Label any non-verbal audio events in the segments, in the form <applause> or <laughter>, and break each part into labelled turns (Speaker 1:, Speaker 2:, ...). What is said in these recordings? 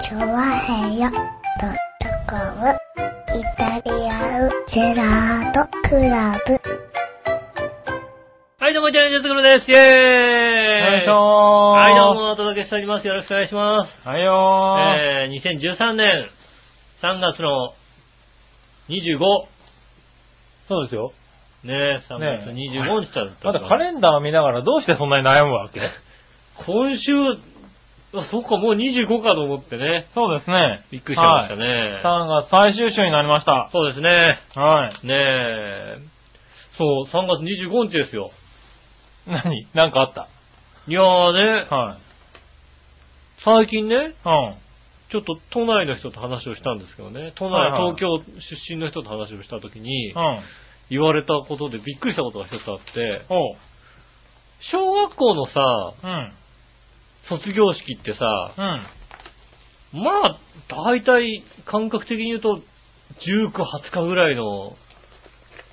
Speaker 1: チョワヘヨドットコムイタリアンジェラートクラブ。
Speaker 2: はい、どうも、チャレンジャーズグルです。イェーイ
Speaker 3: よいしょー
Speaker 2: はい、どうも、お届けしております。よろしくお願いします。
Speaker 3: はいよー。
Speaker 2: えー、2013年3月の25。
Speaker 3: そうですよ。
Speaker 2: ねえ、3月
Speaker 3: ねえ
Speaker 2: 25日だったの
Speaker 3: まだ
Speaker 2: か
Speaker 3: カレンダー見ながらどうしてそんなに悩むわけ
Speaker 2: 今週、あ、そっか、もう25かと思ってね。
Speaker 3: そうですね。
Speaker 2: びっくりしましたね。
Speaker 3: はい、3月最終週になりました。
Speaker 2: そうですね。
Speaker 3: はい。
Speaker 2: ねえ。そう、3月25日ですよ。
Speaker 3: 何なんかあった
Speaker 2: いやーね、
Speaker 3: はい。
Speaker 2: 最近ね、
Speaker 3: うん。
Speaker 2: ちょっと都内の人と話をしたんですけどね、都内、
Speaker 3: はいはい
Speaker 2: 東京出身の人と話をしたときに、
Speaker 3: うん。
Speaker 2: 言われたことでびっくりしたことが一つあって、
Speaker 3: おう。
Speaker 2: 小学校のさ、
Speaker 3: うん。
Speaker 2: 卒業式ってさ
Speaker 3: う、ん。
Speaker 2: まあ、大体感覚的に言うと、19、20日ぐらいの、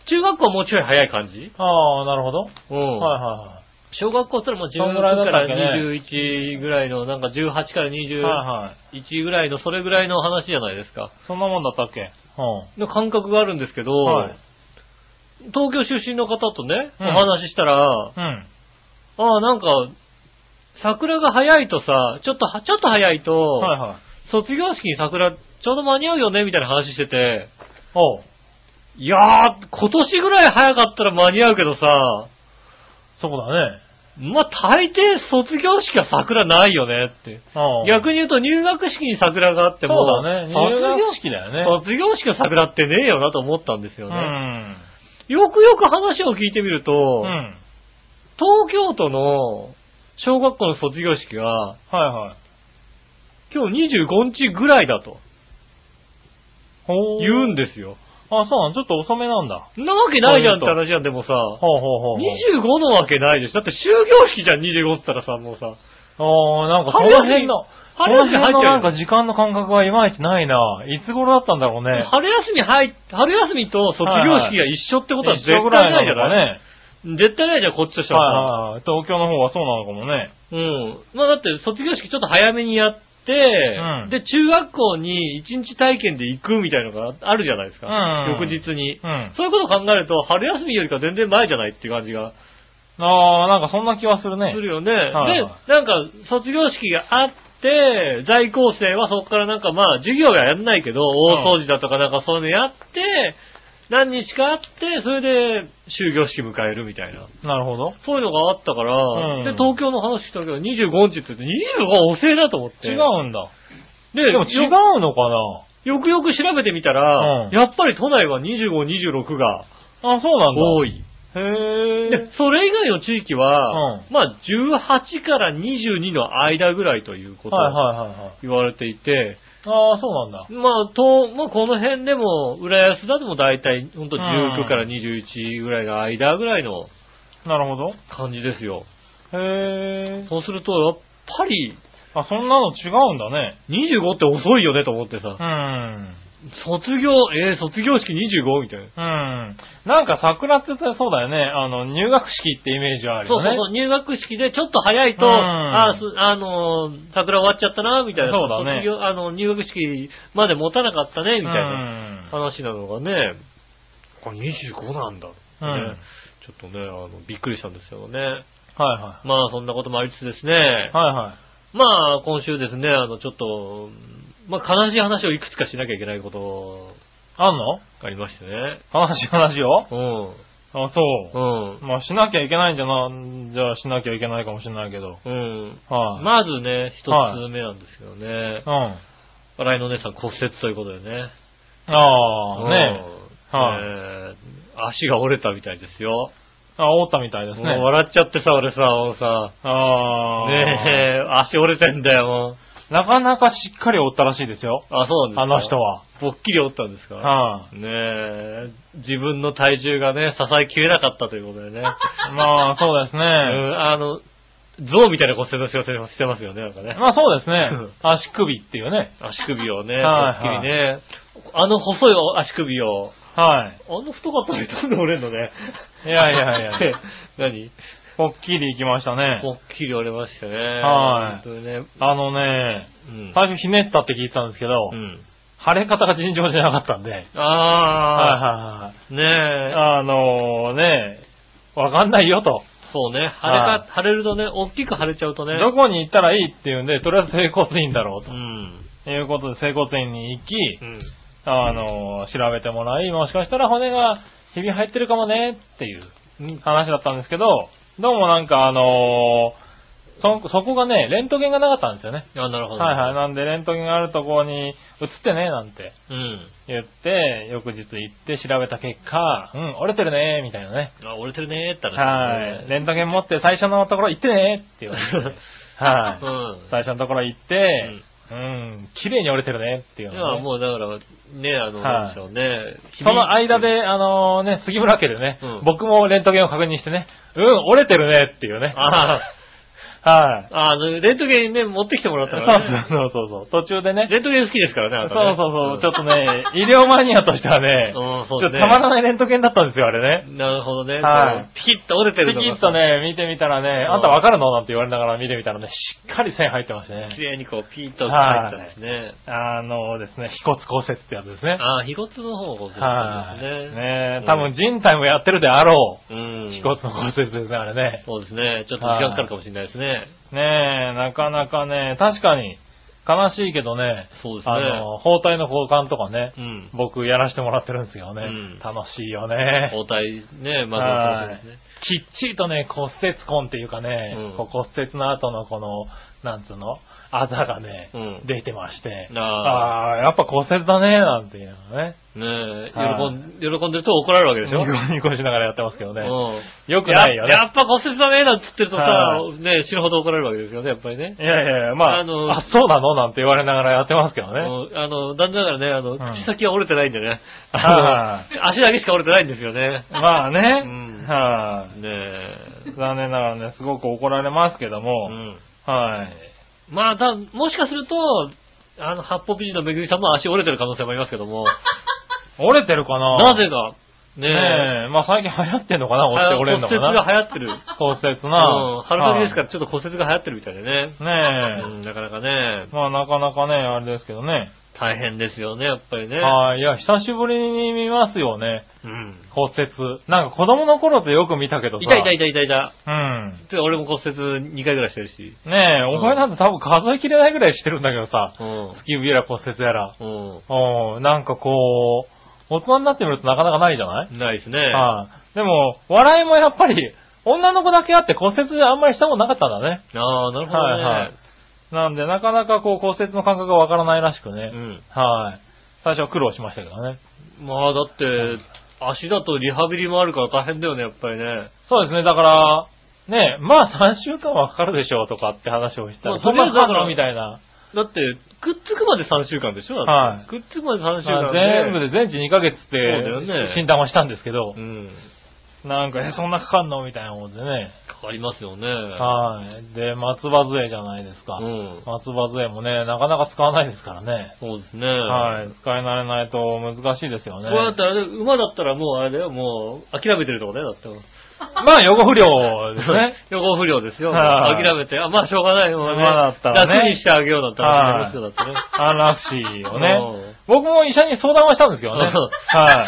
Speaker 2: 中学校はもうちょい早い感じ
Speaker 3: あー、なるほど。
Speaker 2: うん。
Speaker 3: はいは
Speaker 2: 小学校したらもう
Speaker 3: そん
Speaker 2: 19
Speaker 3: ぐらいだっ
Speaker 2: か
Speaker 3: たっけね
Speaker 2: ら21ぐらいの、なんか18から
Speaker 3: いはい。はいはい。
Speaker 2: 21ぐらいの、それぐらいの話じゃないですか。
Speaker 3: そんなもんだったっけう
Speaker 2: の感覚があるんですけど、
Speaker 3: ん。はい。
Speaker 2: 東京出身の方とね、お
Speaker 3: うん
Speaker 2: 話ししたら、
Speaker 3: うん。
Speaker 2: ああ、なんか、桜が早いとさ、ちょっとは、ちょっと早いと、
Speaker 3: はいはい。
Speaker 2: 卒業式に桜、ちょうど間に合うよね、みたいな話してて、
Speaker 3: おう。
Speaker 2: いやー、今年ぐらい早かったら間に合うけどさ、
Speaker 3: そうだね。
Speaker 2: まあ、大抵卒業式は桜ないよねって。
Speaker 3: うん。
Speaker 2: 逆に言うと入学式に桜があって
Speaker 3: そ
Speaker 2: も、
Speaker 3: うだね。入
Speaker 2: 卒業
Speaker 3: 学式だよね。
Speaker 2: 卒業式は桜ってねえよなと思ったんですよ
Speaker 3: う
Speaker 2: ね。
Speaker 3: ん。
Speaker 2: よくよく話を聞いてみると、
Speaker 3: うん。
Speaker 2: 東京都の小学校の卒業式が、
Speaker 3: はいはい。
Speaker 2: 今日25日ぐらいだと
Speaker 3: ほ
Speaker 2: 言うん
Speaker 3: で。
Speaker 2: ですよ。
Speaker 3: あ、そうなのちょっと遅めなんだ。
Speaker 2: んなわけないじゃんって
Speaker 3: そう
Speaker 2: 話なんでもさ、
Speaker 3: ほうほうほうほう。
Speaker 2: 25のわけないでしょ。だって終業式じゃん、25って言ったらさ、もうさ。
Speaker 3: ああ、なんかその辺の、そ
Speaker 2: 春休
Speaker 3: の
Speaker 2: み
Speaker 3: 辺の
Speaker 2: 春休み入っ
Speaker 3: なん
Speaker 2: ちゃう
Speaker 3: か時間の感覚がいまいちないな。いつ頃だったんだろうね。
Speaker 2: 春休み入っ、春休みと卒業式が一緒ってことは絶
Speaker 3: 一
Speaker 2: 対
Speaker 3: 緒ぐらい
Speaker 2: ないじゃ
Speaker 3: のか
Speaker 2: ない、
Speaker 3: ね。
Speaker 2: 絶対ないじゃん、こっちとしてはさ。
Speaker 3: はいはいはい。東京の方はそうなのかもね。
Speaker 2: うん。まあだって卒業式ちょっと早めにやって、
Speaker 3: うん
Speaker 2: で、中学校に1日体験で行くみたいのがあるじゃないですか。
Speaker 3: うん
Speaker 2: 翌日に。
Speaker 3: うん。
Speaker 2: そういうことを考えると、春休みよりか全然前じゃないっていう感じが
Speaker 3: ああ、なんかそんな気はするね
Speaker 2: す。るよね。
Speaker 3: はい
Speaker 2: で、なんか、卒業式があって、在校生はそこからなんかまあ、授業はやんないけど、大掃除だとかなんかそういうのやって、何日かあって、それで、終業式迎えるみたいな。
Speaker 3: なるほど。
Speaker 2: そういうのがあったから、
Speaker 3: うん
Speaker 2: で、東京の話したけど、25日って言って、25遅えだと思って。
Speaker 3: 違。うんだ。
Speaker 2: で、
Speaker 3: でも違
Speaker 2: よ
Speaker 3: うのか
Speaker 2: よくよく調べてみたら、
Speaker 3: うん
Speaker 2: やっぱり都内は25、26が
Speaker 3: なあ、そうなんだ。
Speaker 2: 多い。で
Speaker 3: へえ。、
Speaker 2: それ以外の地域は、
Speaker 3: うん
Speaker 2: まあ、18から22の間ぐらいということを
Speaker 3: はいはいはいはい。
Speaker 2: 言われていて、
Speaker 3: ああ、そうなんだ。
Speaker 2: まあ、と、まあ、この辺でも、浦安だとも大体、ほんと
Speaker 3: うん
Speaker 2: 19から21ぐらいの間ぐらいの
Speaker 3: なるほど。
Speaker 2: 感じですよ。
Speaker 3: へえ。
Speaker 2: そうすると、やっぱり、
Speaker 3: あ、そんなの違うんだね。
Speaker 2: 25って遅いよねと思ってさ
Speaker 3: う、ん。
Speaker 2: 卒業、えー、卒業式 25? みたいな。
Speaker 3: うん。なんか桜って言ったらそうだよね。あの、入学式ってイメージはある
Speaker 2: そ
Speaker 3: よ
Speaker 2: う
Speaker 3: ね。
Speaker 2: そうそう、入学式でちょっと早いと、
Speaker 3: うん
Speaker 2: あすあのー、桜終わっちゃったな、みたいな。
Speaker 3: そうだね
Speaker 2: 卒業あの、入学式まで持たなかったね、みたいな
Speaker 3: うん
Speaker 2: 話なのがね、これ25なんだってね、
Speaker 3: うん
Speaker 2: ちょっとね、あの、びっくりしたんですよね。
Speaker 3: はいは
Speaker 2: まあ、そんなこともありつつですね、
Speaker 3: い。はいはい。
Speaker 2: まあ、今週ですね、あの、ちょっと、まあ、悲しい話をいくつかしなきゃいけないこと
Speaker 3: あんの
Speaker 2: がありましてね。
Speaker 3: 話話を
Speaker 2: うん。
Speaker 3: あ、そうう。
Speaker 2: ん。
Speaker 3: まあしなきゃいけないんじゃな、じゃあしなきゃいけないかもしれないけど。
Speaker 2: うん。
Speaker 3: はい、
Speaker 2: まずね、一
Speaker 3: は
Speaker 2: つ目なんですけどね。
Speaker 3: うん。
Speaker 2: 笑いのお姉さん骨折ということでね。
Speaker 3: ああ、ねえ。
Speaker 2: うん
Speaker 3: はい
Speaker 2: えー足が折れたみたいですよ。
Speaker 3: あ、折ったみたいです
Speaker 2: もう
Speaker 3: ね。
Speaker 2: 笑っちゃってさ、俺さ、もうさ。
Speaker 3: ああ。
Speaker 2: ねえ、足折れてんだよ、もう。
Speaker 3: なかなかしっかり折ったらしいですよ。
Speaker 2: あ、そうなんですか
Speaker 3: あの人。は。
Speaker 2: ぼっきり折ったんですか
Speaker 3: はい、
Speaker 2: ねえ、自分の体重がね、支えきれなかったということ
Speaker 3: <laughs>
Speaker 2: でね。
Speaker 3: まあそうですね。
Speaker 2: うん、あの、象みたいな骨折をしようとしてますよね、なんかね。
Speaker 3: まあそうですね
Speaker 2: うん。
Speaker 3: 足首っていうね。
Speaker 2: 足首をね、
Speaker 3: はい
Speaker 2: ぽっきりね。あの細い足首を、
Speaker 3: は
Speaker 2: あの太かったのになんで折れんのね。
Speaker 3: い。いやいやいや。
Speaker 2: <laughs> 何
Speaker 3: ぽっきり行きましたね。
Speaker 2: ぽっきり折れましたね。
Speaker 3: はい
Speaker 2: 本当にね。
Speaker 3: あのね、
Speaker 2: うん。
Speaker 3: 最初ひねったって聞いてたんですけど、
Speaker 2: うん。
Speaker 3: 腫れ方が尋常じゃなかったんで。はい
Speaker 2: あ
Speaker 3: は
Speaker 2: あ、ね
Speaker 3: いはい。
Speaker 2: え。
Speaker 3: あのね、わかんないよと。
Speaker 2: そうね。腫れ
Speaker 3: は
Speaker 2: か、腫れるとね、大きく腫れちゃうとね。
Speaker 3: どこに行ったらいいっていうんで、とりあえず整骨院だろう
Speaker 2: うん。
Speaker 3: ということで整骨院に行き
Speaker 2: う、ん。
Speaker 3: あの、調べてもらい、もしかしたら骨がひび入ってるかもねっていう
Speaker 2: うん
Speaker 3: 話だったんですけど、どうもなんかあのそ、そこがね、レントゲンがなかったんですよね。
Speaker 2: あ、なるほど。
Speaker 3: はいはい。
Speaker 2: い。
Speaker 3: なんで、レントゲンがあるところに移ってね、なんて
Speaker 2: うん。
Speaker 3: 言って、翌日行って調べた結果、うん、折れてるね、みたいなね。
Speaker 2: あ、折れてるねーって話
Speaker 3: はい。
Speaker 2: ですね。
Speaker 3: レントゲン持って最初のところ行ってね、って言われ
Speaker 2: <laughs>
Speaker 3: て。は
Speaker 2: う
Speaker 3: い。
Speaker 2: ん。
Speaker 3: 最初のところ行って、うん、綺麗に折れてるね、っていう
Speaker 2: い
Speaker 3: の
Speaker 2: や、
Speaker 3: ね
Speaker 2: もうだから、ね、あの、
Speaker 3: はい
Speaker 2: なんでしょうね。
Speaker 3: その間で、あのね、杉村家でね、
Speaker 2: うん
Speaker 3: 僕もレントゲンを確認してね、うん、折れてるねっていうね。
Speaker 2: ああ、
Speaker 3: はい。
Speaker 2: あの、レントゲンね、持ってきてもらった
Speaker 3: そ
Speaker 2: か
Speaker 3: う
Speaker 2: らね。
Speaker 3: そうそうそう。途中でね。
Speaker 2: レントゲン好きですからね、あ
Speaker 3: そう
Speaker 2: な
Speaker 3: そうそう。ちょっとね、 <laughs> 医療マニアとしてはね、
Speaker 2: うんそう
Speaker 3: ちょ
Speaker 2: で
Speaker 3: っ
Speaker 2: す
Speaker 3: と
Speaker 2: ね
Speaker 3: たまらないレントゲンだったんですよ、あれね。
Speaker 2: と。なるほどね。
Speaker 3: はい
Speaker 2: そうピキッと折れて
Speaker 3: ピ
Speaker 2: る
Speaker 3: キ
Speaker 2: のが。
Speaker 3: ッと。ね、見てみたらね、
Speaker 2: うん
Speaker 3: あんたわかるのなんて言われながら見てみたらね、しっかり線入ってました
Speaker 2: 綺
Speaker 3: ね。
Speaker 2: 麗にこう、ピーッと入ったんですね。
Speaker 3: あのですね、飛骨骨折ってやつですね。
Speaker 2: ああ、皮骨の方を折った
Speaker 3: は
Speaker 2: ん
Speaker 3: い。
Speaker 2: ですね。
Speaker 3: ね多分人体もやってるであろ
Speaker 2: う
Speaker 3: う。
Speaker 2: ん。
Speaker 3: 飛骨の骨折ですね、あれね。
Speaker 2: そうですね。ちょっと時間かかるかもしれないですね。
Speaker 3: ねえ、なかなかね、確かに、悲しいけどね、
Speaker 2: そうですね
Speaker 3: あの、包帯の交換とかね、
Speaker 2: うん。
Speaker 3: 僕やらせてもらってるんですけどね、
Speaker 2: うん
Speaker 3: 楽しいよ <laughs> ね。
Speaker 2: 包帯ね、まずはそうですね。
Speaker 3: きっちりとね、骨折痕っていうかね、
Speaker 2: うん
Speaker 3: こう骨折の後のこの、なんつうの、あざがね、
Speaker 2: うん
Speaker 3: 出てまして、
Speaker 2: あ
Speaker 3: ああー、やっぱ骨折だね、なんていうのね。
Speaker 2: ねえ、
Speaker 3: は
Speaker 2: 喜ん、喜んでると怒られるわけでし
Speaker 3: ニコ
Speaker 2: ょ
Speaker 3: ニコしながらやってますけどね。
Speaker 2: うん。
Speaker 3: よくないよね
Speaker 2: や。やっぱ骨折だね、なんつってるとさ
Speaker 3: は、
Speaker 2: ね、死ぬほど怒られるわけですよね、やっぱりね。
Speaker 3: いやいやいや、まあ、あ
Speaker 2: あの
Speaker 3: そうなのなんて言われながらやってますけどね。
Speaker 2: もうあの、残念ながらね、あの、
Speaker 3: ん
Speaker 2: 口先は折れてないんでね。
Speaker 3: は
Speaker 2: あの足だけしか折れてないんですよね。
Speaker 3: まあね、
Speaker 2: うん
Speaker 3: はい、
Speaker 2: ねえ。
Speaker 3: 残念ながらね、すごく怒られますけど
Speaker 2: う
Speaker 3: も、
Speaker 2: ん。
Speaker 3: はい。
Speaker 2: まあ、だ、もしかすると、あの、八方美人のめぐみさんも足折れてる可能性もありますけど
Speaker 3: <laughs>
Speaker 2: も、
Speaker 3: 折れてるかな
Speaker 2: なぜか、ね
Speaker 3: ね
Speaker 2: え、
Speaker 3: え、まあ最近流行ってんのかな折って折れんのか
Speaker 2: 骨折が
Speaker 3: な
Speaker 2: 流行ってる。
Speaker 3: 骨折
Speaker 2: う
Speaker 3: な。。
Speaker 2: ん、春先ですかららちょっと骨折が流行ってるみたいでね。う
Speaker 3: ね
Speaker 2: ん、なかなかね
Speaker 3: え、、まあなかなかね、あれですけどね。
Speaker 2: 大変ですよね、やっぱりね。
Speaker 3: はい、いや、久しぶりに見ますよね、
Speaker 2: うん。
Speaker 3: 骨折。なんか子供の頃ってよく見たけどさ。
Speaker 2: いたいたいたいたいた。
Speaker 3: うん。
Speaker 2: で俺も骨折2回ぐらいしてるし。
Speaker 3: ねえ、お前なんて多分数えきれないぐらいしてるんだけどさ。
Speaker 2: うん。
Speaker 3: 月指やら骨折やら。
Speaker 2: う
Speaker 3: うん、なんかこう、大人になってみるとなかなかないじゃない
Speaker 2: ん。ないですね。
Speaker 3: はい、でも、笑いもやっぱり、女の子だけあって骨折あんまりしたことなかったんだね。
Speaker 2: ああ、なるほどね。
Speaker 3: はいはい。なんで、なかなかこう骨折の感覚がわからないらしくね。
Speaker 2: うん。
Speaker 3: はい、最初は苦労しましたけどね。
Speaker 2: まあ、だって、足だとリハビリもあるから大変だよね、やっぱりね。
Speaker 3: そうですね、だから、ね、まあ3週間はかかるでしょうとかって話をした
Speaker 2: ま
Speaker 3: ら、
Speaker 2: あ
Speaker 3: そんな
Speaker 2: とりあえずだ
Speaker 3: か
Speaker 2: か
Speaker 3: からみたいな。
Speaker 2: だって、くっつくまで3週間でしょ
Speaker 3: はい
Speaker 2: い。くっつくまで3週
Speaker 3: ま
Speaker 2: 間
Speaker 3: あ
Speaker 2: で。
Speaker 3: 全部で全治2ヶ月っ
Speaker 2: そうだよ
Speaker 3: て
Speaker 2: ね
Speaker 3: 診断をしたんですけど
Speaker 2: う、ん。
Speaker 3: なんか、え、そんなかかんのみたいなもんでね。
Speaker 2: かかりますよね。
Speaker 3: はい。で、松葉杖じゃないですか。
Speaker 2: うん。
Speaker 3: 松葉杖もね、なかなか使わないですからね。
Speaker 2: そうですね。。
Speaker 3: はいい。使い慣れないと難しいですよ
Speaker 2: こ
Speaker 3: ね。
Speaker 2: うやったらね、馬だったらもうあれだよ、もう諦めてるとこね、だって。。
Speaker 3: まあ、横不良ですね。
Speaker 2: <laughs> 予行不良ですよ。
Speaker 3: はい
Speaker 2: 諦めて、あ、まあしょうがないもうね。
Speaker 3: 馬だったらね
Speaker 2: 楽にしてあげようだったら、ますよ、だってね。
Speaker 3: 安楽死を
Speaker 2: うん
Speaker 3: ね。僕も医者に相談はしたんですけどね。
Speaker 2: う
Speaker 3: はい
Speaker 2: ん。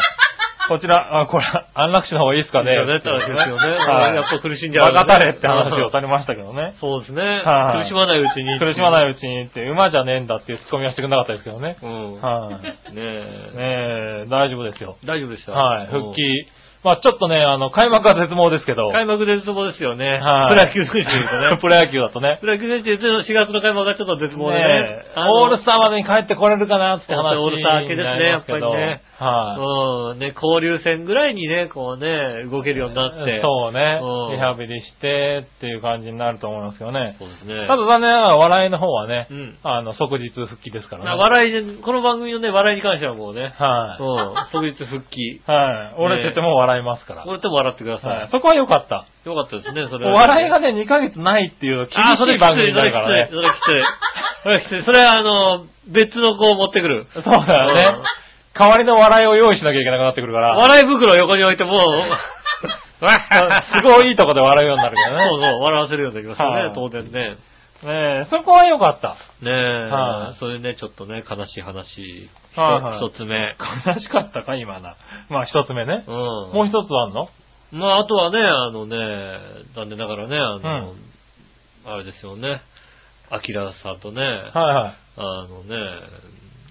Speaker 3: こちら、あ、これ、安楽死の方がいいですかね。
Speaker 2: いいですよねって話ですよね
Speaker 3: はい。
Speaker 2: やっぱ苦しんじゃうよね
Speaker 3: バカたれって話をされましたけどね。
Speaker 2: そうですね。
Speaker 3: はい
Speaker 2: 苦しまないうちに。。
Speaker 3: 苦しまないいうちにって、馬じゃねえんだっていうツッコミはしてくれなかったですけどね。
Speaker 2: うん。
Speaker 3: はい。
Speaker 2: ねえ。
Speaker 3: ねえ、大丈夫ですよ。
Speaker 2: 大丈夫でした。
Speaker 3: はい。
Speaker 2: うん
Speaker 3: 復。帰。まあちょっとね、あの、開幕は絶望ですけど。
Speaker 2: 開幕絶望ですよね。
Speaker 3: は
Speaker 2: プロ
Speaker 3: い
Speaker 2: 野球選手で言うとね。
Speaker 3: プロ野球だとね。
Speaker 2: <laughs> プロ野球選手で言うと4月の開幕がちょっと絶望でね
Speaker 3: ねえ。
Speaker 2: あの
Speaker 3: オールスターまでに帰ってこれるかなって話
Speaker 2: オールスター系ですねやっぱりね
Speaker 3: になりますけどは
Speaker 2: うん。ね、交流戦ぐらいにね、こうね、動けるようになっ
Speaker 3: い
Speaker 2: て。。
Speaker 3: そう
Speaker 2: うん
Speaker 3: ね。リハビリしてっていう感じになると思いますけどね。
Speaker 2: そうですね。
Speaker 3: ただ残念ながら笑いの方はね
Speaker 2: うん、
Speaker 3: あの、即日復帰ですから
Speaker 2: な
Speaker 3: ね。
Speaker 2: 笑いで、この番組のね、笑いに関してはもうね、うん
Speaker 3: は、
Speaker 2: 即日復帰。
Speaker 3: い。はい。折れてても笑いますから。
Speaker 2: これとも笑ってくだ
Speaker 3: は
Speaker 2: さ
Speaker 3: い。
Speaker 2: い。
Speaker 3: そこは良かった。
Speaker 2: よかったですね、それはね。
Speaker 3: 笑いがね、2ヶ月ないっていう厳し
Speaker 2: あー、それき
Speaker 3: い
Speaker 2: つい、
Speaker 3: 番
Speaker 2: それ
Speaker 3: 組
Speaker 2: き
Speaker 3: だから
Speaker 2: つい、
Speaker 3: ね。
Speaker 2: それきつい。それきつい。それはあの、別の子を持ってくる。
Speaker 3: そうだよね。代わりの笑いを用意しなきゃいけなくなってくるから。 <laughs>
Speaker 2: 笑い袋を横に置いてもう、
Speaker 3: すごいいいとこで笑うようになるけどね。
Speaker 2: そうそう、笑わせるようになりますよ
Speaker 3: は
Speaker 2: ね
Speaker 3: い、
Speaker 2: 当然ね。
Speaker 3: ねえ、そこは良かった。
Speaker 2: ねえ、
Speaker 3: はい
Speaker 2: それね、ちょっとね、悲しい話。
Speaker 3: はいはい
Speaker 2: 一つ
Speaker 3: <laughs>
Speaker 2: 目。
Speaker 3: 悲しかったか、今な。まあ一つ目ね
Speaker 2: う。ん。
Speaker 3: もう一つあんの
Speaker 2: まあ、あとはね、あのね、残念ながらね、あの、
Speaker 3: うん
Speaker 2: あれですよね、アキラさんとね、
Speaker 3: はいはい。
Speaker 2: あのね、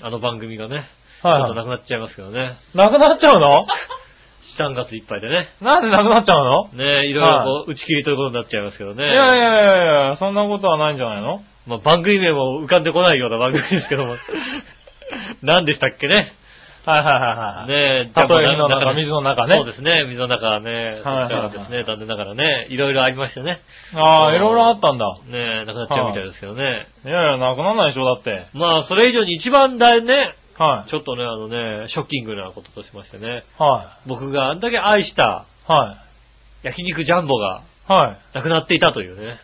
Speaker 2: あの番組がね、
Speaker 3: はい
Speaker 2: ちょっとな
Speaker 3: は
Speaker 2: くなっちゃいますけどね、
Speaker 3: い。なくなっちゃうの
Speaker 2: 3月いっぱいでね、
Speaker 3: なんでなくなっちゃうの
Speaker 2: ね、いろいろこう、打ち切りということになっちゃいますけどね。
Speaker 3: いやいやいやいや、そんなことはないんじゃないの
Speaker 2: まあ、番組名も浮かんでこないような番組ですけども。 <laughs> 何でしたっけね。
Speaker 3: はいはいはいはい。
Speaker 2: ねえ、
Speaker 3: たとえ
Speaker 2: ジャンボ
Speaker 3: 火の中水の中ね
Speaker 2: そうですね、水の中ね、
Speaker 3: はいはいはい
Speaker 2: そうですね、残念ながらね、いろいろありましてね。
Speaker 3: ああ、いろいろあったんだ。
Speaker 2: ねえ、なくなっちゃうみたいですけどね。
Speaker 3: いやいや、なくならないでしょ、だって。
Speaker 2: まあ、それ以上に一番だね、
Speaker 3: はい。
Speaker 2: ちょっとね、あのね、ショッキングなこととしましてね、
Speaker 3: は
Speaker 2: 僕があんだけ愛した
Speaker 3: い。は
Speaker 2: 焼肉ジャンボが
Speaker 3: い。は
Speaker 2: なくなっていたというね、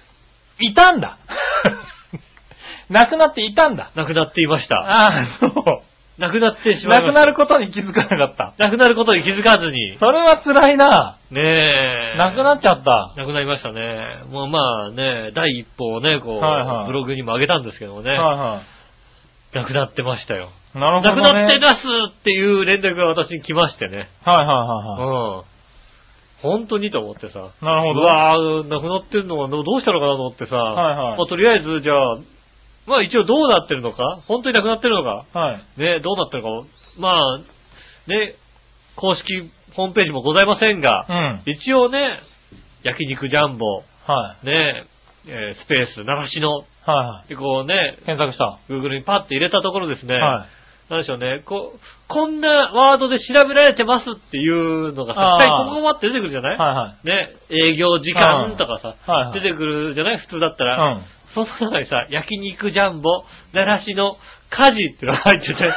Speaker 3: い。いたんだ <laughs> なくなっていたんだ。
Speaker 2: なくなっていました。
Speaker 3: ああ、そう。
Speaker 2: なくなってしま
Speaker 3: ない
Speaker 2: ま
Speaker 3: く
Speaker 2: し
Speaker 3: な
Speaker 2: た。
Speaker 3: ることに気づかなかった。
Speaker 2: なくなることに気づかずに、
Speaker 3: それは辛いな。
Speaker 2: ねえ。
Speaker 3: なくなっちゃった。
Speaker 2: なくなりましたね。もうまあね、第一報をね、こう、
Speaker 3: はいはい
Speaker 2: ブログにも上げたんですけどもね、
Speaker 3: は
Speaker 2: なくなってましたよ。
Speaker 3: いはい。なる
Speaker 2: なく
Speaker 3: ほど、ね。
Speaker 2: なってますっていう連絡が私に来ましてね。
Speaker 3: はいは
Speaker 2: う
Speaker 3: いはいは
Speaker 2: ん。本当にと思ってさ。
Speaker 3: い。なるほ
Speaker 2: う
Speaker 3: ど。
Speaker 2: わぁ、なくなってるのはどどうしたのかなと思ってさ、
Speaker 3: はいはい
Speaker 2: まあとりあえず、じゃあ、まあ一応どうなってるのか本当になくなってるのか
Speaker 3: はい。
Speaker 2: ね、どうなってるのかまあ、ね、公式ホームページもございませんが
Speaker 3: う、ん。
Speaker 2: 一応ね、焼肉ジャンボ、
Speaker 3: はい。
Speaker 2: ねえ、えースペース、習志野
Speaker 3: はいは
Speaker 2: でこうね
Speaker 3: い。、検索した。
Speaker 2: Google にパッて入れたところですね、
Speaker 3: はい。
Speaker 2: なんでしょうね、ここんなワードで調べられてますっていうのがさ、
Speaker 3: あ
Speaker 2: 下
Speaker 3: ー
Speaker 2: にここまって出てくるじゃない、
Speaker 3: はいはい。
Speaker 2: ね、営業時間とかさ、
Speaker 3: はいは
Speaker 2: 出
Speaker 3: い
Speaker 2: てくるじゃない普通だった
Speaker 3: う
Speaker 2: ら、
Speaker 3: ん。
Speaker 2: その中にさ、焼肉ジャンボ、習志野、火事ってのが入ってて、
Speaker 3: <laughs>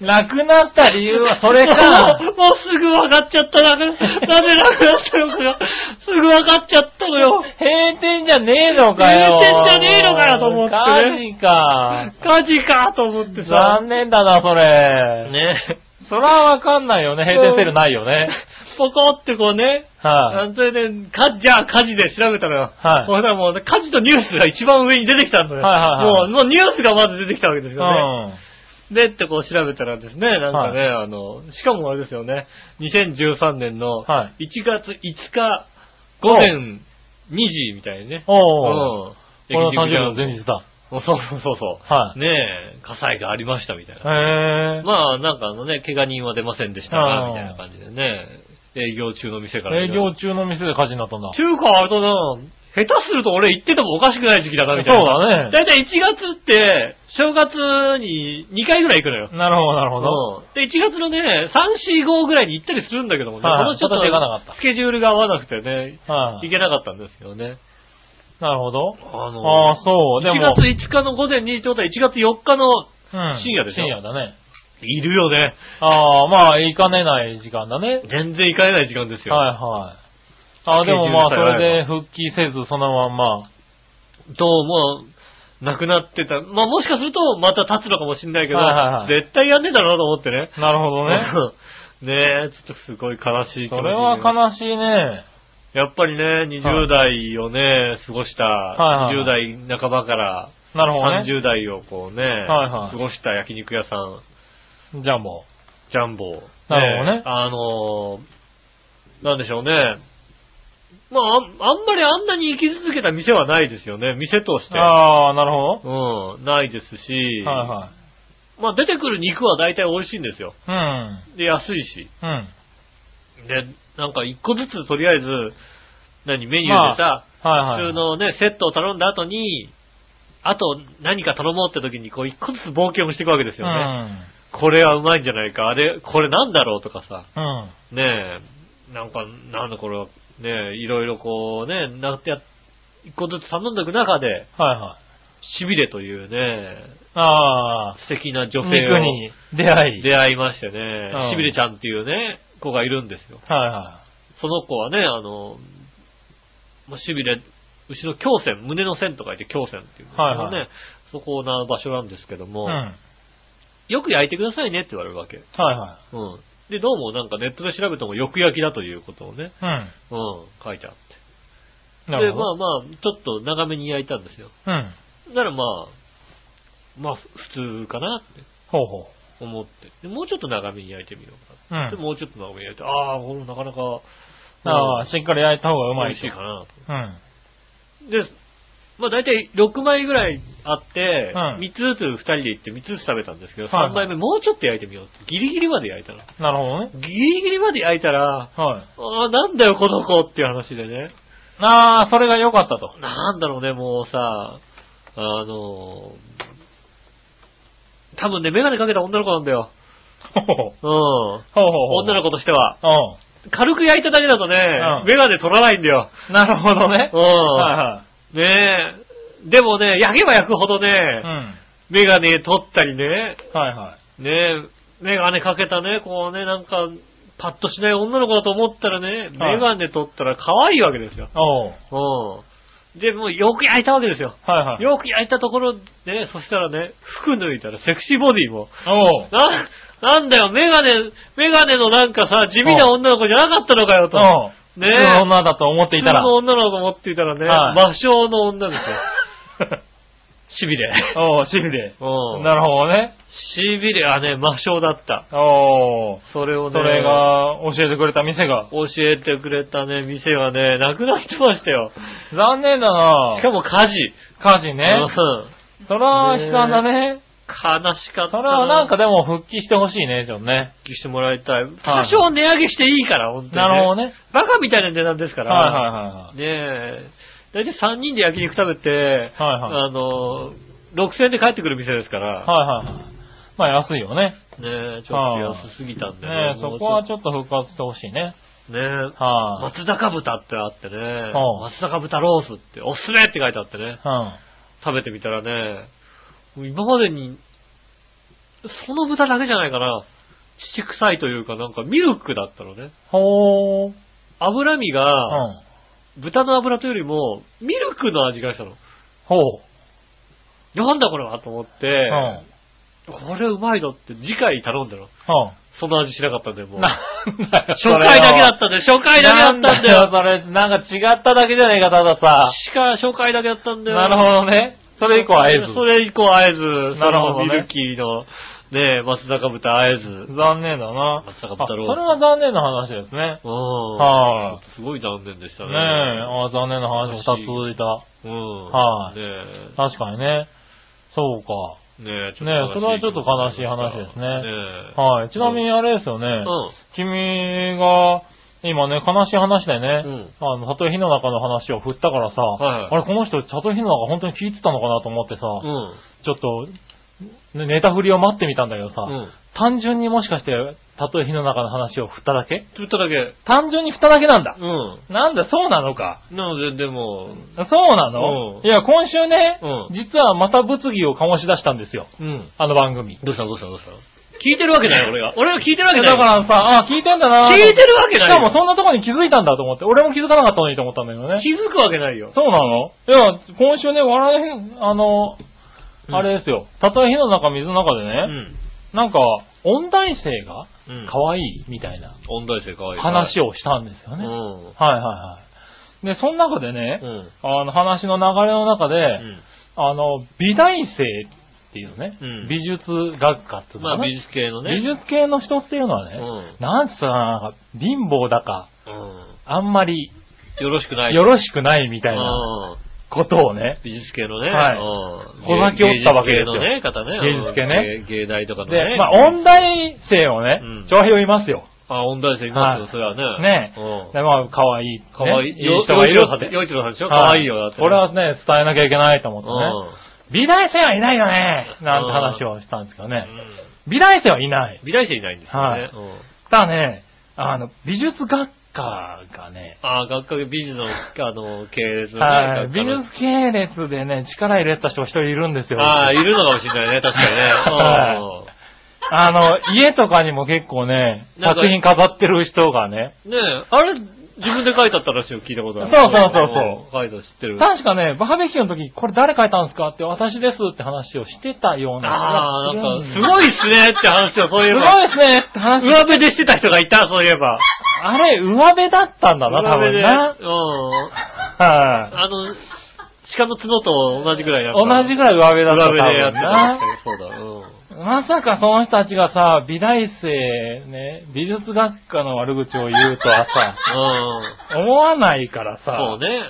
Speaker 3: なくなった理由はそれか。
Speaker 2: もうもうすぐ分かっちゃった。なくなんでなくなったのかが、すぐ分かっちゃったのよ。
Speaker 3: <laughs> 閉店じゃねえのか
Speaker 2: 閉
Speaker 3: よ。
Speaker 2: 店じゃねえのかよと思ってね
Speaker 3: 火事か。
Speaker 2: 火事かと思ってさ。
Speaker 3: 残念だな、それ。
Speaker 2: ね。
Speaker 3: それはわかんないよね。閉店セールないよね。
Speaker 2: ポコってこうね。
Speaker 3: はい、
Speaker 2: それで、か、じゃあ火事で調べたのよ。
Speaker 3: はい
Speaker 2: ほらもうね、火事とニュースが一番上に出てきたのよ。
Speaker 3: はいはいはい
Speaker 2: もう、もうニュースがまず出てきたわけです
Speaker 3: う
Speaker 2: よね。
Speaker 3: ん。
Speaker 2: でってこう調べたらですね、なんかね、あの、しかもあれですよね、2013年の1
Speaker 3: は
Speaker 2: 月5日午前2時みたいにね。
Speaker 3: おう。
Speaker 2: うん。
Speaker 3: この30秒
Speaker 2: 劇場
Speaker 3: 前日だ。
Speaker 2: そうそうそうそう。
Speaker 3: はい
Speaker 2: ねえ、火災がありましたみたいな。
Speaker 3: へえ。
Speaker 2: まあ、なんかあのね、怪我人は出ませんでした
Speaker 3: う
Speaker 2: が、
Speaker 3: ん
Speaker 2: みたいな感じでね、営業中の店から。
Speaker 3: 営業中の店で火事になったんだ。
Speaker 2: 中華はあれだな、下手すると俺行っててもおかしくない時期だな、みたいな。
Speaker 3: そうだね
Speaker 2: だいたい1月って、正月に2回ぐらい行くのよ。
Speaker 3: なるほど、なるほど。
Speaker 2: うんで、1月のね、3、4、5ぐらいに行ったりするんだけどもね、
Speaker 3: は
Speaker 2: こ
Speaker 3: い
Speaker 2: のちょっと
Speaker 3: 今年行かなかった
Speaker 2: スケジュールが合わなくてね、
Speaker 3: はい、
Speaker 2: 行けなかったんですよね。
Speaker 3: なるほど。
Speaker 2: あ
Speaker 3: ああ、そう。で
Speaker 2: 1
Speaker 3: も、
Speaker 2: 月5日の午前2時ってことは1月4日の
Speaker 3: うん
Speaker 2: 深夜でしょ
Speaker 3: 深夜だね。
Speaker 2: いるよね。
Speaker 3: ああ、まあ、行かねない時間だね。
Speaker 2: 全然行かれない時間ですよ。
Speaker 3: はいはい。ああ、でもまあ、それで復帰せず、そのまんま。
Speaker 2: と、もう、なくなってた。まあ、もしかすると、また立つのかもしれないけど、
Speaker 3: はいはいはい
Speaker 2: 絶対やんねえだろうなと思ってね。
Speaker 3: なるほどね。
Speaker 2: <laughs> ねえ、ちょっとすごい悲しい気持ち
Speaker 3: それは悲しいね。
Speaker 2: やっぱりね、20代をね、過ごした、20
Speaker 3: いは
Speaker 2: 代半ばから
Speaker 3: なるほどね。
Speaker 2: 30代をこうね、
Speaker 3: はいは
Speaker 2: 過
Speaker 3: い
Speaker 2: ごした焼肉屋さん、
Speaker 3: じゃあも
Speaker 2: ジャンボ。
Speaker 3: なるほどね
Speaker 2: あのーなんでしょうね。まあ、あんあんまりあんなに生き続けた店はないですよね。店とし
Speaker 3: う。
Speaker 2: て。
Speaker 3: ああ、なるほ
Speaker 2: うん、ないですし、
Speaker 3: ど。はいは
Speaker 2: まあ出てくる肉は大体美味しいんですよ。
Speaker 3: い。うん。
Speaker 2: で、安いし。
Speaker 3: うん。
Speaker 2: で、なんか一個ずつとりあえず、何、メニューでさ、
Speaker 3: はいはい。
Speaker 2: 普通のね、セットを頼んだ後に、あと何か頼もうって時にこう一個ずつ冒険をしていくわけですよね。これはうまいんじゃないか、あれ、これなんだろうとかさ、
Speaker 3: うん。うん。
Speaker 2: ねえ、なんか、なんだこれは、ねえ、いろいろこうね、なってや、一個ずつ頼んでいく中で、
Speaker 3: はいはい。
Speaker 2: しびれというね、
Speaker 3: ああ、
Speaker 2: 素敵な女
Speaker 3: 肉
Speaker 2: 性を。
Speaker 3: に出会い。
Speaker 2: 出会いまして
Speaker 3: う
Speaker 2: ね
Speaker 3: ん、
Speaker 2: しびれちゃんっていうね、子がいるんですよ。
Speaker 3: はいは
Speaker 2: その子はね、あの、まあしびれ、後ろ胸線、胸の線と書いて胸線っていうんですけどね、
Speaker 3: はいはい
Speaker 2: そこな場所なんですけど
Speaker 3: い。
Speaker 2: も、
Speaker 3: うん。はい
Speaker 2: よく焼いてくださいねって言われるわけ。
Speaker 3: は
Speaker 2: うん。で、どうもなんかネットで調べてもよく焼きだということをね、
Speaker 3: うん。
Speaker 2: うん、書いてあって。
Speaker 3: な
Speaker 2: で、
Speaker 3: る
Speaker 2: ま
Speaker 3: ほ
Speaker 2: あまあ、ちょっと長めに焼いたんですよ。
Speaker 3: ど。うん。
Speaker 2: ならまあ、まあ、普通かなって
Speaker 3: ほうほ
Speaker 2: 思って。でもうちょっと長めに焼いてみようか
Speaker 3: う。う
Speaker 2: な。で、
Speaker 3: ん。
Speaker 2: もうちょっと長めに焼いて、ああ、これもなかなか、
Speaker 3: ああ、しっかり焼いた方がう
Speaker 2: うま
Speaker 3: ま
Speaker 2: い
Speaker 3: い
Speaker 2: し
Speaker 3: と
Speaker 2: いかなと。
Speaker 3: うん。
Speaker 2: で、まあ大体6枚ぐらいあって、
Speaker 3: うん
Speaker 2: 3つずつ2人で行って3つずつ食べたんですけど、
Speaker 3: はいはい
Speaker 2: 3枚目もうちょっと焼いてみようって。ギリギリまで焼いたの。
Speaker 3: なるほど
Speaker 2: ギ
Speaker 3: ね。
Speaker 2: リギリまで焼いたら、
Speaker 3: はい。
Speaker 2: ああ、なんだよこの子っていう話でね。
Speaker 3: ああ、それが良かったと。
Speaker 2: なんだろうね、もうさ、あの、多分ね、メガネかけた女の子なんだよ。
Speaker 3: <laughs> ほうほう。
Speaker 2: うん。
Speaker 3: ほうほうほう。
Speaker 2: 女の子としては。
Speaker 3: う
Speaker 2: 軽く焼いただけだとね、
Speaker 3: うん
Speaker 2: メガネ取らないんだよ。
Speaker 3: ん。なるほどね。
Speaker 2: うん。
Speaker 3: は
Speaker 2: ねえ。でもね、焼けば焼くほどね、
Speaker 3: いはい。
Speaker 2: メガネ取ったりね、
Speaker 3: うん。はいは
Speaker 2: ねえ、メガネかけたね、こうね、なんか、パッとしない女の子だと思ったらね、
Speaker 3: はい
Speaker 2: メガネ取ったら可愛いわけですよ
Speaker 3: い。。おう。
Speaker 2: うん。で、もうよく焼いたわけですよ。
Speaker 3: はいはい。
Speaker 2: よく焼いたところで、そしたらね、服脱いだらセクシーボディも、
Speaker 3: おう。
Speaker 2: な、なんだよ、メガネ、メガネのなんかさ、地味な女の子じゃなかったのかよと。
Speaker 3: おう。
Speaker 2: ね
Speaker 3: 普通の女だと思って
Speaker 2: 普
Speaker 3: い
Speaker 2: 通
Speaker 3: たら。
Speaker 2: の女の子持っていたらね、
Speaker 3: はい
Speaker 2: 魔性の女です
Speaker 3: <laughs>
Speaker 2: よ。しびれ。
Speaker 3: おう、しびれ。
Speaker 2: うん。
Speaker 3: なるほどね。
Speaker 2: しびれはね、魔性だった。
Speaker 3: おう。
Speaker 2: それをね、
Speaker 3: それが、教えてくれた店が。
Speaker 2: 教えてくれたね、店がね、なくなってましたよ。
Speaker 3: 残念だな
Speaker 2: しかも火事。
Speaker 3: 火事ね。
Speaker 2: うん
Speaker 3: そら、悲惨だね。
Speaker 2: 悲しかった
Speaker 3: そら、なんか、でも復帰してほしいね、ちょっとね。
Speaker 2: 復帰してもらいたい。多少値上げしていいから、本当に、
Speaker 3: なるほどね。
Speaker 2: バカみたいな値段ですか
Speaker 3: はい
Speaker 2: ら。。
Speaker 3: はい
Speaker 2: ねえ。だいたい3人で焼肉食べて、
Speaker 3: はいはい
Speaker 2: あの、6000円で帰ってくる店ですから、
Speaker 3: いはい。はいはいはい。まあ安いよね。
Speaker 2: ねえ、ちょっと安すぎたんで、
Speaker 3: ねえ、
Speaker 2: も
Speaker 3: そうこは
Speaker 2: ち
Speaker 3: ちょっと復活してほしいね。
Speaker 2: ょねえ、
Speaker 3: は
Speaker 2: 松坂豚ってあってね、
Speaker 3: うん
Speaker 2: 松坂豚ロースって、おすすめって書いてあってね、
Speaker 3: い。うん。
Speaker 2: 食べてみたらね、今までに、その豚だけじゃないかな、乳臭いというかなんかミルクだったのね。
Speaker 3: ほー。うん。
Speaker 2: 脂身が、豚の脂というよりも、ミルクの味がしたの。
Speaker 3: ほう。
Speaker 2: なんだこれはと思っ
Speaker 3: う
Speaker 2: て
Speaker 3: ん。、うん。
Speaker 2: これうまいのって次回頼んだの。その味しなかったんだよ、もう。初
Speaker 3: なんだよ。
Speaker 2: 回だけだったんだよ、初回だけだったんだよ。
Speaker 3: それ、なんか違っただけじゃねえか、たださ。
Speaker 2: しか、初回だけだったんだよ。
Speaker 3: なるほどね。それ以降会えず。
Speaker 2: それ以降会えず、
Speaker 3: なるほど
Speaker 2: その
Speaker 3: ね
Speaker 2: ミルキーの、ね、松坂豚会えず。
Speaker 3: 残念だな。
Speaker 2: 松坂豚ロース
Speaker 3: あそれは残念な話ですね。
Speaker 2: うん。
Speaker 3: はい
Speaker 2: すごい残念でした
Speaker 3: ね
Speaker 2: ね。
Speaker 3: え、あ残念な話が2つ続いた。
Speaker 2: うん。
Speaker 3: はい
Speaker 2: ね
Speaker 3: 確かにね。そうか。
Speaker 2: え。ねえ、
Speaker 3: ねえそれはちょっと悲しい話ですねはい。ちなみにあれですよね。
Speaker 2: うん。
Speaker 3: 君が、今ね、悲しい話でね、
Speaker 2: うん
Speaker 3: あの、里井火の中の話を振ったからさ、
Speaker 2: はいはい
Speaker 3: あれ、この人、里井火の中本当に聞いてたのかなと思ってさ、
Speaker 2: うん。
Speaker 3: ちょっと、ねネタ振りを待ってみたんだけどさ、
Speaker 2: うん。
Speaker 3: 単純にもしかして、里井火の中の話を振っただけ
Speaker 2: 言っただけ。
Speaker 3: 単純に振っただけなんだ。
Speaker 2: うん。
Speaker 3: なんだ、そうなのか。
Speaker 2: なので、でも、
Speaker 3: そうなの、
Speaker 2: うん
Speaker 3: いや、今週ね、
Speaker 2: うん
Speaker 3: 実はまた物議を醸し出したんですよ。
Speaker 2: うん。
Speaker 3: あの番組。
Speaker 2: どうしたどうしたどうした聞いてるわけない、俺が。俺が聞いてるわけない。
Speaker 3: だからさ、あ、聞いてんだな
Speaker 2: 聞いてるわけない
Speaker 3: しかもそんなとこに気づいたんだと思って、俺も気づかなかったのにと思ったんだけどね。
Speaker 2: 気づくわけないよ。
Speaker 3: そうなのいや、今週ね、笑い、あの、
Speaker 2: うん
Speaker 3: あれですよ。たとえ火の中、水の中でね、
Speaker 2: うん。
Speaker 3: なんか、音大生が
Speaker 2: うん。
Speaker 3: 可愛いみたいな
Speaker 2: 音大生かわいい。
Speaker 3: 話
Speaker 2: を。
Speaker 3: をしたんですよ
Speaker 2: う
Speaker 3: ね。はい
Speaker 2: ん。
Speaker 3: はいはい。で、その中でね、
Speaker 2: うん。
Speaker 3: あの話の流れの中で、
Speaker 2: うん
Speaker 3: あの、美大生っていうね、
Speaker 2: うん
Speaker 3: 美術学科っていう
Speaker 2: ま
Speaker 3: のかな
Speaker 2: あ、美術系のね。
Speaker 3: 美術系の人っていうのはね、
Speaker 2: う
Speaker 3: なんつったらなんか、貧乏だか、
Speaker 2: うん。
Speaker 3: あんまり
Speaker 2: よろしくない。
Speaker 3: よ
Speaker 2: ろし
Speaker 3: ろしくないみたいなことをね、
Speaker 2: 美術系のね。
Speaker 3: はい
Speaker 2: うん
Speaker 3: こざき折ったわけですよ
Speaker 2: 芸術系のね、方ね。
Speaker 3: 芸術系ね
Speaker 2: うん。芸芸大とかのね。
Speaker 3: で、まあ、音大生をね
Speaker 2: うん、
Speaker 3: 長編をいますよ。
Speaker 2: あ、音大生います
Speaker 3: は
Speaker 2: よ、
Speaker 3: い
Speaker 2: それはね。
Speaker 3: ね
Speaker 2: うん。
Speaker 3: で、まあ、可愛い、ね。
Speaker 2: かわいい。
Speaker 3: いい人がいるよ。
Speaker 2: よよいちろさんでしょか
Speaker 3: は
Speaker 2: わいいよ、だってね。
Speaker 3: これはね、伝えなきゃいけないと思ってね。
Speaker 2: う
Speaker 3: 美大生はいないよねなんて話をしたんですけど
Speaker 2: ん。
Speaker 3: ね。
Speaker 2: うん
Speaker 3: 美大生はいない。
Speaker 2: 美大生いないんですよ
Speaker 3: はい
Speaker 2: ね。うん
Speaker 3: ただね、あの、美術学科がね、
Speaker 2: あー学科美術の、あの、系列のね
Speaker 3: はい、
Speaker 2: 学
Speaker 3: 美
Speaker 2: 科の
Speaker 3: 術系列でね、力入れた人が一人いるんですよ。
Speaker 2: ああ、いるのかもしれないね、確かにね。
Speaker 3: はあの、家とかにも結構ね、
Speaker 2: なんか
Speaker 3: 作品飾ってる人がね、
Speaker 2: うんねえ、あれ、自分で書いてあったらしいよ、聞いたことある。
Speaker 3: そうそうそうそう
Speaker 2: 書いたの知ってる。
Speaker 3: 確かね、バーベキューの時、これ誰書いたんですかって、私ですって話をしてたよう
Speaker 2: あ
Speaker 3: な
Speaker 2: あ、
Speaker 3: 気が
Speaker 2: なんか、
Speaker 3: す
Speaker 2: す
Speaker 3: るんだ
Speaker 2: ごいっすねって話を、そういえ
Speaker 3: すご
Speaker 2: ば。
Speaker 3: いですねって話。
Speaker 2: 上辺でしてた人がいた、そういえば。
Speaker 3: あれ、上辺だったんだな、
Speaker 2: 上
Speaker 3: 多
Speaker 2: 辺で。
Speaker 3: 分な。
Speaker 2: うん。
Speaker 3: はい。
Speaker 2: あの、鹿の角と同じぐらいなんか
Speaker 3: 同じぐらい上辺だった
Speaker 2: 上辺でやっ
Speaker 3: 多
Speaker 2: て
Speaker 3: 分
Speaker 2: た。確か。にそう
Speaker 3: な
Speaker 2: だ。うん。
Speaker 3: まさかその人たちがさ、美大生、ね、美術学科の悪口を言うとは <laughs> さ、
Speaker 2: うん。
Speaker 3: 思わないから
Speaker 2: そ
Speaker 3: さ
Speaker 2: う、ね。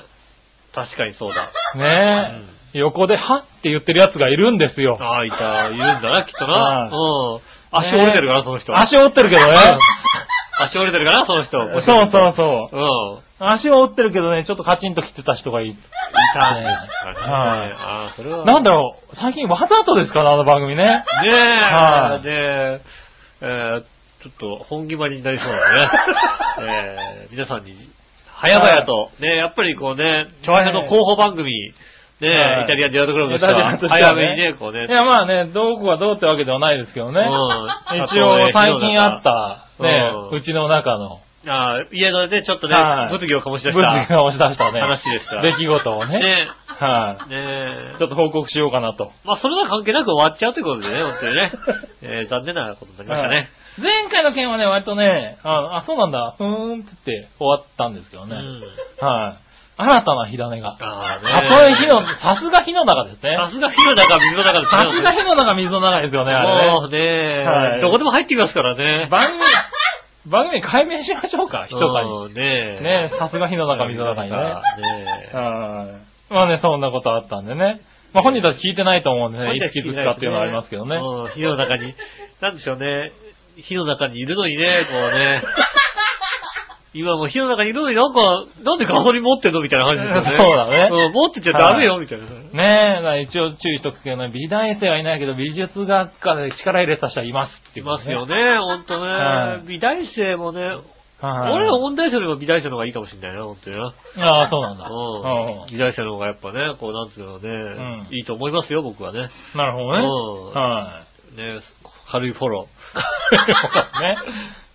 Speaker 2: 確かにそうだ。
Speaker 3: ね、横で、はって言ってる奴がいるんですよ。
Speaker 2: ああ、いた、いるんだな、きっと
Speaker 3: は
Speaker 2: な。
Speaker 3: い
Speaker 2: うん。足折れてるから、その人。
Speaker 3: 足折ってるけどね。
Speaker 2: 足折れてるから、その人。。
Speaker 3: <laughs> そうそうそう
Speaker 2: うん。
Speaker 3: う。足を折ってるけどね、ちょっとカチンと来てた人がいる。
Speaker 2: いたね。
Speaker 3: はい
Speaker 2: ああ、それは。
Speaker 3: なんだろう、最近わざとですから、あの番組
Speaker 2: <laughs>
Speaker 3: ね。
Speaker 2: ねえ。
Speaker 3: はい
Speaker 2: で、えーちょっと、本気まりになりそうなん
Speaker 3: <laughs>
Speaker 2: でね。えー皆さんに、早々と、ね、やっぱりこうね、ちょいの候補番組、ね、
Speaker 3: はい
Speaker 2: イタリアンディアートクラブの人
Speaker 3: イタリアン
Speaker 2: は
Speaker 3: と、しては
Speaker 2: 早
Speaker 3: ね
Speaker 2: めにね、こうね
Speaker 3: い、や、まあね、どうこうがどうってわけではないですけどね。
Speaker 2: うん
Speaker 3: <laughs> 一応、最近あった、ね
Speaker 2: う、ん
Speaker 3: うちの中の、
Speaker 2: ああ、家のね、ちょっとね
Speaker 3: は、い
Speaker 2: 物議を醸し出し
Speaker 3: ブツ
Speaker 2: た
Speaker 3: が押し出したね。
Speaker 2: 話でした。
Speaker 3: 出来事をね。
Speaker 2: ね
Speaker 3: は
Speaker 2: ね
Speaker 3: い、
Speaker 2: え
Speaker 3: ち。ょっと報告しようかなと。
Speaker 2: まあ、それとは関係なく終わっちゃうということでね、本当に
Speaker 3: <laughs>
Speaker 2: ね。えー残念なことになりましたね。
Speaker 3: 前回の件はね、割とね、あ、あそうなんだ、ふーんって言って終わったんですけど
Speaker 2: う
Speaker 3: ね。はい、
Speaker 2: ん。
Speaker 3: 新たな火種が。
Speaker 2: ああ
Speaker 3: た
Speaker 2: ね。
Speaker 3: とえ火の、さすが火の中ですね。
Speaker 2: さすが火の中、水の中ですね
Speaker 3: さすが火の中、水の中ですよね、あれ
Speaker 2: もう
Speaker 3: ね。
Speaker 2: ね、
Speaker 3: はい
Speaker 2: どこでも入ってきますからね。
Speaker 3: 番組、番組解明しましょうか、ひそかに。
Speaker 2: うんねえ。
Speaker 3: ねさすが火の中、水の中にね。はい、
Speaker 2: ねえ。
Speaker 3: まあね、そんなことあったんでね。まあ本人たち聞いてないと思うんでね、い
Speaker 2: 本
Speaker 3: つ
Speaker 2: 当
Speaker 3: 気
Speaker 2: に
Speaker 3: づ
Speaker 2: は
Speaker 3: くかっていうのはありますけどね。
Speaker 2: うん火の中に、なんでしょうね。火の中にいるのにね、こうね。今もう火の中にいるのになんか、なんでガソリン持ってんのみたいな話ですよね。
Speaker 3: そうだね
Speaker 2: うん、持ってちゃダメよ、みたいな。
Speaker 3: ねえ、だから一応注意しとくけどね、美大生はいないけど、美術学科で力入れた人はいますって
Speaker 2: い
Speaker 3: いう、
Speaker 2: ますよ。ね、ほんと
Speaker 3: は
Speaker 2: ね
Speaker 3: い。
Speaker 2: 美大生もね、
Speaker 3: はい、
Speaker 2: 俺は音大生よりも美大生の方がいいかもしれないな、ほんとにな。
Speaker 3: ああ、そうなんだ。
Speaker 2: うん。美大生の方がやっぱね、こう、なんつうのね
Speaker 3: う、ん
Speaker 2: いいと思いますよ、僕はね。
Speaker 3: うんなるほど
Speaker 2: う
Speaker 3: ね。
Speaker 2: ん
Speaker 3: は
Speaker 2: ね、軽いフォ
Speaker 3: <laughs>
Speaker 2: ロ
Speaker 3: い。ね。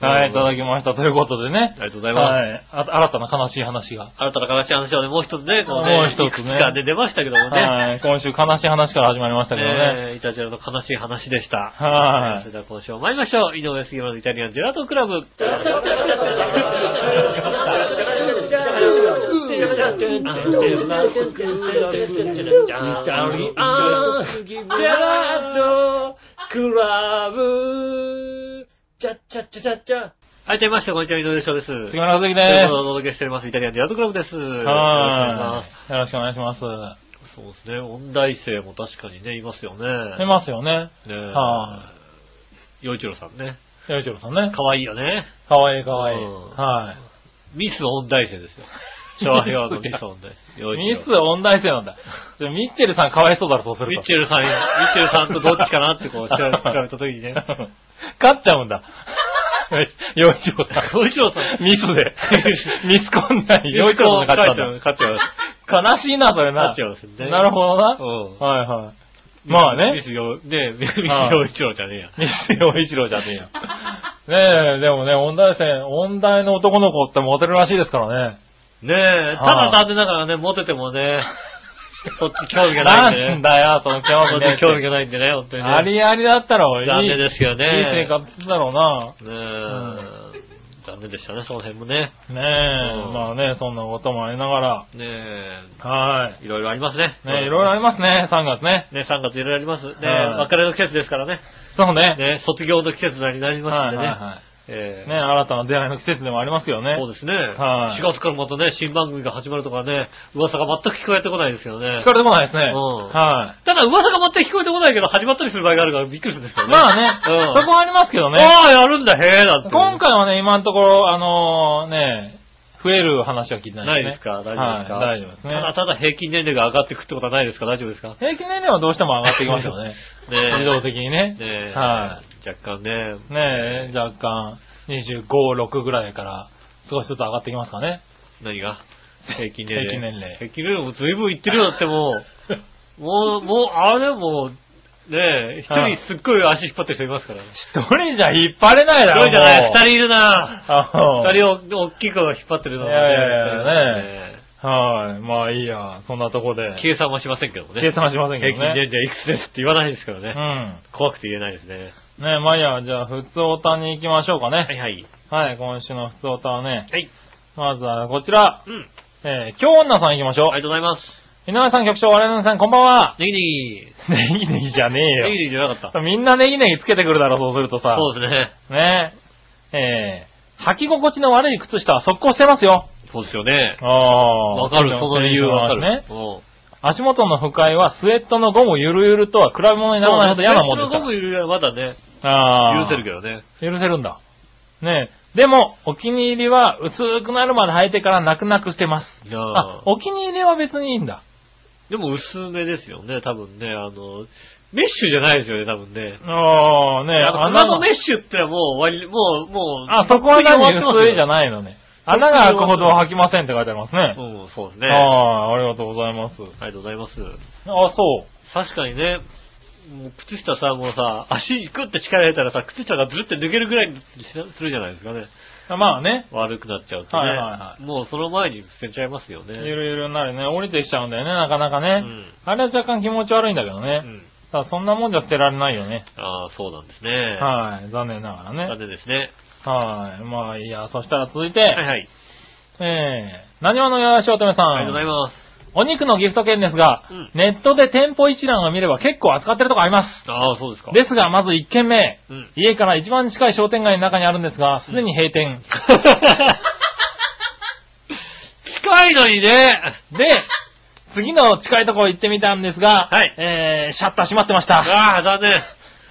Speaker 3: はい、いただきました。ということでね
Speaker 2: ー。。ありがとうございます。
Speaker 3: はい。あ新たな悲しい話が。
Speaker 2: 新たな悲しい話をね、もう一つね、こうね、
Speaker 3: もう一つね
Speaker 2: いくつかで出ましたけどもね。
Speaker 3: はい。今週悲しい話から始まりましたけどね。
Speaker 2: ねえイタジラの悲しい話でした。
Speaker 3: はい
Speaker 2: それでは今週も参りましょう。井上杉村のイタリアンジェラートクラブ。はい、どうもまして、こんにちは、井上翔です。
Speaker 3: 杉村和樹で。
Speaker 2: ということですお届けしております、イタリアンジェラートクラブです。よろしくお願いしま
Speaker 3: はい。よろしくお願いします。
Speaker 2: す。そうですね、音大生も確かにね、いますよね。
Speaker 3: 出ますよね。
Speaker 2: ねえ
Speaker 3: は
Speaker 2: 洋一郎さんね。
Speaker 3: い。よいしろさんね。
Speaker 2: 可愛いよね。
Speaker 3: かわいいかわいい。
Speaker 2: うん
Speaker 3: はい。
Speaker 2: ミス音大生ですよ。昭和のミス音大生。洋一
Speaker 3: ミ
Speaker 2: 郎
Speaker 3: ス音大生なんだ。じゃあミッチェルさんかわいそうだろ、そうする
Speaker 2: ミ
Speaker 3: と。
Speaker 2: ッチェルさん、ミッチェルさんとどっちかなってこう調
Speaker 3: <laughs>
Speaker 2: べ調べた時にね。
Speaker 3: 勝っちゃうんだ。 <laughs> 洋一郎さ
Speaker 2: 洋一郎さ
Speaker 3: ん。
Speaker 2: ん。
Speaker 3: ミス
Speaker 2: <laughs>
Speaker 3: で。ミスコンない。洋一郎さんが勝っちゃうんだ。
Speaker 2: 勝っちゃう。
Speaker 3: 悲しいな、それな。
Speaker 2: 勝っちゃうんですよね
Speaker 3: なるほどな。
Speaker 2: うん
Speaker 3: はいはい。まあ
Speaker 2: ミ
Speaker 3: ね。
Speaker 2: スよ、ねミス
Speaker 3: はい
Speaker 2: 洋一郎じゃねえや。
Speaker 3: ミス洋一郎じゃねえよ。ねえ、でもね、音大生、音大の男の子ってモテるらしいですからね。
Speaker 2: ねえ、ただ残念ながらね、モテても
Speaker 3: <laughs>
Speaker 2: ね、そっち興味がないんでね。
Speaker 3: なんだよ、その
Speaker 2: そ
Speaker 3: 興
Speaker 2: っ
Speaker 3: 味ね
Speaker 2: ち興味がないんでね、本当にね。
Speaker 3: ありありだったらいい。
Speaker 2: 残念ですけどね。
Speaker 3: いい生活だろうな。
Speaker 2: ねえ、残念でしたね、その辺もね。
Speaker 3: ねえ、
Speaker 2: うん
Speaker 3: まあね、そんなこともありながら。
Speaker 2: ね
Speaker 3: はい。
Speaker 2: え、いろいろありますね。
Speaker 3: ねえ、いろいろありますね、3月ね。
Speaker 2: ね、3月いろいろあります。ね、
Speaker 3: はい
Speaker 2: 別れの季節ですからね。
Speaker 3: そうね。
Speaker 2: ね、卒業の季節になりますんでね。
Speaker 3: はいはいはい
Speaker 2: ええ
Speaker 3: ねえ新たな出会いの季節でもありますけどね。
Speaker 2: そうですね、
Speaker 3: はい
Speaker 2: 4月からまたね、新番組が始まるとかね、噂が全く聞こえてこないですけどね
Speaker 3: 聞。かれてこないですね。
Speaker 2: ん
Speaker 3: は
Speaker 2: ただ噂が全く聞こえてこないけど、始まったりする場合があるからびっくりするんですけ
Speaker 3: い。
Speaker 2: どね。
Speaker 3: まあね、
Speaker 2: うん
Speaker 3: そこはありますけどね。
Speaker 2: ああ、やるんだ、へえ、だって。
Speaker 3: 今回はね、今のところ、あのーね、増える話は聞いてない
Speaker 2: ない
Speaker 3: ね
Speaker 2: ですか大丈夫ですか、
Speaker 3: はい、大丈夫ですね
Speaker 2: た。だただ平均年齢が上がっていくってことはないですか大丈夫ですか
Speaker 3: 平均年齢はどうしても上がってきますよね。
Speaker 2: ねえ
Speaker 3: 自動的にね。
Speaker 2: ねえ、
Speaker 3: は
Speaker 2: 若干ね、
Speaker 3: い。ねえ、若干、25、6ぐらいから、少しずつ上がってきますかね。
Speaker 2: 何が平均年齢。
Speaker 3: 平均年齢 <laughs>
Speaker 2: 平均年齢も随分いってるよだってもう、もう、もう、あれもう、ねえ、一
Speaker 3: はい
Speaker 2: 人すっごい足引っ張ってる人いますからね。
Speaker 3: 一人じゃ引っ張れないだろ。
Speaker 2: 一人じゃない、二
Speaker 3: 人。
Speaker 2: 人いるな
Speaker 3: あ
Speaker 2: 二人を大きく引っ張ってるの
Speaker 3: いやいやいや
Speaker 2: はねね
Speaker 3: <laughs> はい。まあいいや、そんなとこで。
Speaker 2: 計算はしませんけどもね。
Speaker 3: 計算はしませんけど
Speaker 2: 平
Speaker 3: ね。
Speaker 2: 均年齢いくつですって言わないですからね。
Speaker 3: うん。
Speaker 2: 怖くて言えないですね。
Speaker 3: ねえ、まあいいや、じゃあ、普通おたに行きましょうか
Speaker 2: はい
Speaker 3: ね。
Speaker 2: はい。
Speaker 3: はい、今週の普通おたはね、
Speaker 2: はい。
Speaker 3: まずはこちら、
Speaker 2: うん。
Speaker 3: えー、京女さん行きましょ
Speaker 2: ありがとうございます。
Speaker 3: う。井上さん局長、我々さん、こんばんは。 <laughs>
Speaker 2: ネギネギ。
Speaker 3: ネギネギじゃね
Speaker 2: ネギ
Speaker 3: え
Speaker 2: ネギじゃなかった。
Speaker 3: よ。みんなネギネギつけてくるだろ、そうするとさ。
Speaker 2: そうですね。
Speaker 3: ねえ。えー、履き心地の悪い靴下は速攻してますよ。
Speaker 2: そうですよね。
Speaker 3: ああ
Speaker 2: わかる、その理由わかる。
Speaker 3: ね。
Speaker 2: うん
Speaker 3: 足元の不快はスウェットのゴムゆるゆるとは比べ物にならないほど嫌なもんです
Speaker 2: そ
Speaker 3: か
Speaker 2: うねストローゴムいるよりはまだね、
Speaker 3: ら。ああ。
Speaker 2: 許せるけどね。
Speaker 3: 許せるんだ。ねえ。でも、お気に入りは薄くなるまで履いてから泣く泣くしてます。
Speaker 2: いやー
Speaker 3: あ、お気に入りは別にいいんだ。
Speaker 2: でも薄めですよね、多分ね。あの、メッシュじゃないですよね、多分ね。
Speaker 3: ああ、ねえ、
Speaker 2: あの
Speaker 3: 穴
Speaker 2: 穴の
Speaker 3: の
Speaker 2: メッシュってもう終わり、もう、もう、
Speaker 3: あ、そこは
Speaker 2: 終わ
Speaker 3: 何
Speaker 2: ってますよ
Speaker 3: 薄いじゃないのね。穴が開くほどは履きませんって書いてありますね。
Speaker 2: うん、そうですね。
Speaker 3: あ
Speaker 2: あ
Speaker 3: あ、ありがとうございます。
Speaker 2: りがとうございます。
Speaker 3: あそう。
Speaker 2: 確かにね、もう靴下さ、もうさ、足グッて力入れたらさ、靴下がずるって抜けるぐらいにするじゃないですかね。
Speaker 3: あまあね、
Speaker 2: 悪くなっちゃうとね。
Speaker 3: はいはいは
Speaker 2: もうその前に捨てちゃいますよね。
Speaker 3: ゆるゆるになるね。降りてきちゃうんだよね、なかなかね。
Speaker 2: うん
Speaker 3: あれは若干気持ち悪いんだけど
Speaker 2: う
Speaker 3: ね。
Speaker 2: ん。
Speaker 3: ただそんなもんじゃ捨てられないよね。
Speaker 2: ああ、そうなんですね。
Speaker 3: はい、残念ながら
Speaker 2: 残
Speaker 3: ね。
Speaker 2: 念ですね。
Speaker 3: はい、まあいいや、そしたら続いて、
Speaker 2: <laughs> はいはい。
Speaker 3: えー、何話のよしおとめさ
Speaker 2: ありがとうござい
Speaker 3: ん。
Speaker 2: ます。
Speaker 3: お肉のギフト券ですが、
Speaker 2: うん
Speaker 3: ネットで店舗一覧を見れば結構扱ってるとこあります。
Speaker 2: ああ、そうですか。
Speaker 3: ですが、まず1軒目。
Speaker 2: うん。
Speaker 3: 家から一番近い商店街の中にあるんですが、すでに
Speaker 2: <laughs>
Speaker 3: 閉店。
Speaker 2: 近いのにね。
Speaker 3: で、次の近いところ行ってみたんですが、
Speaker 2: はい
Speaker 3: えー、シャッター閉まってました。
Speaker 2: ああ、残念。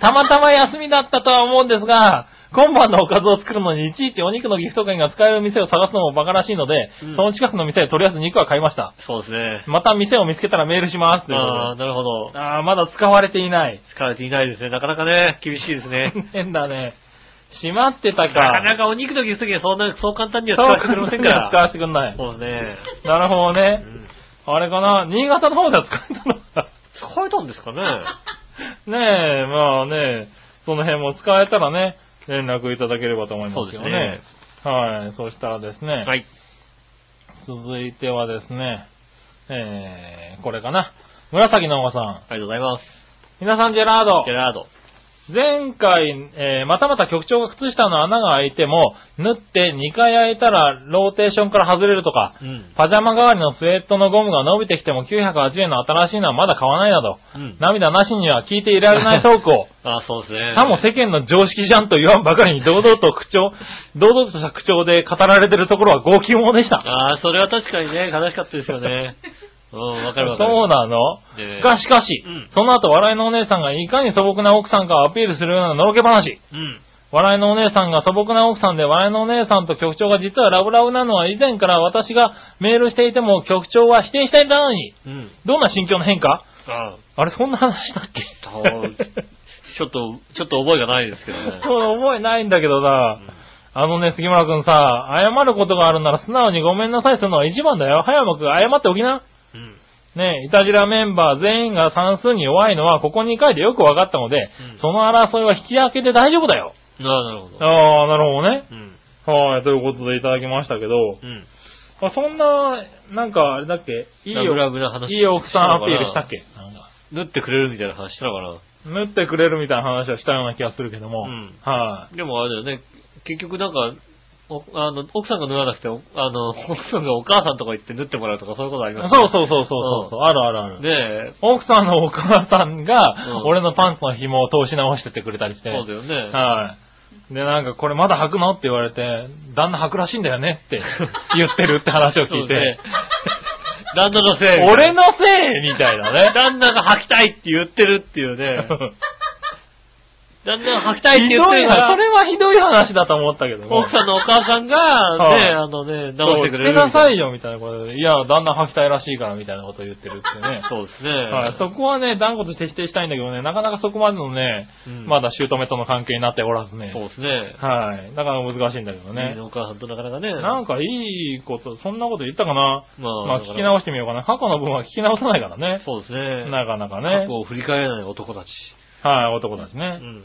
Speaker 3: たまたま休みだったとは思うんですが、今晩のおかずを作るのにいちいちお肉のギフト券が使える店を探すのもバカらしいので、
Speaker 2: うん
Speaker 3: その近くの店でとりあえず肉は買いました。
Speaker 2: そうですね。
Speaker 3: また店を見つけたらメールしますという
Speaker 2: ああ、
Speaker 3: こ
Speaker 2: なるほど
Speaker 3: とで。。ああー、まだ使われていない。
Speaker 2: 疲れていないですね。なかなかね、厳しいですね。
Speaker 3: <laughs> 変だね。閉まってたか。
Speaker 2: <laughs> なかなかお肉のギフト券そんな、そう簡単には使
Speaker 3: そう
Speaker 2: わせてくれませんか
Speaker 3: 使わ
Speaker 2: ら。
Speaker 3: せてくんない。
Speaker 2: そうですね。
Speaker 3: なるほど
Speaker 2: う
Speaker 3: ね。
Speaker 2: ん
Speaker 3: あれかな新潟の方では使えたのか。 <laughs>
Speaker 2: 使えたんですかね。
Speaker 3: ねえ、まあね、その辺も使えたらね、連絡いただければと思い
Speaker 2: そ
Speaker 3: ま
Speaker 2: う
Speaker 3: す
Speaker 2: で
Speaker 3: け
Speaker 2: す
Speaker 3: ど
Speaker 2: ね
Speaker 3: ね。。はい、そしたらですね、
Speaker 2: はい。
Speaker 3: 続いてはですね、えー、これかな。紫のおさ
Speaker 2: ありがとうございます。
Speaker 3: ん。皆さん、ジェラード
Speaker 2: ジェ。ラード。
Speaker 3: 前回、えー、またまた局長が靴下の穴が開いても、縫って2回開いたらローテーションから外れるとか、
Speaker 2: うん。
Speaker 3: パジャマ代わりのスウェットのゴムが伸びてきても980円の新しいのはまだ買わないなど、
Speaker 2: うん。
Speaker 3: 涙なしには聞いていられないトーク
Speaker 2: <laughs>
Speaker 3: を、
Speaker 2: ああ、そうですね。
Speaker 3: さも世間の常識じゃんと言わんばかりに堂々と口調、堂々とした口調で語られてるところは号泣ものでした。
Speaker 2: ああ、それは確かにね、悲しかったですよね。うん、わかるわかる。
Speaker 3: そうなの
Speaker 2: ね
Speaker 3: が、しかし、
Speaker 2: うん
Speaker 3: その後笑いのお姉さんがいかに素朴な奥さんかをアピールするようなのろけ話。
Speaker 2: うん。
Speaker 3: 笑いのお姉さんが素朴な奥さんで、笑いのお姉さんと局長が実はラブラブなのは以前から私がメールしていても局長は否定していたのに、
Speaker 2: うん。
Speaker 3: どんな心境の変化
Speaker 2: ああ、
Speaker 3: あれ、そんな話だっけ
Speaker 2: とちょっと、ちょっと覚えがないですけどね。
Speaker 3: <laughs> そう覚えないんだけどさ、あのね、杉村くんさ、謝ることがあるなら素直にごめんなさいするのが一番だよ。早く謝っておきな。
Speaker 2: うん。
Speaker 3: ねイタジラメンバー全員が算数に弱いのはここ2回でよく分かったので、
Speaker 2: ん
Speaker 3: その争いは引き分けで大丈夫だよ。
Speaker 2: ああ、なるほど。
Speaker 3: ああ、なるほどね。
Speaker 2: うん。
Speaker 3: はい、ということでいただきましたけど
Speaker 2: う、ん。
Speaker 3: あそんな、なんかあれだっけいい
Speaker 2: ラブラ
Speaker 3: よ
Speaker 2: ブな話。
Speaker 3: いい奥さんアピールしたっけなんか
Speaker 2: 縫ってくれるみたいな話したのか
Speaker 3: 縫ってくれるみたいな話はしたような気がするけども、
Speaker 2: うん
Speaker 3: はい、
Speaker 2: な。でもあれだよね、結局なんか、おあの、奥さんが縫わなくて、おあの、奥さんがお母さんとか行って縫ってもらうとかそういうことあります
Speaker 3: そうそうそうそうそう、
Speaker 2: う
Speaker 3: あるあるある。
Speaker 2: ねえ、
Speaker 3: 奥さんのお母さん
Speaker 2: うん
Speaker 3: が、俺のパンツの紐を通し直しててくれたりして。
Speaker 2: そうだよね。
Speaker 3: はい。で、なんか、これまだ履くのって言われて、旦那履くらしいんだよねって
Speaker 2: <laughs>
Speaker 3: 言ってるって話を
Speaker 2: そ
Speaker 3: 聞
Speaker 2: う
Speaker 3: い
Speaker 2: だね
Speaker 3: て、
Speaker 2: 旦那のせい。
Speaker 3: 俺のせいみたいなね。
Speaker 2: 旦那が履きたいって言ってるっていうね。
Speaker 3: <laughs>
Speaker 2: 旦那が履きたいって
Speaker 3: ひ
Speaker 2: 言っ
Speaker 3: ど
Speaker 2: て
Speaker 3: い
Speaker 2: る
Speaker 3: な
Speaker 2: か
Speaker 3: そ
Speaker 2: ら、
Speaker 3: れはひどい話だと思ったけども
Speaker 2: 奥さんのお母さんが、
Speaker 3: <laughs> はい
Speaker 2: ね、あのね、直してくれるみた
Speaker 3: そう
Speaker 2: い
Speaker 3: 捨てなさいよみたいなことでいや、旦那履きたいらしいからみたいなことを言ってるってね。
Speaker 2: そうですね。
Speaker 3: はい、そこはね、断固として否定したいんだけどね、なかなかそこまでのね、
Speaker 2: うん
Speaker 3: まだ姑との関係になっておらずね。
Speaker 2: そうですね。
Speaker 3: はい。だから難しいんだけど
Speaker 2: ね
Speaker 3: ね。
Speaker 2: お母さんとなかなかね。
Speaker 3: なんかいいこと、そんなこと言ったかな。
Speaker 2: ま
Speaker 3: まあ聞き直してみようかな。過去の分は聞き直さないからね。
Speaker 2: そうですね。
Speaker 3: なかな
Speaker 2: 過
Speaker 3: かね
Speaker 2: 去。を振り返らない男たち。
Speaker 3: はい、男だし
Speaker 2: う
Speaker 3: ね。
Speaker 2: ん。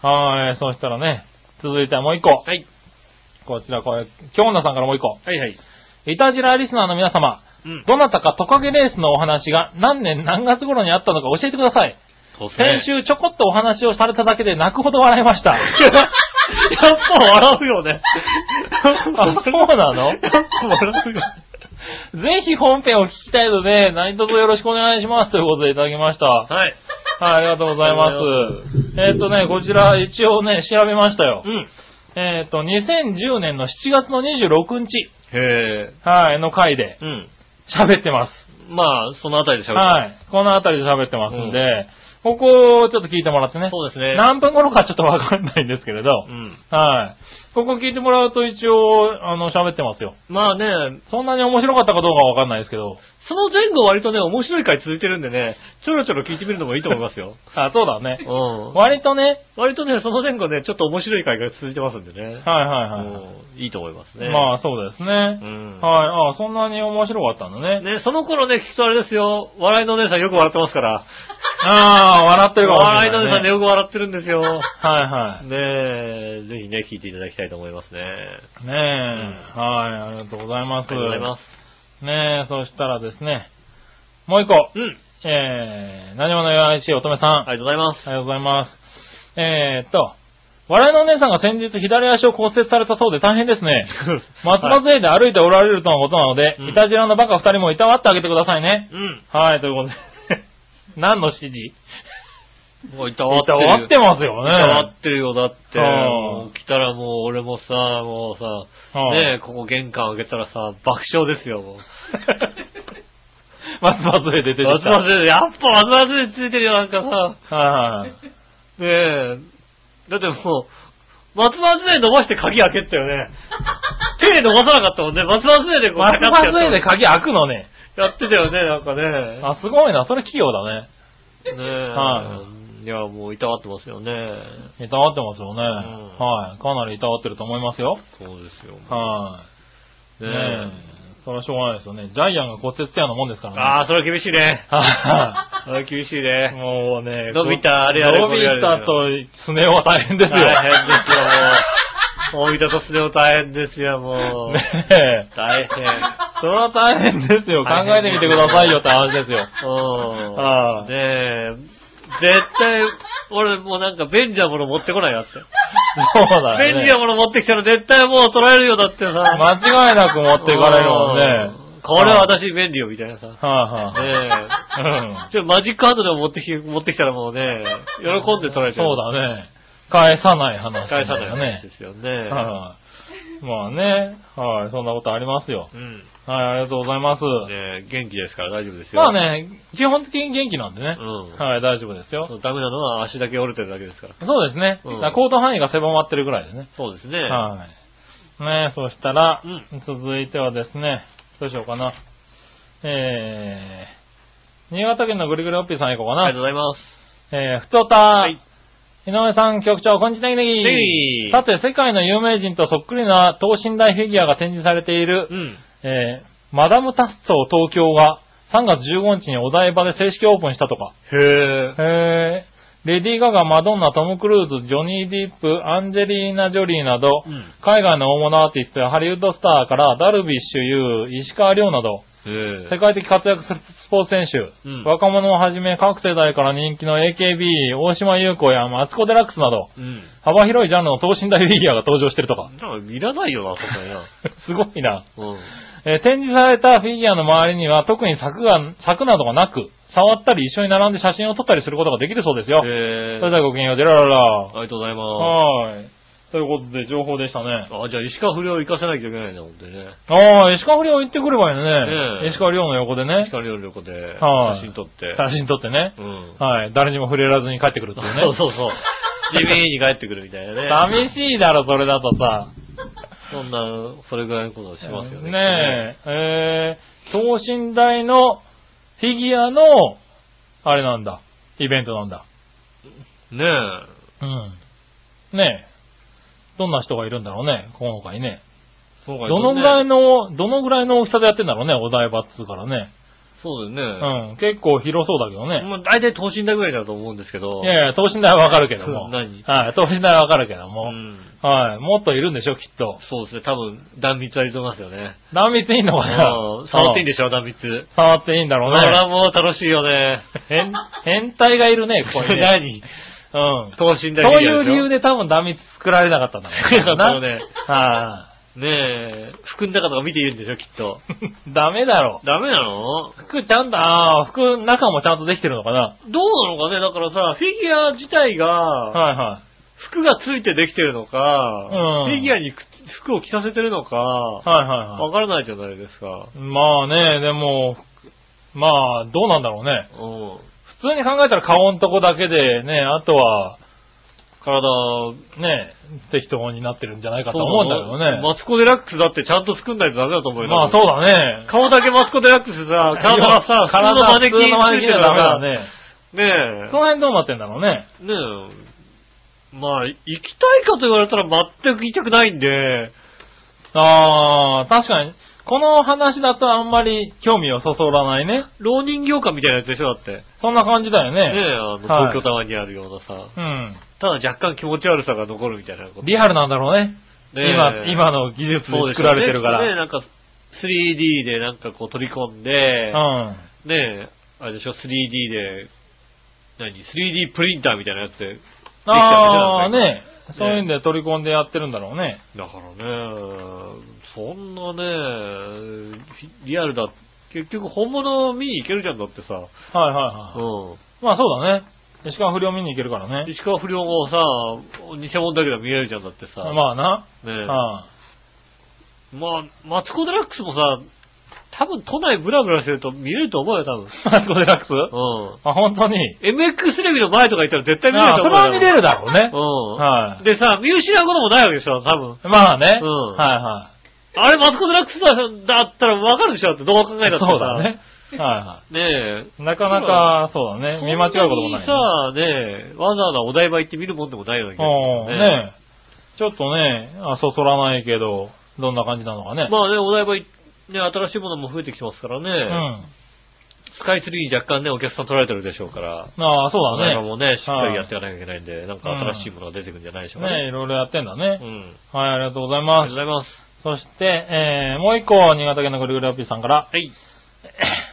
Speaker 3: はい、そしたらね、続いてはもう一個。
Speaker 2: はい。
Speaker 3: こちら、これ、京奈さんからもう一個。
Speaker 2: はいはい。
Speaker 3: イタジラリスナーの皆様、
Speaker 2: うん。
Speaker 3: どなたかトカゲレースのお話が何年何月頃にあったのか教えてください。
Speaker 2: そう
Speaker 3: 先
Speaker 2: 週。
Speaker 3: 週 <laughs> ちょこっとお話をされただけで泣くほど笑いまし
Speaker 2: や
Speaker 3: た。
Speaker 2: っぱ笑うよね。
Speaker 3: あそうなの
Speaker 2: やっぱ笑うよ。
Speaker 3: ぜひ本編を聞きたいので、何卒よろしくお願いしますということでいただきました。はい、
Speaker 2: はい。
Speaker 3: ありがとうございます
Speaker 2: ありがとうござい。
Speaker 3: えーっとね、こちら一応ね、調べましたよ
Speaker 2: う。ん。
Speaker 3: えーっと、2010年の7月の26日、
Speaker 2: へえ。
Speaker 3: はい、の回で
Speaker 2: うん。
Speaker 3: 喋ってます。
Speaker 2: まあ、そのあたりで喋って。
Speaker 3: はいい。このあたりで喋ってますんで、
Speaker 2: う
Speaker 3: ここをちょっと聞いてもらってね。
Speaker 2: そうですね。
Speaker 3: 何分頃かちょっとわかんないんですけれど、
Speaker 2: うん。
Speaker 3: はい。ここ聞いてもらうと一応、あの、喋ってますよ。
Speaker 2: まあね、
Speaker 3: そんなに面白かったかどうかはわかんないですけど。
Speaker 2: その前後割とね、面白い回続いてるんでね、ちょろちょろ聞いてみるのもいいと思います <laughs> よ。
Speaker 3: あ、そうだね
Speaker 2: う。ん。
Speaker 3: 割とね、
Speaker 2: 割とね、その前後ね、ちょっと面白い回が続いてますんでね。
Speaker 3: はいはいはい。
Speaker 2: うんいいと思いますね。
Speaker 3: まあそうですね。
Speaker 2: うん。
Speaker 3: はい。あそんなに面白かったんだね。
Speaker 2: ね、その頃ね、聞くとあれですよ、笑いのお姉さんよく笑ってますから。
Speaker 3: ああ、笑ってるかもしれない、
Speaker 2: 笑いのお
Speaker 3: ね。
Speaker 2: 姉さんね、よく笑ってるんですよ。
Speaker 3: はいはい。
Speaker 2: ねえ、ぜひね、聞いていただきたいと思いますね。あ
Speaker 3: ねえ、はい、ありがとうございます。
Speaker 2: りがとうございます。
Speaker 3: ねえ、そしたらですね、もう一個、
Speaker 2: うん。
Speaker 3: えー、何者よ愛しい乙女さん、
Speaker 2: ありがとうございます。
Speaker 3: ありがとうございます。えーっと、笑いのお姉さんが先日左足を骨折されたそうで大変ですね。松
Speaker 2: はい
Speaker 3: 松江で歩いておられるとのことなので、
Speaker 2: うん
Speaker 3: いたじらのバカ二人もいたわってあげてくださいね。
Speaker 2: うん。
Speaker 3: はい、ということで。何の指示い
Speaker 2: もういたわってる。
Speaker 3: わってますよ
Speaker 2: いたわ
Speaker 3: ね。
Speaker 2: ってるよ、だって。
Speaker 3: うん
Speaker 2: もう来たらもう俺もさ、もうさ、
Speaker 3: うん
Speaker 2: ねえ、ここ玄関開けたらさ、爆笑ですよ、もう。 <laughs>
Speaker 3: 松松江で出て
Speaker 2: わ
Speaker 3: き
Speaker 2: ず
Speaker 3: た。
Speaker 2: わずで、やっぱわずわずでついてるよ、なんかさ。
Speaker 3: はいはい。
Speaker 2: ねえ。だってもう、松葉杖伸ばして鍵開けたよ
Speaker 3: <laughs>
Speaker 2: ね。手伸ばさなかったもんね。松葉杖でこう、ガ
Speaker 3: 松
Speaker 2: チャ
Speaker 3: 松江
Speaker 2: って
Speaker 3: で鍵開くのね。
Speaker 2: やってたよね、なんかね。
Speaker 3: あ、すごいな。それ器用だね。
Speaker 2: ねえ。
Speaker 3: はい
Speaker 2: や、もういたわってますよね。
Speaker 3: いたわってますよね。
Speaker 2: ん
Speaker 3: はい。かなりいたわってると思いますよ。
Speaker 2: そうですよ。
Speaker 3: はい。ね
Speaker 2: ねえ。
Speaker 3: え。それはしょうがないですよね。ジャイアンが骨折したようなもんですからね。
Speaker 2: ああ、それは厳しいね。
Speaker 3: は
Speaker 2: それは厳しい
Speaker 3: い
Speaker 2: ね。
Speaker 3: もうね、
Speaker 2: 伸びたあれあれ
Speaker 3: 伸びたとスネ夫は大変
Speaker 2: <laughs>
Speaker 3: ですよ。
Speaker 2: 大変ですよ、もう。大分とすねを大変ですよ、もう。
Speaker 3: ねえ。
Speaker 2: 大変。
Speaker 3: それは大変ですよ。考
Speaker 2: 大変
Speaker 3: えてみてくださいよって話で
Speaker 2: <laughs>
Speaker 3: すよ。
Speaker 2: うん。
Speaker 3: は
Speaker 2: ね
Speaker 3: い
Speaker 2: え。絶対、俺もうなんか便利なもの持ってこないよだって。
Speaker 3: そうだよ
Speaker 2: 便利な
Speaker 3: ね。
Speaker 2: もの持ってきたら絶対もう取られるよだってさ。
Speaker 3: 間違いなく持っていかれるもんね。
Speaker 2: うんこれは私便利よみたいなさ。ね
Speaker 3: はいはい。
Speaker 2: え。
Speaker 3: うん
Speaker 2: ちょ、マジックハンドでも持ってき、持ってきたらもうね、喜んで取られちゃ。
Speaker 3: そううだね。返さない話だ
Speaker 2: 返
Speaker 3: よね。
Speaker 2: さないですよね。
Speaker 3: はい。まあね。はい。そんなことありますよ。
Speaker 2: うん。ね
Speaker 3: はい、ありがとうございます。
Speaker 2: え元気ですから大丈夫ですよ。
Speaker 3: まあ。ね、基本的に元気なんでね
Speaker 2: う。ん。
Speaker 3: はい、大丈夫ですよ
Speaker 2: そ。うダメなのは足だけ折れてるだけですから。
Speaker 3: そうですね。
Speaker 2: うん
Speaker 3: だから行動範囲が狭まってるぐらいですね。
Speaker 2: そうですね。
Speaker 3: はい。ねそしたら、
Speaker 2: うん
Speaker 3: 続いてはですね、どうしようかな。えー、新潟県のぐりぐりおっぴーさん行こうか
Speaker 2: ありがとうご
Speaker 3: な。
Speaker 2: ざいます。
Speaker 3: えー、ふとた、
Speaker 2: はい。
Speaker 3: 井上さん局長、こんにちは、ネ
Speaker 2: ネ
Speaker 3: ギネギ
Speaker 2: ギネギ
Speaker 3: さて、世界の有名人とそっくりな等身大フィギュアが展示されている、
Speaker 2: うん。
Speaker 3: えー、マダムタッソー東京が3月15日にお台場で正式オープンしたとか。
Speaker 2: へえ。
Speaker 3: へーレディー・ガガ、マドンナ、トム・クルーズ、ジョニー・ディップ、アンジェリーナ・ジョリーなど、
Speaker 2: うん
Speaker 3: 海外の大物アーティストやハリウッドスターからダルビッシュ有、石川遼など、
Speaker 2: へ
Speaker 3: 世界的活躍するスポーツ選手、
Speaker 2: うん
Speaker 3: 若者をはじめ各世代から人気の AKB、大島優子やマツコ・デラックスなど、
Speaker 2: うん。
Speaker 3: 幅広いジャンルの等身大フィギュアが登場してるとか。 <laughs>
Speaker 2: なんかいらないよな、そんなにな。
Speaker 3: すごいな。
Speaker 2: うん。
Speaker 3: えー展示されたフィギュアの周りには特に柵が、柵などがなく、触ったり一緒に並んで写真を撮ったりすることができるそうですよ。
Speaker 2: へえ。
Speaker 3: それではごきげんよう、ジェラララ
Speaker 2: あ。りがとうございま
Speaker 3: はい。ということで、情報でしたね
Speaker 2: す。。あ、じゃあ石川不良行かせなきゃいけないんだもんでね。
Speaker 3: ああ、石川不良行ってくればいいの
Speaker 2: ええ
Speaker 3: ね。石川遼の横でね
Speaker 2: 石、川不良旅行で
Speaker 3: はい
Speaker 2: 写真撮って。
Speaker 3: 写真撮ってね
Speaker 2: う。ん。
Speaker 3: はい。誰にも触れらずに帰ってくるっていう
Speaker 2: <laughs>
Speaker 3: ね。
Speaker 2: そうそうそう。地味に帰ってくるみたいなね。
Speaker 3: 寂しいだろ、それだとさ。
Speaker 2: そんな、それぐらいのことをしますよね。
Speaker 3: ねえ。えー、等身大のフィギュアの、あれなんだ。イベントなんだ。
Speaker 2: え。ねえ。
Speaker 3: うん。ねえ。どんな人がいるんだろうね、今回ね。
Speaker 2: ど
Speaker 3: どのぐらいの、どのぐらいの大きさでやってんだろうね、お台場っつうからね。
Speaker 2: そうだよね。
Speaker 3: うん。結構広そうだけどね。
Speaker 2: まあ大体等身大ぐらいだと思うんですけど。
Speaker 3: いやいや、等身大はわかるけども。
Speaker 2: <laughs> 何
Speaker 3: はい、等身大はわかるけども。
Speaker 2: うん
Speaker 3: はい、もっといるんでしょ、きっと。
Speaker 2: そうですね。多分、断蜜はいると思いますよね。
Speaker 3: 断密いいのかな
Speaker 2: うん触っていいん
Speaker 3: で
Speaker 2: でしょ、断蜜。そ
Speaker 3: 触っていいんだろう
Speaker 2: れは
Speaker 3: ね。
Speaker 2: もう楽しいよね。
Speaker 3: 変、変態がい <laughs> るね、ここにね。
Speaker 2: 何
Speaker 3: うん。
Speaker 2: 等身大
Speaker 3: そういう理由
Speaker 2: で。
Speaker 3: で多分断密作られなかったんだ <laughs> ろう
Speaker 2: そうね。
Speaker 3: は <laughs>
Speaker 2: ねえ、服の中とか見ているんでしょ、きっと。
Speaker 3: い。ダメだろ。
Speaker 2: ダメなの
Speaker 3: 服ちゃんと、ああ、服中もちゃんとできてるのかな。
Speaker 2: どうなのかねだからさ、フィギュア自体が、
Speaker 3: はいは
Speaker 2: 服がついてできてるのか、
Speaker 3: うん
Speaker 2: フィギュアにく服を着させてるのか、
Speaker 3: い。はいはいはい
Speaker 2: わ。からないじゃないですか。
Speaker 3: まあね、でも、まあ、どうなんだろうね。
Speaker 2: うん。
Speaker 3: 普通に考えたら顔のとこだけでね、あとは、
Speaker 2: 体、
Speaker 3: ね、適当になってるんじゃないかと思うんだけどね。
Speaker 2: マツコデラックスだってちゃんと作んないとダメだと思うよ。
Speaker 3: まあそうだね。
Speaker 2: 顔だけマツコデラックスさ、体がさ、体
Speaker 3: 体
Speaker 2: のマネキンつい
Speaker 3: 普通のマネ
Speaker 2: てる
Speaker 3: キンじゃ
Speaker 2: か
Speaker 3: ダメだ
Speaker 2: らね
Speaker 3: ね。
Speaker 2: ねえ
Speaker 3: <laughs> その辺どうなってんだろうね。
Speaker 2: ねえ、まあ、行きたいかと言われたら全く行きたくないんで、
Speaker 3: ああ、確かに、この話だとあんまり興味をそそらないね。
Speaker 2: 浪人業館みたいなやつでしょ、だって。ね
Speaker 3: そんな感じだよ
Speaker 2: え、
Speaker 3: ね。
Speaker 2: あの、
Speaker 3: はい
Speaker 2: 東京タワーにあるようなさ、
Speaker 3: うん。
Speaker 2: ただ若干気持ち悪さが残るみたいなこと。
Speaker 3: リアルなんだろうね。
Speaker 2: ねえ
Speaker 3: 今、今の技術
Speaker 2: そうで
Speaker 3: で
Speaker 2: す
Speaker 3: 作られてるか
Speaker 2: ねえ、
Speaker 3: ら。
Speaker 2: なんか、3D でなんかこう取り込んで、
Speaker 3: うん。
Speaker 2: ねえ、あれでしょ、3D で、何 ?3D プリンターみたいなやつで、できち
Speaker 3: あ
Speaker 2: ゃう
Speaker 3: あ、
Speaker 2: んじゃない
Speaker 3: ね。そういうんで取り込んでやってるんだろうね。
Speaker 2: だからね、そんなね、ひリアルだ、結局本物を見に行けるじゃんだってさ、
Speaker 3: はいはいは
Speaker 2: う
Speaker 3: い。まあそうだね。石川不良見に行けるから
Speaker 2: ん。
Speaker 3: ね。
Speaker 2: 石川不良もさ、偽物だけど見えるじゃんだってさ、
Speaker 3: まあな。
Speaker 2: ね
Speaker 3: は
Speaker 2: まあ、マツコ・デラックスもさ、多分都内ブラブラしてると見れると思うよ、多分。
Speaker 3: い。マツコデラックス
Speaker 2: うん。
Speaker 3: あ、本当に。
Speaker 2: MX テレビの前とか行ったら絶対見れ
Speaker 3: あ
Speaker 2: る
Speaker 3: あ
Speaker 2: と
Speaker 3: そ
Speaker 2: 思
Speaker 3: れ
Speaker 2: うよ。
Speaker 3: は見れるだろうね。
Speaker 2: うん。
Speaker 3: はい
Speaker 2: でさ、見失うこともないわけでしょ、多分。
Speaker 3: まあね。はい
Speaker 2: うん
Speaker 3: は
Speaker 2: あれ、マツコ・デラックスだだったらわかるでしょ、だってどう考え
Speaker 3: い。
Speaker 2: たってさ。
Speaker 3: そうだね。はいは
Speaker 2: ねえ。
Speaker 3: い。なかなか、そうだね。見間違うこともないね。
Speaker 2: そんなにさ、ねえ、わざわざお台場行って見るもんでもないような気が
Speaker 3: うん
Speaker 2: するね。
Speaker 3: ねちょっとね、あ、そそらないけど、どんな感じなのかね。
Speaker 2: まあね、お台場いね、新しいものも増えてきてますからね、
Speaker 3: うん。
Speaker 2: スカイツリーに若干ね、お客さん取られてるでしょうから、
Speaker 3: ああ、そ
Speaker 2: お
Speaker 3: う
Speaker 2: 台
Speaker 3: だ
Speaker 2: 場
Speaker 3: ね。
Speaker 2: もね、しっかりやっていかなきゃいけないんで、なんか新しいものが出てくるんじゃないでしょうか
Speaker 3: ねい
Speaker 2: ね。
Speaker 3: ろいろやってんだ
Speaker 2: う
Speaker 3: ね。
Speaker 2: ん。
Speaker 3: はい、ありがとうござい
Speaker 2: あ
Speaker 3: ま
Speaker 2: りがとう
Speaker 3: す
Speaker 2: ご。ざいます。
Speaker 3: そして、えー、もう一個、新潟県のグルグルアッピーさん
Speaker 2: <laughs>
Speaker 3: から、
Speaker 2: はい。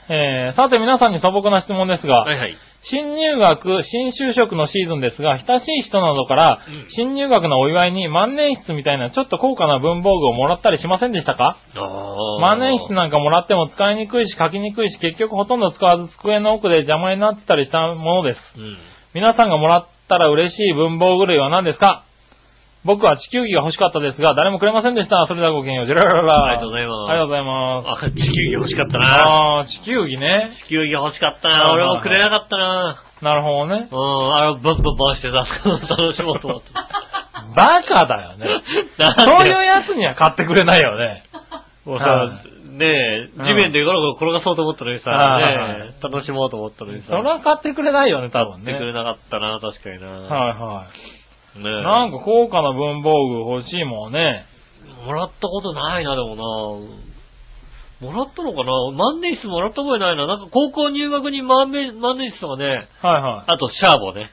Speaker 3: えー、さて皆さんに素朴な質問ですが、
Speaker 2: はいはい。
Speaker 3: 新入学、新就職のシーズンですが、親しい人などから
Speaker 2: うん、
Speaker 3: 新入学のお祝いに万年筆みたいなちょっと高価な文房具をもらったりしませんでしたか
Speaker 2: あ
Speaker 3: 万年筆なんかもらっても使いにくいし書きにくいし、結局ほとんど使わず机の奥で邪魔になってたりしたものです。
Speaker 2: うん。
Speaker 3: 皆さんがもらったら嬉しい文房具類は何ですか僕は地球儀が欲しかったですが、誰もくれませんでした。それではごきげんよう。ジェララララ。
Speaker 2: ありがとうございます
Speaker 3: ありがとうございます。
Speaker 2: あ、地球儀欲しかったな。
Speaker 3: あー、地球儀ね。
Speaker 2: 地球儀欲しかった
Speaker 3: あ
Speaker 2: な。
Speaker 3: ー
Speaker 2: 俺もくれなかったな。
Speaker 3: なるほどね。
Speaker 2: うん、あれ、バンバン回してさ、 <laughs> 楽しもうと思って。
Speaker 3: バカだよね。そういうやつには買ってくれないよね。
Speaker 2: もう
Speaker 3: は
Speaker 2: さ、ねえ、
Speaker 3: うん
Speaker 2: 地面でゴロゴロ転がそうと思ったのに
Speaker 3: はい
Speaker 2: さ、ねえ、楽しもうと思ったのにさ、
Speaker 3: それは買ってくれないよね、多分
Speaker 2: やって
Speaker 3: ね。
Speaker 2: くれなかったな、確かにな。
Speaker 3: はいはい。
Speaker 2: ねえ
Speaker 3: なんか高価な文房具欲しいもんね。
Speaker 2: もらったことないな、でもな。もらったのかな万年筆もらった覚えないな。なんか高校入学に万年万年筆とかね、
Speaker 3: はいは
Speaker 2: あとシャーボね。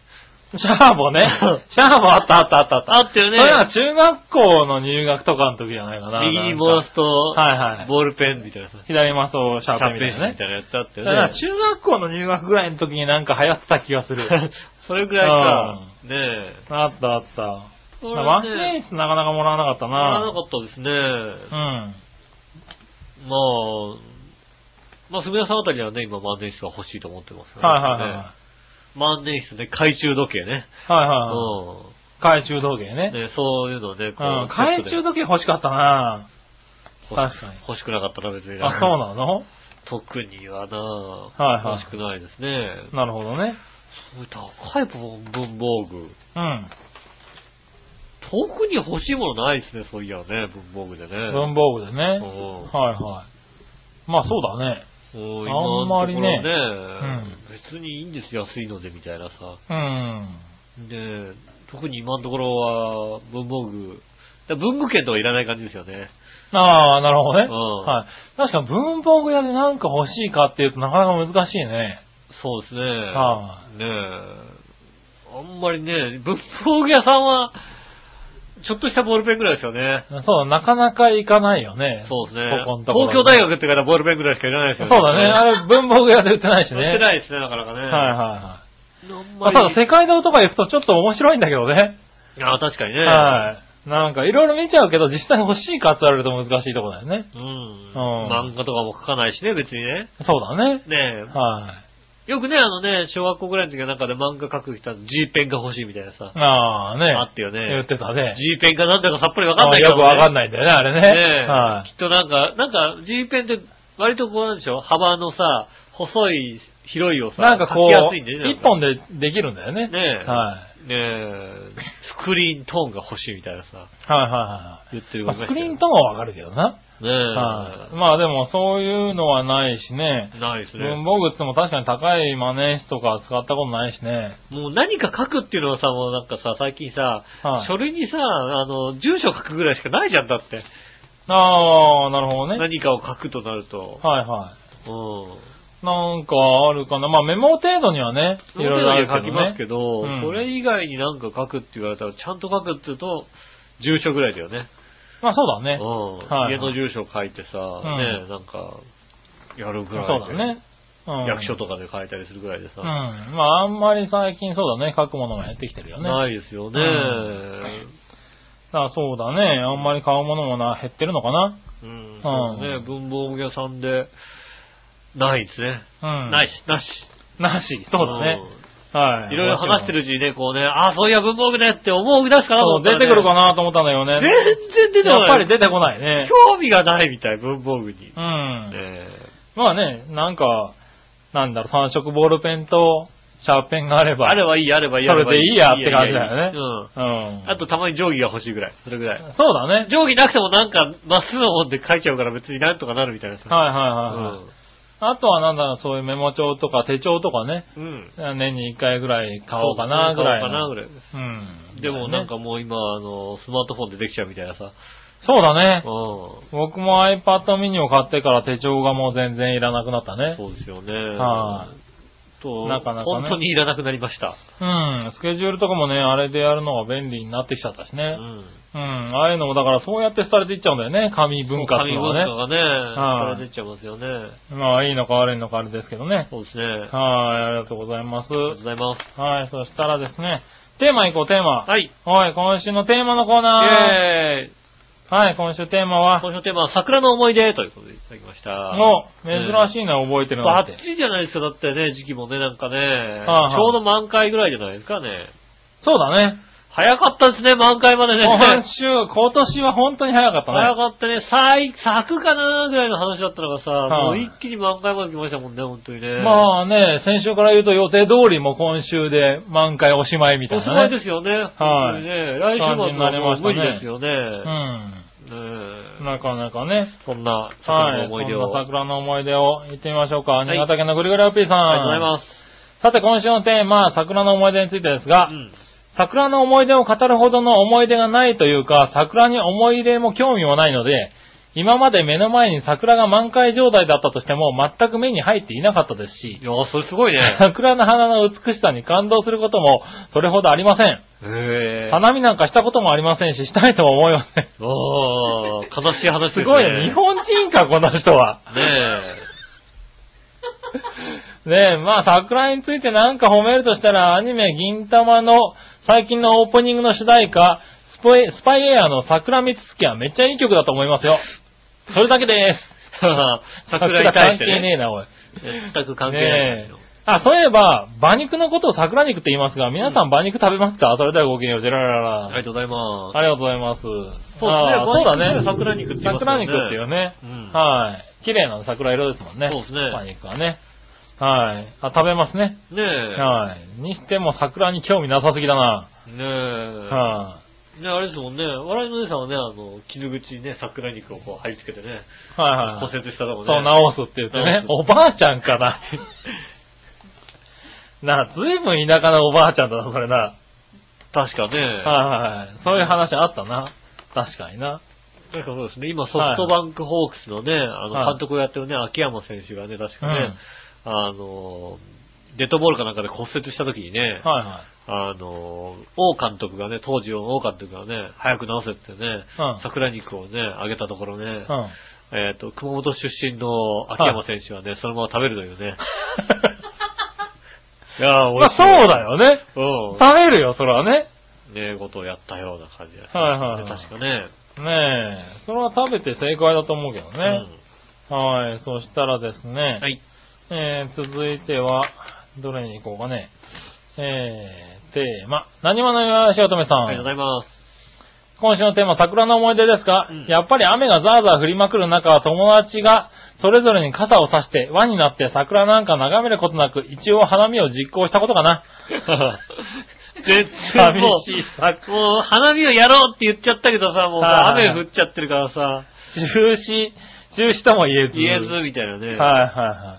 Speaker 3: い。シャー
Speaker 2: <laughs>
Speaker 3: ボね。 <laughs> シャーボあったあったあったあった。
Speaker 2: あったよね
Speaker 3: それは中学校の入学とかの時じゃないかな。
Speaker 2: 右に回すと、
Speaker 3: はいはい
Speaker 2: ボールペンみたいなさ、
Speaker 3: 左マスをシ
Speaker 2: シャ
Speaker 3: ャーペン
Speaker 2: ー
Speaker 3: み
Speaker 2: ペ
Speaker 3: た
Speaker 2: ン
Speaker 3: い
Speaker 2: 紙
Speaker 3: な
Speaker 2: み
Speaker 3: ね
Speaker 2: た。いなやつあった
Speaker 3: だ
Speaker 2: よ
Speaker 3: から
Speaker 2: ね。
Speaker 3: 中学校の入学ぐらいの時になんか流行ってた気が
Speaker 2: <laughs>
Speaker 3: する。
Speaker 2: それぐらいか。ねえ。
Speaker 3: あったあった。
Speaker 2: これ
Speaker 3: ワン
Speaker 2: ね
Speaker 3: レースなかなかもらわなかった
Speaker 2: もらわな
Speaker 3: な。
Speaker 2: かったですね。
Speaker 3: うん。
Speaker 2: まあ、まあ、すみさんあたりはね、今万年筆が欲しいと思ってますから
Speaker 3: は
Speaker 2: ね
Speaker 3: いはいはい。
Speaker 2: 万年筆ね、懐中時計ね。
Speaker 3: はい
Speaker 2: う
Speaker 3: はいはい。懐中時計
Speaker 2: ん。
Speaker 3: ね。
Speaker 2: ね、そういうのね、こ
Speaker 3: う
Speaker 2: う。
Speaker 3: ん、懐中時計欲しかったな
Speaker 2: 計
Speaker 3: 確かに
Speaker 2: 欲しくなかったな、別に。
Speaker 3: あ、そうなの
Speaker 2: 特にはな、
Speaker 3: いはい
Speaker 2: 欲しくないですね。
Speaker 3: なるほどね。
Speaker 2: そういう高い文房具。
Speaker 3: うん。
Speaker 2: 特に欲しいものないですね、そういやね、文房具でね。
Speaker 3: 文房具でね。はい
Speaker 2: うん
Speaker 3: はい。まあそうだね。
Speaker 2: もう
Speaker 3: あんまり
Speaker 2: 今のと
Speaker 3: ね
Speaker 2: ころね別にいいんですよ、安いので、みたいなさ。
Speaker 3: うん。
Speaker 2: で、特に今のところは文房具ら文具券とかいらない感じですよね。
Speaker 3: ああ、なるほどね。
Speaker 2: うん
Speaker 3: はい。確か文房具屋でなんか欲しいかっていうとなかなか難しいね。
Speaker 2: そうですね。
Speaker 3: は
Speaker 2: ねえ。あんまりね、文房具屋さんは、ちょっとしたボールペンぐらいですよね。
Speaker 3: そう、なかなか行かないよね。
Speaker 2: そうですね。
Speaker 3: ここのところ
Speaker 2: 東京大学ってからボールペンぐらいしかいらないです
Speaker 3: そ
Speaker 2: よ
Speaker 3: う
Speaker 2: ね。
Speaker 3: だね。あれ、文房具屋で売ってないしね。
Speaker 2: 売ってないですね、なかなかね。
Speaker 3: はいはいはい。
Speaker 2: あん
Speaker 3: ま
Speaker 2: ま
Speaker 3: あ、
Speaker 2: り。
Speaker 3: ただ世界堂とか行くとちょっと面白いんだけどね。
Speaker 2: ああ、確かにね。
Speaker 3: はい。なんかいろいろ見ちゃうけど、実際欲しいかって言われると難しいとこだよね。
Speaker 2: うん。
Speaker 3: うん
Speaker 2: 漫画とかも書かないしね、別にね。
Speaker 3: そうだね。
Speaker 2: ね
Speaker 3: はい。
Speaker 2: え。よくね、あのね、小学校ぐらいの時の中で漫画書く人は G ペンが欲しいみたいなさ。
Speaker 3: ああね。
Speaker 2: あったよね
Speaker 3: 言ってたね。
Speaker 2: G ペンかなんだかさっぱりわかんないけど、
Speaker 3: よくわかん
Speaker 2: ない。
Speaker 3: ないんだよね、あれね。
Speaker 2: ねえ。
Speaker 3: はい
Speaker 2: き。っとなんか、なんか G ペンって割とこうなんでしょ幅のさ、細い、広いをさ、
Speaker 3: なんかこう、
Speaker 2: 書きやすいんでね。
Speaker 3: 一本でできるんだよね。
Speaker 2: ねえ
Speaker 3: はい。
Speaker 2: ねえ、スクリーントーンが欲しいみたいなさ、
Speaker 3: はいは
Speaker 2: 言って
Speaker 3: い
Speaker 2: る
Speaker 3: はい。
Speaker 2: わ
Speaker 3: まあ
Speaker 2: け
Speaker 3: スクリーンともわかるけどな。
Speaker 2: ねえ、
Speaker 3: はい。まあでもそういうのはないしね。
Speaker 2: ないです
Speaker 3: 文
Speaker 2: ね。
Speaker 3: 房具っても確かに高いマネー室とか使ったことないしね。
Speaker 2: もう何か書くっていうのはさ、もうなんかさ、最近さ、
Speaker 3: はい
Speaker 2: 書類にさ、あの、住所書くぐらいしかないじゃんだって。
Speaker 3: ああ、なるほどね。
Speaker 2: 何かを書くとなると。
Speaker 3: はいは
Speaker 2: うん。
Speaker 3: い。なんかあるかな。まあメモ程度にはね、い
Speaker 2: い
Speaker 3: ろ
Speaker 2: ろ
Speaker 3: い
Speaker 2: い
Speaker 3: ろあ
Speaker 2: ろ書
Speaker 3: るけ
Speaker 2: き
Speaker 3: ど
Speaker 2: ます
Speaker 3: ね
Speaker 2: け。ど、
Speaker 3: うん
Speaker 2: それ以外になんか書くって言われたら、ちゃんと書くって言うと、住所ぐらいだよね。
Speaker 3: まあそうだ
Speaker 2: う
Speaker 3: ね
Speaker 2: ん。。
Speaker 3: はい
Speaker 2: 家の住所書いてさ、ね、
Speaker 3: ん
Speaker 2: なんか、やるぐらいで。
Speaker 3: そうだね。うん
Speaker 2: 役所とかで書いたりするぐらいでさ。
Speaker 3: うん。まああんまり最近そうだね、書くものが減ってきてるよね。
Speaker 2: ないですよね。
Speaker 3: うんだからそうだね。あんまり買うものもな、減ってるのかな。
Speaker 2: うん、
Speaker 3: うん
Speaker 2: そうね。文房具屋さんで、ないですね。
Speaker 3: うん。
Speaker 2: ないし、なし。
Speaker 3: なし。そうだね。は
Speaker 2: うん。
Speaker 3: い。
Speaker 2: いろいろ話して
Speaker 3: る。
Speaker 2: るうちにね、こうね、あ、そういや文房具ねって思う出すかなと
Speaker 3: そ
Speaker 2: 思
Speaker 3: う、
Speaker 2: ったら
Speaker 3: 出
Speaker 2: ね
Speaker 3: てくるかなと思ったんだよね。
Speaker 2: 全然出て
Speaker 3: や
Speaker 2: こな
Speaker 3: っ
Speaker 2: い。
Speaker 3: ぱり出てこないね。
Speaker 2: 興味がないみたい、文房具に。ね
Speaker 3: うん。
Speaker 2: え
Speaker 3: まあね、なんか、なんだろう、三色ボールペンとシャーペンがあれば。
Speaker 2: あればいい、あればいい、
Speaker 3: そ
Speaker 2: あ
Speaker 3: れ
Speaker 2: ば
Speaker 3: でいいやって感じだ
Speaker 2: い
Speaker 3: よ
Speaker 2: いやいい
Speaker 3: ね。
Speaker 2: やうん。
Speaker 3: うん。
Speaker 2: あと、たまに定規が欲しいぐらい。それぐらい。
Speaker 3: そうだね。
Speaker 2: 定規なくてもなんか、まっすぐの本で書いちゃうから別になんとかなるみたいなさ。
Speaker 3: はいはいはいはい。あとはなんだろう、そういうメモ帳とか手帳とかね、
Speaker 2: うん。うん。
Speaker 3: 年に一回ぐらい買おうかなぐらい
Speaker 2: 買おうかな
Speaker 3: の。
Speaker 2: ぐらい。
Speaker 3: うん。
Speaker 2: でもなんかもう今、あの、スマートフォンでできちゃうみたいなさ。
Speaker 3: そうだ
Speaker 2: うん
Speaker 3: ね。。僕も iPad mini を買ってから手帳がもう全然いらなくなったね。
Speaker 2: そうですよね。。
Speaker 3: はい
Speaker 2: と、
Speaker 3: なかなかね
Speaker 2: 本当にいらなくなりました。
Speaker 3: うん。スケジュールとかもね、あれでやるのが便利になってきちゃったし
Speaker 2: う
Speaker 3: ね。
Speaker 2: ん。
Speaker 3: うん。ああいうのもだからそうやって廃れていっちゃうんだよね。紙文化って
Speaker 2: 紙
Speaker 3: いうの
Speaker 2: 文
Speaker 3: はね。
Speaker 2: 化がね、
Speaker 3: はい
Speaker 2: それ出ちゃいますよね。
Speaker 3: まあ、いいのか悪いのかあれですけどね。
Speaker 2: そうですね。あ
Speaker 3: はい、ありがとうございます。
Speaker 2: りがとうございます。
Speaker 3: はい、そしたらですね、テーマいこう、テーマ。
Speaker 2: はい。
Speaker 3: はい、今週のテーマのコーナー。
Speaker 2: イェーイ
Speaker 3: はい、今週テーマは、
Speaker 2: 今週のテーマは桜の思い出ということでいただきました。
Speaker 3: もう、珍しいな、覚えてるの
Speaker 2: バ
Speaker 3: っ
Speaker 2: ッ
Speaker 3: て。
Speaker 2: チリじゃないですか、だってね、時期もね、なんかね、
Speaker 3: はい
Speaker 2: ちょうど満開ぐらいじゃないですかね。
Speaker 3: そうだね。
Speaker 2: 早かったですね、満開ま
Speaker 3: <laughs>
Speaker 2: でね。
Speaker 3: 今週、今年は本当に早かった
Speaker 2: 早
Speaker 3: ね。
Speaker 2: かったね、咲い咲くかなぐらいの話だったのがさ、も
Speaker 3: は
Speaker 2: う
Speaker 3: い
Speaker 2: 一気に満開まで来ましたもんね、本当にね。あ、
Speaker 3: まあね、先週から言うと予定通りもう今週で満開おしまいみたい
Speaker 2: おし
Speaker 3: な
Speaker 2: まい
Speaker 3: ね。
Speaker 2: ですよね、本当にね。来週末
Speaker 3: 感じにな
Speaker 2: は
Speaker 3: り
Speaker 2: も
Speaker 3: ま
Speaker 2: う
Speaker 3: したね
Speaker 2: 無理ですよね。
Speaker 3: うん。
Speaker 2: ねえ
Speaker 3: なかなかね。
Speaker 2: そんな桜
Speaker 3: は
Speaker 2: の
Speaker 3: い、そ
Speaker 2: 思
Speaker 3: ん
Speaker 2: い出を。
Speaker 3: な
Speaker 2: あり
Speaker 3: 桜の思い出を言ってみましょうか。
Speaker 2: い
Speaker 3: 新潟県のぐるぐるアピーさん。
Speaker 2: がとうございます。
Speaker 3: さて今週のテーマ、桜の思い出についてですが、
Speaker 2: うん
Speaker 3: 桜の思い出を語るほどの思い出がないというか、桜に思い出も興味もないので、今まで目の前に桜が満開状態だったとしても全く目に入っていなかったですし
Speaker 2: い、やそれす
Speaker 3: <laughs>
Speaker 2: ごいね。
Speaker 3: 桜の花の美しさに感動することもそれほどありません。
Speaker 2: へえ。
Speaker 3: 花見なんかしたこともありませんし、したいとも思いません。
Speaker 2: おー、悲しい話です
Speaker 3: す
Speaker 2: ね。
Speaker 3: ごいね。日本人か、この人は。
Speaker 2: ね
Speaker 3: <laughs> ねえ、まあ桜についてなんか褒めるとしたら、アニメ銀玉の最近のオープニングの主題歌、スパイスパイエアの桜見つきはめっちゃいい曲だと思いますよ。それだけです。
Speaker 2: え。 <laughs> 桜に対して
Speaker 3: 桜関係ね
Speaker 2: ね。
Speaker 3: えな、おい。
Speaker 2: 全く関係ないですよ
Speaker 3: ねえあ、そういえば、馬肉のことを桜肉って言いますが、皆さん馬肉食べますか、それではごきげんよう、ジェラララ
Speaker 2: ありがとうございます。
Speaker 3: ありがとうございます。そう
Speaker 2: すね
Speaker 3: そうだね。
Speaker 2: 馬肉桜肉って言いますよ
Speaker 3: 桜
Speaker 2: ね
Speaker 3: 肉っていうね。
Speaker 2: うん
Speaker 3: はい。綺麗な桜色ですもんね。
Speaker 2: そうですね
Speaker 3: 馬肉はね。はい。あ、食べますね。
Speaker 2: ね
Speaker 3: はい。にしても桜に興味なさすぎだな。
Speaker 2: え。ねえ。
Speaker 3: は
Speaker 2: ね、あれですもんね、笑いのお姉さんはね、あの、傷口にね、桜肉をこう貼り付けてね、
Speaker 3: い。はいはい。
Speaker 2: 骨折しただもんね。
Speaker 3: そう、直すって言ってね。
Speaker 2: 直
Speaker 3: おばあちゃん
Speaker 2: <laughs>
Speaker 3: かな。なあ、ずいぶん田舎のおばあちゃんだな、それな。
Speaker 2: 確かね。
Speaker 3: はいはい。そういう話あったな。確かにな。
Speaker 2: なんかそうですね、今ソフトバンクホークスのね、あ
Speaker 3: はい
Speaker 2: の、監督をやってるね、秋山選手がね、確かね、
Speaker 3: うん
Speaker 2: あの、デッドボールかなんかで骨折した時にね、
Speaker 3: はいはい。
Speaker 2: あの、王監督がね、当時王監督がね、早く治せってね、
Speaker 3: うん
Speaker 2: 桜肉をね、あげたところね、 <laughs>
Speaker 3: うん。 <laughs>
Speaker 2: えっ、と、熊本出身の秋山選手はね、そのまま食べると
Speaker 3: <laughs>
Speaker 2: いうね。いやー、
Speaker 3: ま
Speaker 2: 俺、
Speaker 3: あそうだ。よね。
Speaker 2: うん。
Speaker 3: 食べるよ、それはね。
Speaker 2: ねえ、ことをやったような感じだね
Speaker 3: はいはいはい
Speaker 2: 確かね。
Speaker 3: ねえ。それは食べて正解だと思うけどね。はい。そしたらですね。
Speaker 2: うんはい。
Speaker 3: えー、続いては、どれに行こうかね。えー、テーマ。何者よ、しおとめさ
Speaker 2: ありがとうござい
Speaker 3: ん。<laughs>
Speaker 2: ます。
Speaker 3: 今週のテーマ、桜の思い出ですか、
Speaker 2: うん
Speaker 3: やっぱり雨がザーザー降りまくる中、友達がそれぞれに傘を差して、輪になって桜なんか眺めることなく、一応花見を実行したことかな。
Speaker 2: 絶対もう、
Speaker 3: 寂しい
Speaker 2: もう花火をやろうって言っちゃったけどさ、もうさ、
Speaker 3: はい
Speaker 2: 雨降っちゃってるからさ、
Speaker 3: 中止、中止とも言えず。
Speaker 2: 言えずみたいなね。
Speaker 3: はいはいは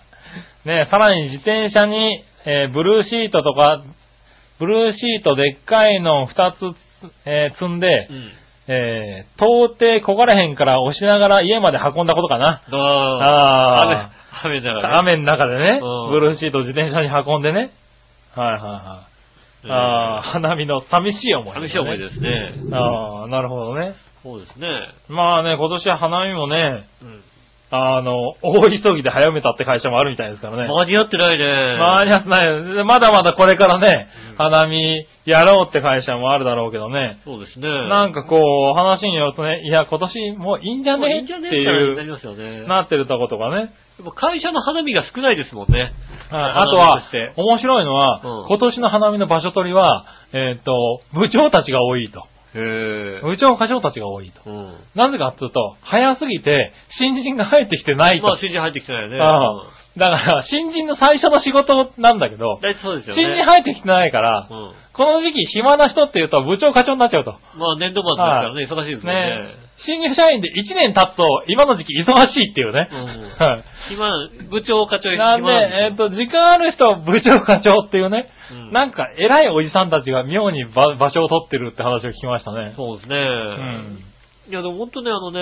Speaker 3: い。ねさらに自転車に、えーブルーシートとか、ブルーシートでっかいのを2つつ、えー積んで
Speaker 2: う、ん。
Speaker 3: えー、到底焦がれへんから押しながら家まで運んだことかな。
Speaker 2: あ
Speaker 3: あ
Speaker 2: ー雨、雨だから、ね。
Speaker 3: 雨の中でね、
Speaker 2: うん
Speaker 3: ブルーシートを自転車に運んでね。はいはいはい。
Speaker 2: うん
Speaker 3: あー花見の寂しい思い、
Speaker 2: 寂しい思い出ですね。
Speaker 3: ああ、なるほどね。
Speaker 2: そうですね。
Speaker 3: まあね、今年は花見もね、
Speaker 2: うん。
Speaker 3: あの、大急ぎで早めたって会社もあるみたいですからね。
Speaker 2: 間に合ってないね。
Speaker 3: まあ、に合ってないでまだまだこれからね
Speaker 2: うん、
Speaker 3: 花見やろうって会社もあるだろうけどね。
Speaker 2: そうですね。
Speaker 3: なんかこう、話によるとね、いや、今年もういいんじゃ
Speaker 2: もうい
Speaker 3: ね
Speaker 2: いんじゃ
Speaker 3: って
Speaker 2: ね
Speaker 3: い
Speaker 2: ってな
Speaker 3: う
Speaker 2: りますよね。
Speaker 3: なってるとことかね。
Speaker 2: でも会社の花見が少ないですもんね。
Speaker 3: あとは
Speaker 2: 花見として、
Speaker 3: 面白いのは、
Speaker 2: うん
Speaker 3: 今年の花見の場所取りは、えっ、と、部長たちが多いと。
Speaker 2: へ
Speaker 3: 部長、課長たちが多いと。
Speaker 2: うん。
Speaker 3: なぜかっていうと、早すぎて、新人が入ってきてないと。
Speaker 2: まあ、新人入ってきてないよね。
Speaker 3: あだから、新人の最初の仕事なんだけど
Speaker 2: うん、大体そうですよね。
Speaker 3: 新人入ってきてないから、
Speaker 2: うん。
Speaker 3: この時期暇な人っていうと部長課長になっちゃうと。
Speaker 2: まあ、年度末ですからね、忙しいですもん
Speaker 3: ね
Speaker 2: ね。
Speaker 3: 新入社員で1年経つと今の時期忙しいっていうね。
Speaker 2: うん
Speaker 3: はい
Speaker 2: 今、部長、課長、
Speaker 3: なんで、
Speaker 2: 暇な
Speaker 3: えっ、
Speaker 2: んですよ
Speaker 3: と、時間ある人、部長課長っていうね、
Speaker 2: うん
Speaker 3: なんか偉いおじさんたちが妙に場場所を取ってるって話を聞きましたね。
Speaker 2: そうですね。
Speaker 3: ん
Speaker 2: いや、でも本当ね、あのね、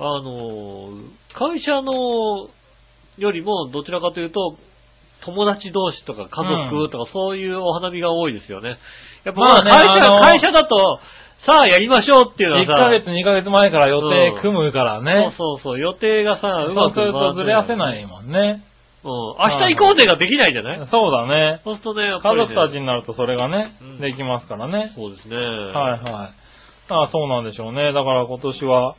Speaker 2: あの、会社のよりも、どちらかというと、友達同士とか家族とか、そういうお花見が多いですよね。やっぱ、
Speaker 3: まあね
Speaker 2: 会社、
Speaker 3: あの
Speaker 2: 会社だと、さあやりましょうっていうのは
Speaker 3: 1
Speaker 2: さ、
Speaker 3: ヶ月、2ヶ月前から予定組むからね。
Speaker 2: そうそうそう、予定がさ、う
Speaker 3: そ
Speaker 2: ま
Speaker 3: う
Speaker 2: く。
Speaker 3: するとずれ合わせないいもんね。
Speaker 2: うん。明日行こうぜができないじゃない
Speaker 3: そうだね。
Speaker 2: そうするとね、やっぱ
Speaker 3: 家
Speaker 2: りね
Speaker 3: 族たちになるとそれがね、
Speaker 2: うん
Speaker 3: できますからね。
Speaker 2: そうですね。
Speaker 3: はいはい。ああ、そうなんでしょうね。だから今年は、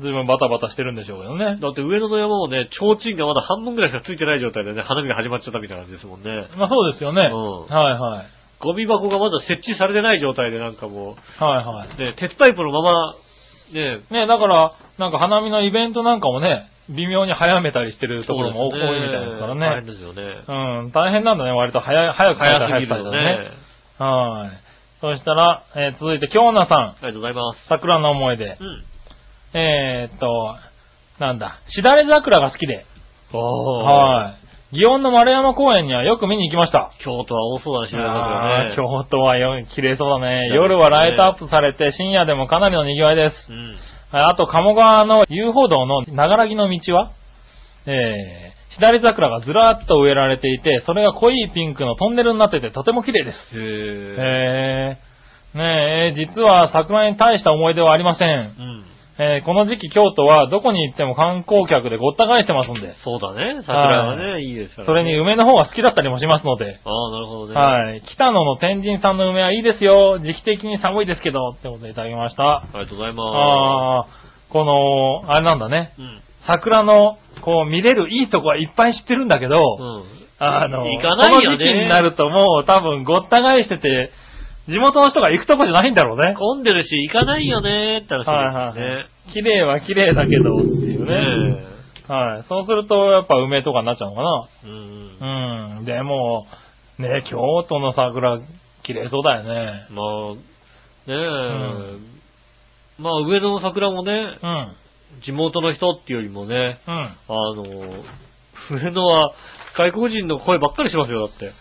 Speaker 3: ずいぶんバタバタしてるんでしょうけどね。
Speaker 2: だって上野の山もね、提灯がまだ半分ぐらいしかついてない状態でね、花見が始まっちゃったみたいな感じですもんね。
Speaker 3: まあそうですよね。
Speaker 2: うん
Speaker 3: はいはい。
Speaker 2: ゴミ箱がまだ設置されてない状態でなんかも
Speaker 3: はいは
Speaker 2: う、ね、鉄パイプのまま、ね、
Speaker 3: い。ねだから、なんか花見のイベントなんかもね、微妙に早めたりしてるところも多
Speaker 2: そ
Speaker 3: いうみたいですから
Speaker 2: 大変
Speaker 3: ね。
Speaker 2: ですよね。
Speaker 3: うん、大変なんだね、割と早い、早く帰ったら
Speaker 2: 早すぎ
Speaker 3: 帰
Speaker 2: る
Speaker 3: った
Speaker 2: よ
Speaker 3: り
Speaker 2: ね。
Speaker 3: ね。はい。そしたら、えー続いて、京奈さん、
Speaker 2: ありがとうございます。
Speaker 3: 桜の思い出
Speaker 2: う。ん。
Speaker 3: えーっと、なんだ、しだれ桜が好きで、
Speaker 2: は
Speaker 3: はい。祇園の丸山公園にはよく見に行きました。
Speaker 2: い。京都は多そうだな、知ら
Speaker 3: あ
Speaker 2: な
Speaker 3: ー
Speaker 2: いからね。
Speaker 3: 京都はよ綺麗そうだね。
Speaker 2: そうですね
Speaker 3: 夜はライトアップされて、深夜でもかなりの賑わいで
Speaker 2: う
Speaker 3: す。
Speaker 2: ん。
Speaker 3: ああと、鴨川の遊歩道の長らぎの道は、えー、左桜がずらっと植えられていて、それが濃いピンクのトンネルになってて、とても綺麗です。
Speaker 2: へ
Speaker 3: えー、ねえ、実は桜に大した思い出はありません
Speaker 2: ー。。うん。
Speaker 3: えー、この時期京都はどこに行っても観光客でごった返してますんで、
Speaker 2: そうだね。桜は
Speaker 3: は
Speaker 2: ね、いいですからね
Speaker 3: それに梅の方が好きだったりもしますので、
Speaker 2: ああ、なるほどね。い。
Speaker 3: はい。北野の天神さんの梅はいいですよ。時期的に寒いですけど、ってことでいただきました。
Speaker 2: ありがとうございま
Speaker 3: ああー、この、あれなんだね。
Speaker 2: す。うん。
Speaker 3: 桜の、こう見れるいいとこはいっぱい知ってるんだけど、
Speaker 2: うん。
Speaker 3: あの、
Speaker 2: 行かないよね
Speaker 3: この時期になるともう多分ごった返してて、地元の人が行くとこじゃないんだろうね。
Speaker 2: 混んでるし、行かないよねーって話
Speaker 3: はい
Speaker 2: で
Speaker 3: はいはい。綺麗は綺麗だけど、ってい
Speaker 2: すね。
Speaker 3: うね。
Speaker 2: ね
Speaker 3: はい。そうすると、やっぱ梅とかになっちゃうのか
Speaker 2: え。うん。
Speaker 3: な。うん。でも、ね、京都の桜、綺麗そうだよね。
Speaker 2: まあ、ねえ、
Speaker 3: ん
Speaker 2: まあ上野の桜もね、
Speaker 3: うん。
Speaker 2: 地元の人っていうよりもね、
Speaker 3: うん。
Speaker 2: あの、上野は外国人の声ばっかりしますよ、だって。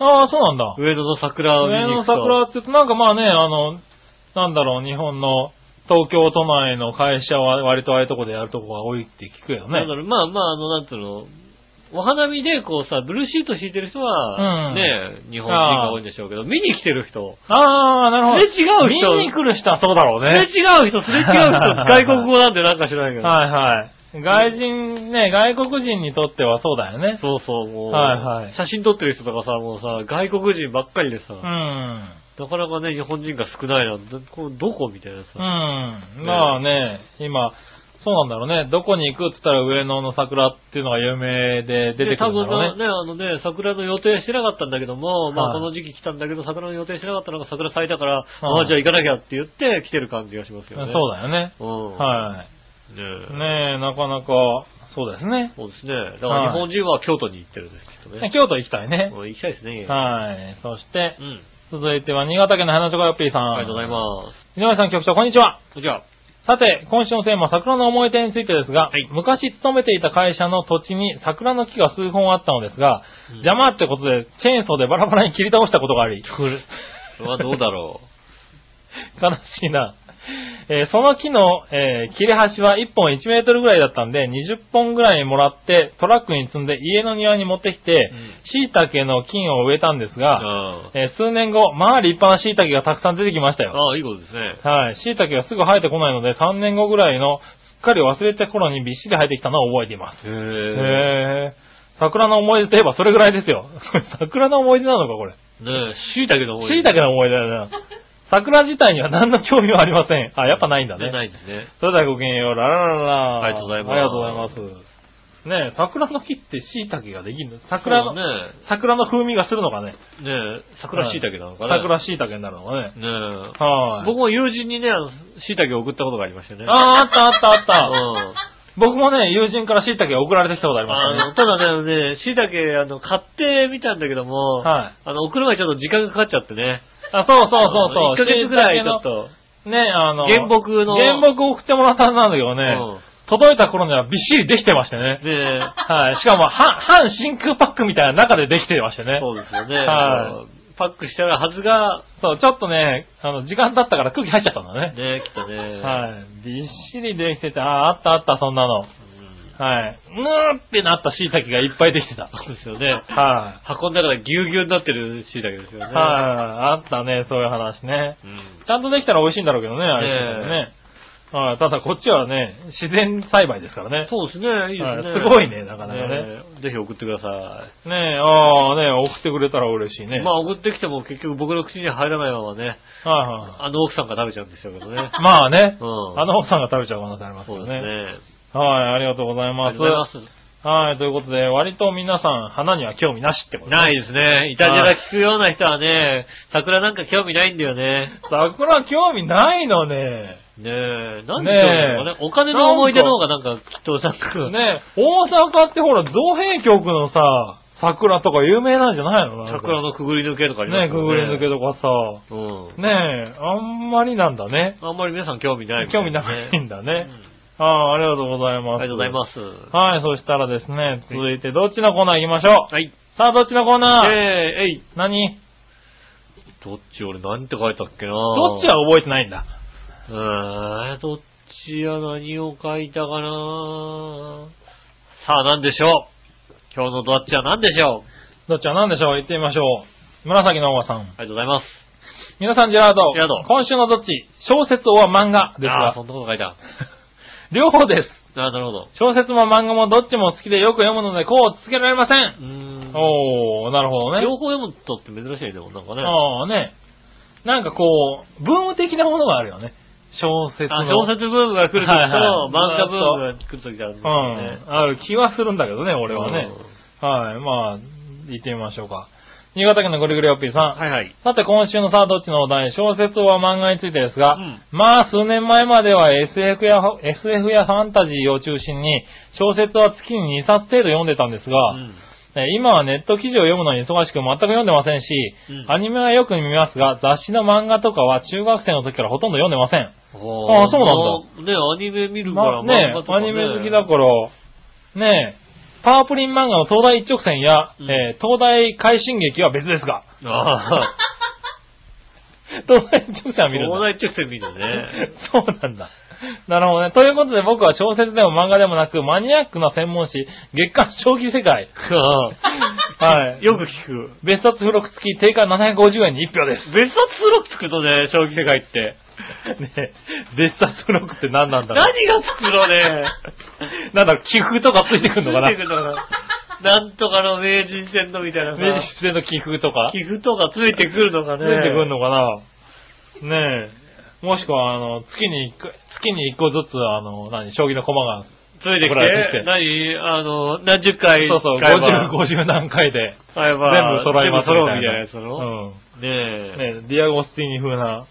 Speaker 3: ああ、そうなんだ。
Speaker 2: 上野の桜を見
Speaker 3: 上
Speaker 2: に行
Speaker 3: の
Speaker 2: くと。
Speaker 3: 桜って言うと、なんかまあね、あの、なんだろう、日本の東京都内の会社は割とああいうとこでやるとこが多いって聞くよね。
Speaker 2: なんだろう、まあまあ、あの、なんつうの、お花見でこうさ、ブルーシート敷いてる人は、
Speaker 3: うん
Speaker 2: ね、日本人が多いんでしょうけど、見に来てる人、
Speaker 3: ああ、なるほど。
Speaker 2: すれ違う人
Speaker 3: 見に来る人はそうだろう
Speaker 2: すれ
Speaker 3: ね。
Speaker 2: 違う人、すれ違う人、外国語なんてなんか知らないけ
Speaker 3: <laughs>
Speaker 2: ど。
Speaker 3: はいはい。外人、ね、外国人にとってはそうだよね。
Speaker 2: そうそう、もう、
Speaker 3: はいはい
Speaker 2: 写真撮ってる人とかさ、もうさ、外国人ばっかりでさ、
Speaker 3: うん。うん。
Speaker 2: なかなかね、日本人が少ないな、どこどこみたいなさ、
Speaker 3: まあね、今、そうなんだろうね。どこに行くって言ったら上野の桜っていうのが有名で出てくる
Speaker 2: で
Speaker 3: んだ
Speaker 2: 多
Speaker 3: ろう
Speaker 2: 分
Speaker 3: ね。
Speaker 2: ね、あのね、桜の予定してなかったんだけども、ま
Speaker 3: は
Speaker 2: あ
Speaker 3: い
Speaker 2: この時期来たんだけど、桜の予定してなかったのが桜咲いたから、
Speaker 3: はい
Speaker 2: ああ、じゃあ行かなきゃって言って来てる感じがします
Speaker 3: そ
Speaker 2: よね。
Speaker 3: うだよね。
Speaker 2: う。うん。。
Speaker 3: はい
Speaker 2: ね
Speaker 3: い。
Speaker 2: え
Speaker 3: ねえ、なかなか、そうですね。
Speaker 2: そうですね。だから日本人は京都に行ってるんです、きっとね。
Speaker 3: 京都行きたいね。
Speaker 2: もう行きたいですね。
Speaker 3: はい。そして
Speaker 2: う、ん。
Speaker 3: 続いては新潟県の花チョコヨッピーさん。。
Speaker 2: ありがとうございます
Speaker 3: 井上さん局長、こんにちは。
Speaker 2: す。じゃあ、
Speaker 3: さて、今週のテーマ、桜の思い出についてですが、
Speaker 2: はい
Speaker 3: 昔勤めていた会社の土地に桜の木が数本あったのですが、
Speaker 2: うん
Speaker 3: 邪魔ってことで、チェーンソーでバラバラに切り倒したことがあり、
Speaker 2: これ、はどうだろ
Speaker 3: <laughs> 悲しいな。えーその木の、えー切れ端は1本1メートルぐらいだったんで、20本ぐらいもらって、トラックに積んで家の庭に持ってきて
Speaker 2: うん、
Speaker 3: 椎茸の菌を植えたんです
Speaker 2: う。
Speaker 3: が、
Speaker 2: あ
Speaker 3: えー数年後、まあ立派な椎茸がたくさん出てきましたよ。
Speaker 2: あ、いいことですね。
Speaker 3: はい。椎茸がすぐ生えてこないので、3年後ぐらいの、すっかり忘れた頃にびっしり生えてきたのを覚えています。
Speaker 2: へえ。
Speaker 3: へー。桜の思い出といえばそれぐらいですよ。 <laughs> 桜の思い出なのか、これ。
Speaker 2: ねえ、椎茸の思い
Speaker 3: 椎茸の思い出
Speaker 2: <laughs>
Speaker 3: だな。桜自体には何の興味もありません。あ、やっぱないんだ
Speaker 2: ね
Speaker 3: ね。
Speaker 2: ないですね。
Speaker 3: それではごきげんよう、ララララ。
Speaker 2: ありがとうございます
Speaker 3: ありがとうございます。ねえ、桜の木って椎茸ができるの桜の、
Speaker 2: そうね
Speaker 3: 桜の風味がするのかね。
Speaker 2: ねえ、桜椎茸なのかな
Speaker 3: 桜椎茸になるのかね。
Speaker 2: ねえ。
Speaker 3: はい。
Speaker 2: 僕も友人にね、あの椎茸を送ったことがありましたね。
Speaker 3: あー、あったあったあった。
Speaker 2: うん。
Speaker 3: 僕もね、友人から椎茸が送られてきたことありました
Speaker 2: あ
Speaker 3: ね
Speaker 2: の、。ただね、ね、椎茸、あの、買ってみたんだけども、
Speaker 3: はい。
Speaker 2: あの、送る前にちょっと時間がかかっちゃってね。
Speaker 3: あ、そうそうそうそう。
Speaker 2: 1ヶ月ぐらい
Speaker 3: 椎
Speaker 2: ちょっ
Speaker 3: 茸
Speaker 2: と、
Speaker 3: の。ね、あの、
Speaker 2: 原木の。
Speaker 3: 原木を送ってもらったはずなんだけど
Speaker 2: う
Speaker 3: ね
Speaker 2: ん、
Speaker 3: 届いた頃にはびっしりできてましてね。
Speaker 2: ね
Speaker 3: はい。しかも、半、半真空パックみたいな中でできてましてね。
Speaker 2: そうですよね。
Speaker 3: は
Speaker 2: パックしたらはずが、
Speaker 3: そう、ちょっとね、あの、時間経ったから空気入っちゃったんだね。
Speaker 2: ね、きっとね。
Speaker 3: はい。びっしりできてて、ああー、あったあった、そんなの。
Speaker 2: うん
Speaker 3: はい。ぬーってなった椎茸がいっぱいできてた。
Speaker 2: そうですよね。
Speaker 3: は
Speaker 2: 運んだからぎゅうぎゅうになってる椎茸ですよ
Speaker 3: い。はい
Speaker 2: ね。。
Speaker 3: あったね、そういう話ね。
Speaker 2: うん
Speaker 3: ちゃんとできたら美味しいんだろうけどね、あれね。はいただこっちはね、自然栽培ですからね。
Speaker 2: そうですね、いいですね。
Speaker 3: はいすごいねなかなかね
Speaker 2: え。ぜひ送ってください。
Speaker 3: ねえ、ああね、送ってくれたら嬉しいね。
Speaker 2: まあ送ってきても結局僕の口に入らないままね、
Speaker 3: あ、はいはい
Speaker 2: あの奥さんが食べちゃうんでしょうけど <laughs> ね。
Speaker 3: まあね、
Speaker 2: うん
Speaker 3: あの奥さんが食べちゃう可能性あります
Speaker 2: そ
Speaker 3: よ
Speaker 2: うです
Speaker 3: ね。
Speaker 2: ね。
Speaker 3: はい、ありがとうござい
Speaker 2: あ
Speaker 3: ま
Speaker 2: りがとうご
Speaker 3: す。
Speaker 2: ざいます。
Speaker 3: はい、ということで、割と皆さん、花には興味なしってことね
Speaker 2: ないですね。イタジェラ聞くような人はね、桜なんか興味ないんだよね。
Speaker 3: 桜興味ないのね。
Speaker 2: ねえ、なんでしょうね
Speaker 3: ねえ
Speaker 2: お金の思い出の方がなんかきっとなんか、
Speaker 3: ねえ大阪ってほら、造幣局のさ、桜とか有名なんじゃないのなんか
Speaker 2: 桜のくぐり抜けとかあります
Speaker 3: ねえ、くぐり抜け
Speaker 2: ど。
Speaker 3: とかさ、
Speaker 2: う
Speaker 3: ねえ、あんまりなんだね。
Speaker 2: ん。あんまり皆さん興味ないみた
Speaker 3: 興
Speaker 2: で
Speaker 3: 味
Speaker 2: す
Speaker 3: な
Speaker 2: ね、
Speaker 3: いんだね。
Speaker 2: うん
Speaker 3: ああ、ありがとうございます。。
Speaker 2: ありがとうございますす。は
Speaker 3: はい、そしたらですね、続いてどっちのコーナー行きましょう。
Speaker 2: い。
Speaker 3: さあ、どっちのコーナー、
Speaker 2: えー、えい。
Speaker 3: 何
Speaker 2: どっち俺何て書いたっけな
Speaker 3: どっちは覚えてないんだ。
Speaker 2: うーん、どっちや何を書いたかなさあ、何でしょう今日のどっちは何でしょう
Speaker 3: どっちは何でしょう行ってみましょう。紫のおばさん。
Speaker 2: ありがとうございます。
Speaker 3: 皆さん、ジェラード。
Speaker 2: ジェラード
Speaker 3: 今週のどっち小説は漫画です
Speaker 2: ああー、
Speaker 3: が
Speaker 2: そ、んなこと書いた。
Speaker 3: 両方です。
Speaker 2: ああ、なるほど。
Speaker 3: 小説も漫画もどっちも好きでよく読むので、こうつけられませ。
Speaker 2: うんーん。
Speaker 3: おー、なるほどね。
Speaker 2: 両方読むとって珍しいね、でもなんかね。
Speaker 3: ああね。なんかこう、ブーム的なものがあるよね。小説の。
Speaker 2: あ小説ブームが来るときと、
Speaker 3: はいはい
Speaker 2: 漫画ブームが来るときがあるんです
Speaker 3: うん。
Speaker 2: よね。
Speaker 3: ある気はするんだけどね、俺はね。はい。まあ、行ってみましょうか。新潟県のゴリゴリオッピーさん。
Speaker 2: うん。はいはい。
Speaker 3: さて、今週のさあどっちのお題、小説は漫画についてですが、
Speaker 2: うん
Speaker 3: まあ、数年前までは SF や、SF やファンタジーを中心に、小説は月に2冊程度読んでたんですが、
Speaker 2: うん
Speaker 3: え今はネット記事を読むのに忙しく全く読んでませんし、
Speaker 2: うん
Speaker 3: アニメはよく見ますが、雑誌の漫画とかは中学生の時からほとんど読んでません。
Speaker 2: あ
Speaker 3: あーそ
Speaker 2: な
Speaker 3: う
Speaker 2: んだ。ね、アニメ見るか
Speaker 3: ま
Speaker 2: ら
Speaker 3: あ、ね
Speaker 2: 漫画と
Speaker 3: ア
Speaker 2: かね
Speaker 3: ニメ好きだから、ねパープリン漫画の東大一直線や、
Speaker 2: うん
Speaker 3: えー東大快進撃は別ですが、
Speaker 2: あ
Speaker 3: <laughs> 東大直線は見るん
Speaker 2: 東
Speaker 3: だ。
Speaker 2: 大直線見るね。
Speaker 3: <laughs> そうなんだ。なるほどね。ということで僕は小説でも漫画でもなく、マニアックな専門誌、月刊将棋世
Speaker 2: <laughs>
Speaker 3: 界。はい。
Speaker 2: よく聞く。
Speaker 3: ベスト付録付き定価750円に1票です。
Speaker 2: 別冊付録つくのね、将棋世界って。
Speaker 3: ねベスト付録って何なんだ
Speaker 2: 何
Speaker 3: ろ
Speaker 2: がつくのね。
Speaker 3: う。なんだろう、寄付とかついてくんのかな
Speaker 2: ついてくんのかななんとかの名人戦のみたいなさ。
Speaker 3: 明治出演の寄付とか。
Speaker 2: 寄付とかついてくるのかね。
Speaker 3: ついてくんのかなねえ。もしくは、あの、月に1個、月に一個ずつ、あの、何、将棋の駒が、
Speaker 2: ついてき
Speaker 3: 送られてき
Speaker 2: て
Speaker 3: て。
Speaker 2: 何あの、何十回
Speaker 3: そうそう、
Speaker 2: 買えば
Speaker 3: 50、50何回で、
Speaker 2: 買えば
Speaker 3: 全部揃います
Speaker 2: 全部揃
Speaker 3: み
Speaker 2: う
Speaker 3: た
Speaker 2: み
Speaker 3: い
Speaker 2: たいな
Speaker 3: な。
Speaker 2: やつなのねえ
Speaker 3: うん。ねえディアゴスティーニ風な、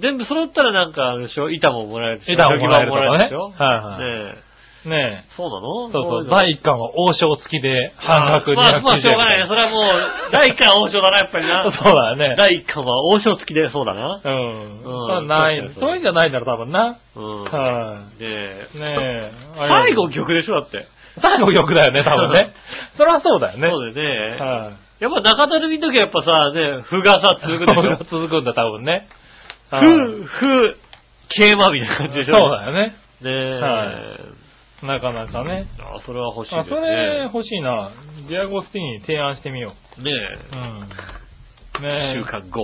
Speaker 2: 全部揃ったらなんか、あれでしょ板ももらえるでしょ
Speaker 3: 板ももらえるとか
Speaker 2: 定
Speaker 3: ね
Speaker 2: 規盤もらえるでしょねえ
Speaker 3: ね
Speaker 2: そうなの
Speaker 3: え。そうそう、
Speaker 2: い
Speaker 3: 第1巻は王将付きで、半額290円。
Speaker 2: まあ、まあ、しょうがないね。それはもう、第1巻王将だな、やっぱりな。
Speaker 3: <laughs> そうだね。
Speaker 2: 第1巻は王将付きで、そうだな。
Speaker 3: うん。
Speaker 2: ん
Speaker 3: そうない
Speaker 2: 確かにそうだね。
Speaker 3: そういうんじゃないんだろ、多分な。
Speaker 2: うん。
Speaker 3: は
Speaker 2: ねえ
Speaker 3: い。ねえ。
Speaker 2: <laughs> 最後曲でしょ、だって。
Speaker 3: 最後曲だよね、多分ね。そりゃそうだよね。
Speaker 2: そうだよね。
Speaker 3: はい。
Speaker 2: やっぱ中だるみの時はやっぱさ、ね、歩がさ、続く
Speaker 3: <laughs>
Speaker 2: でしょ。
Speaker 3: 続くんだ、多分ね。
Speaker 2: ふ、ふ、桂馬みたいな感じでしょ。
Speaker 3: そうだよね。
Speaker 2: ねえ。
Speaker 3: はいなかなかね。
Speaker 2: あ、それは欲しいで
Speaker 3: あ、
Speaker 2: す
Speaker 3: それ
Speaker 2: ね。
Speaker 3: 欲しいな。ディアゴスティーニに提案してみよ
Speaker 2: ね
Speaker 3: う。うん。
Speaker 2: え。
Speaker 3: ね
Speaker 2: 週刊5。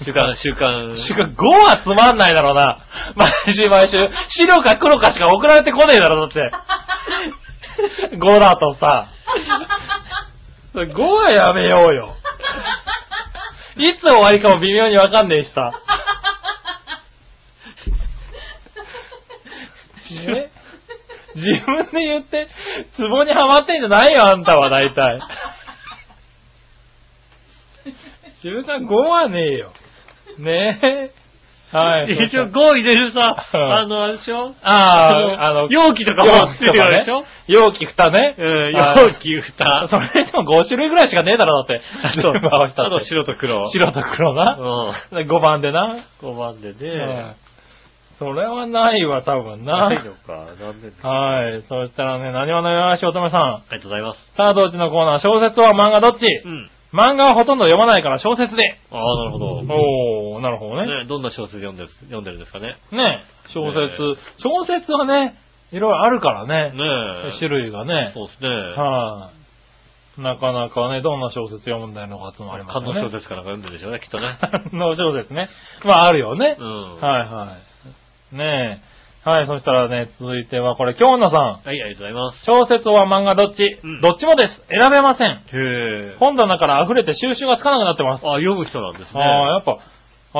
Speaker 3: 週
Speaker 2: 週
Speaker 3: 刊
Speaker 2: 刊、週刊。
Speaker 3: 週刊5はつまんないだろうな。毎週毎週、白か黒かしか送られてこねえだろ、だって。5だとさ。5はやめようよ。いつ終わりかも微妙にわかんねえしさ。ね自分で言って、ツボにはまってんじゃないよ、あんたは、大体。自分が5はねえよ。ねえ。はい。
Speaker 2: <laughs> 一応5
Speaker 3: 5。
Speaker 2: 入れるさ、
Speaker 3: うん
Speaker 2: あの、あれでしょ
Speaker 3: ああ、あの、
Speaker 2: 容器とかもついてるやつでしょ
Speaker 3: 容器蓋ね。
Speaker 2: うん
Speaker 3: はい
Speaker 2: 容器蓋
Speaker 3: それでも5種類ぐらいしかねえだろ、だって。
Speaker 2: そう
Speaker 3: 全部合わせた
Speaker 2: あ
Speaker 3: っ
Speaker 2: と
Speaker 3: て
Speaker 2: 白と黒。
Speaker 3: 白と黒な。
Speaker 2: う
Speaker 3: 5番でな。
Speaker 2: ん。5番で
Speaker 3: うん
Speaker 2: ね。
Speaker 3: それはないわ、多分な。
Speaker 2: ないのか、残念。あ
Speaker 3: はい。そしたらね、何話のよしおとめさん。
Speaker 2: りがとうございます。
Speaker 3: さあ、どっちのコーナー小説は漫画どっち、
Speaker 2: うん。
Speaker 3: 漫画はほとんど読まないから小説で。
Speaker 2: ああ、なるほど。
Speaker 3: おー、なるほどね。
Speaker 2: ねどんな小説読んでる読んでるんですかね。
Speaker 3: ね小説、
Speaker 2: ね
Speaker 3: 小説はね、いろいろあるからね。
Speaker 2: ねえ。
Speaker 3: 種類がね。
Speaker 2: そうですね。
Speaker 3: はい、なかなかね、どんな小説読むんだよのかってのもありますよ
Speaker 2: 観
Speaker 3: ね。
Speaker 2: 音小説かなんか読んでるでしょうね、きっと
Speaker 3: <laughs>
Speaker 2: ね。
Speaker 3: 感動小説ね。まあ、あるよね。
Speaker 2: うん。は
Speaker 3: はいはい。ねえ。はい、そしたらね、続いてはこれ、京奈さん。
Speaker 2: い、ありがとうございます。
Speaker 3: 小説は漫画どっち、
Speaker 2: うん
Speaker 3: どっちもです。選べません。
Speaker 2: へえ。
Speaker 3: 本棚から溢れて収集がつかなくなってます。
Speaker 2: あ、読む人なんですね。
Speaker 3: ああ、やっぱ、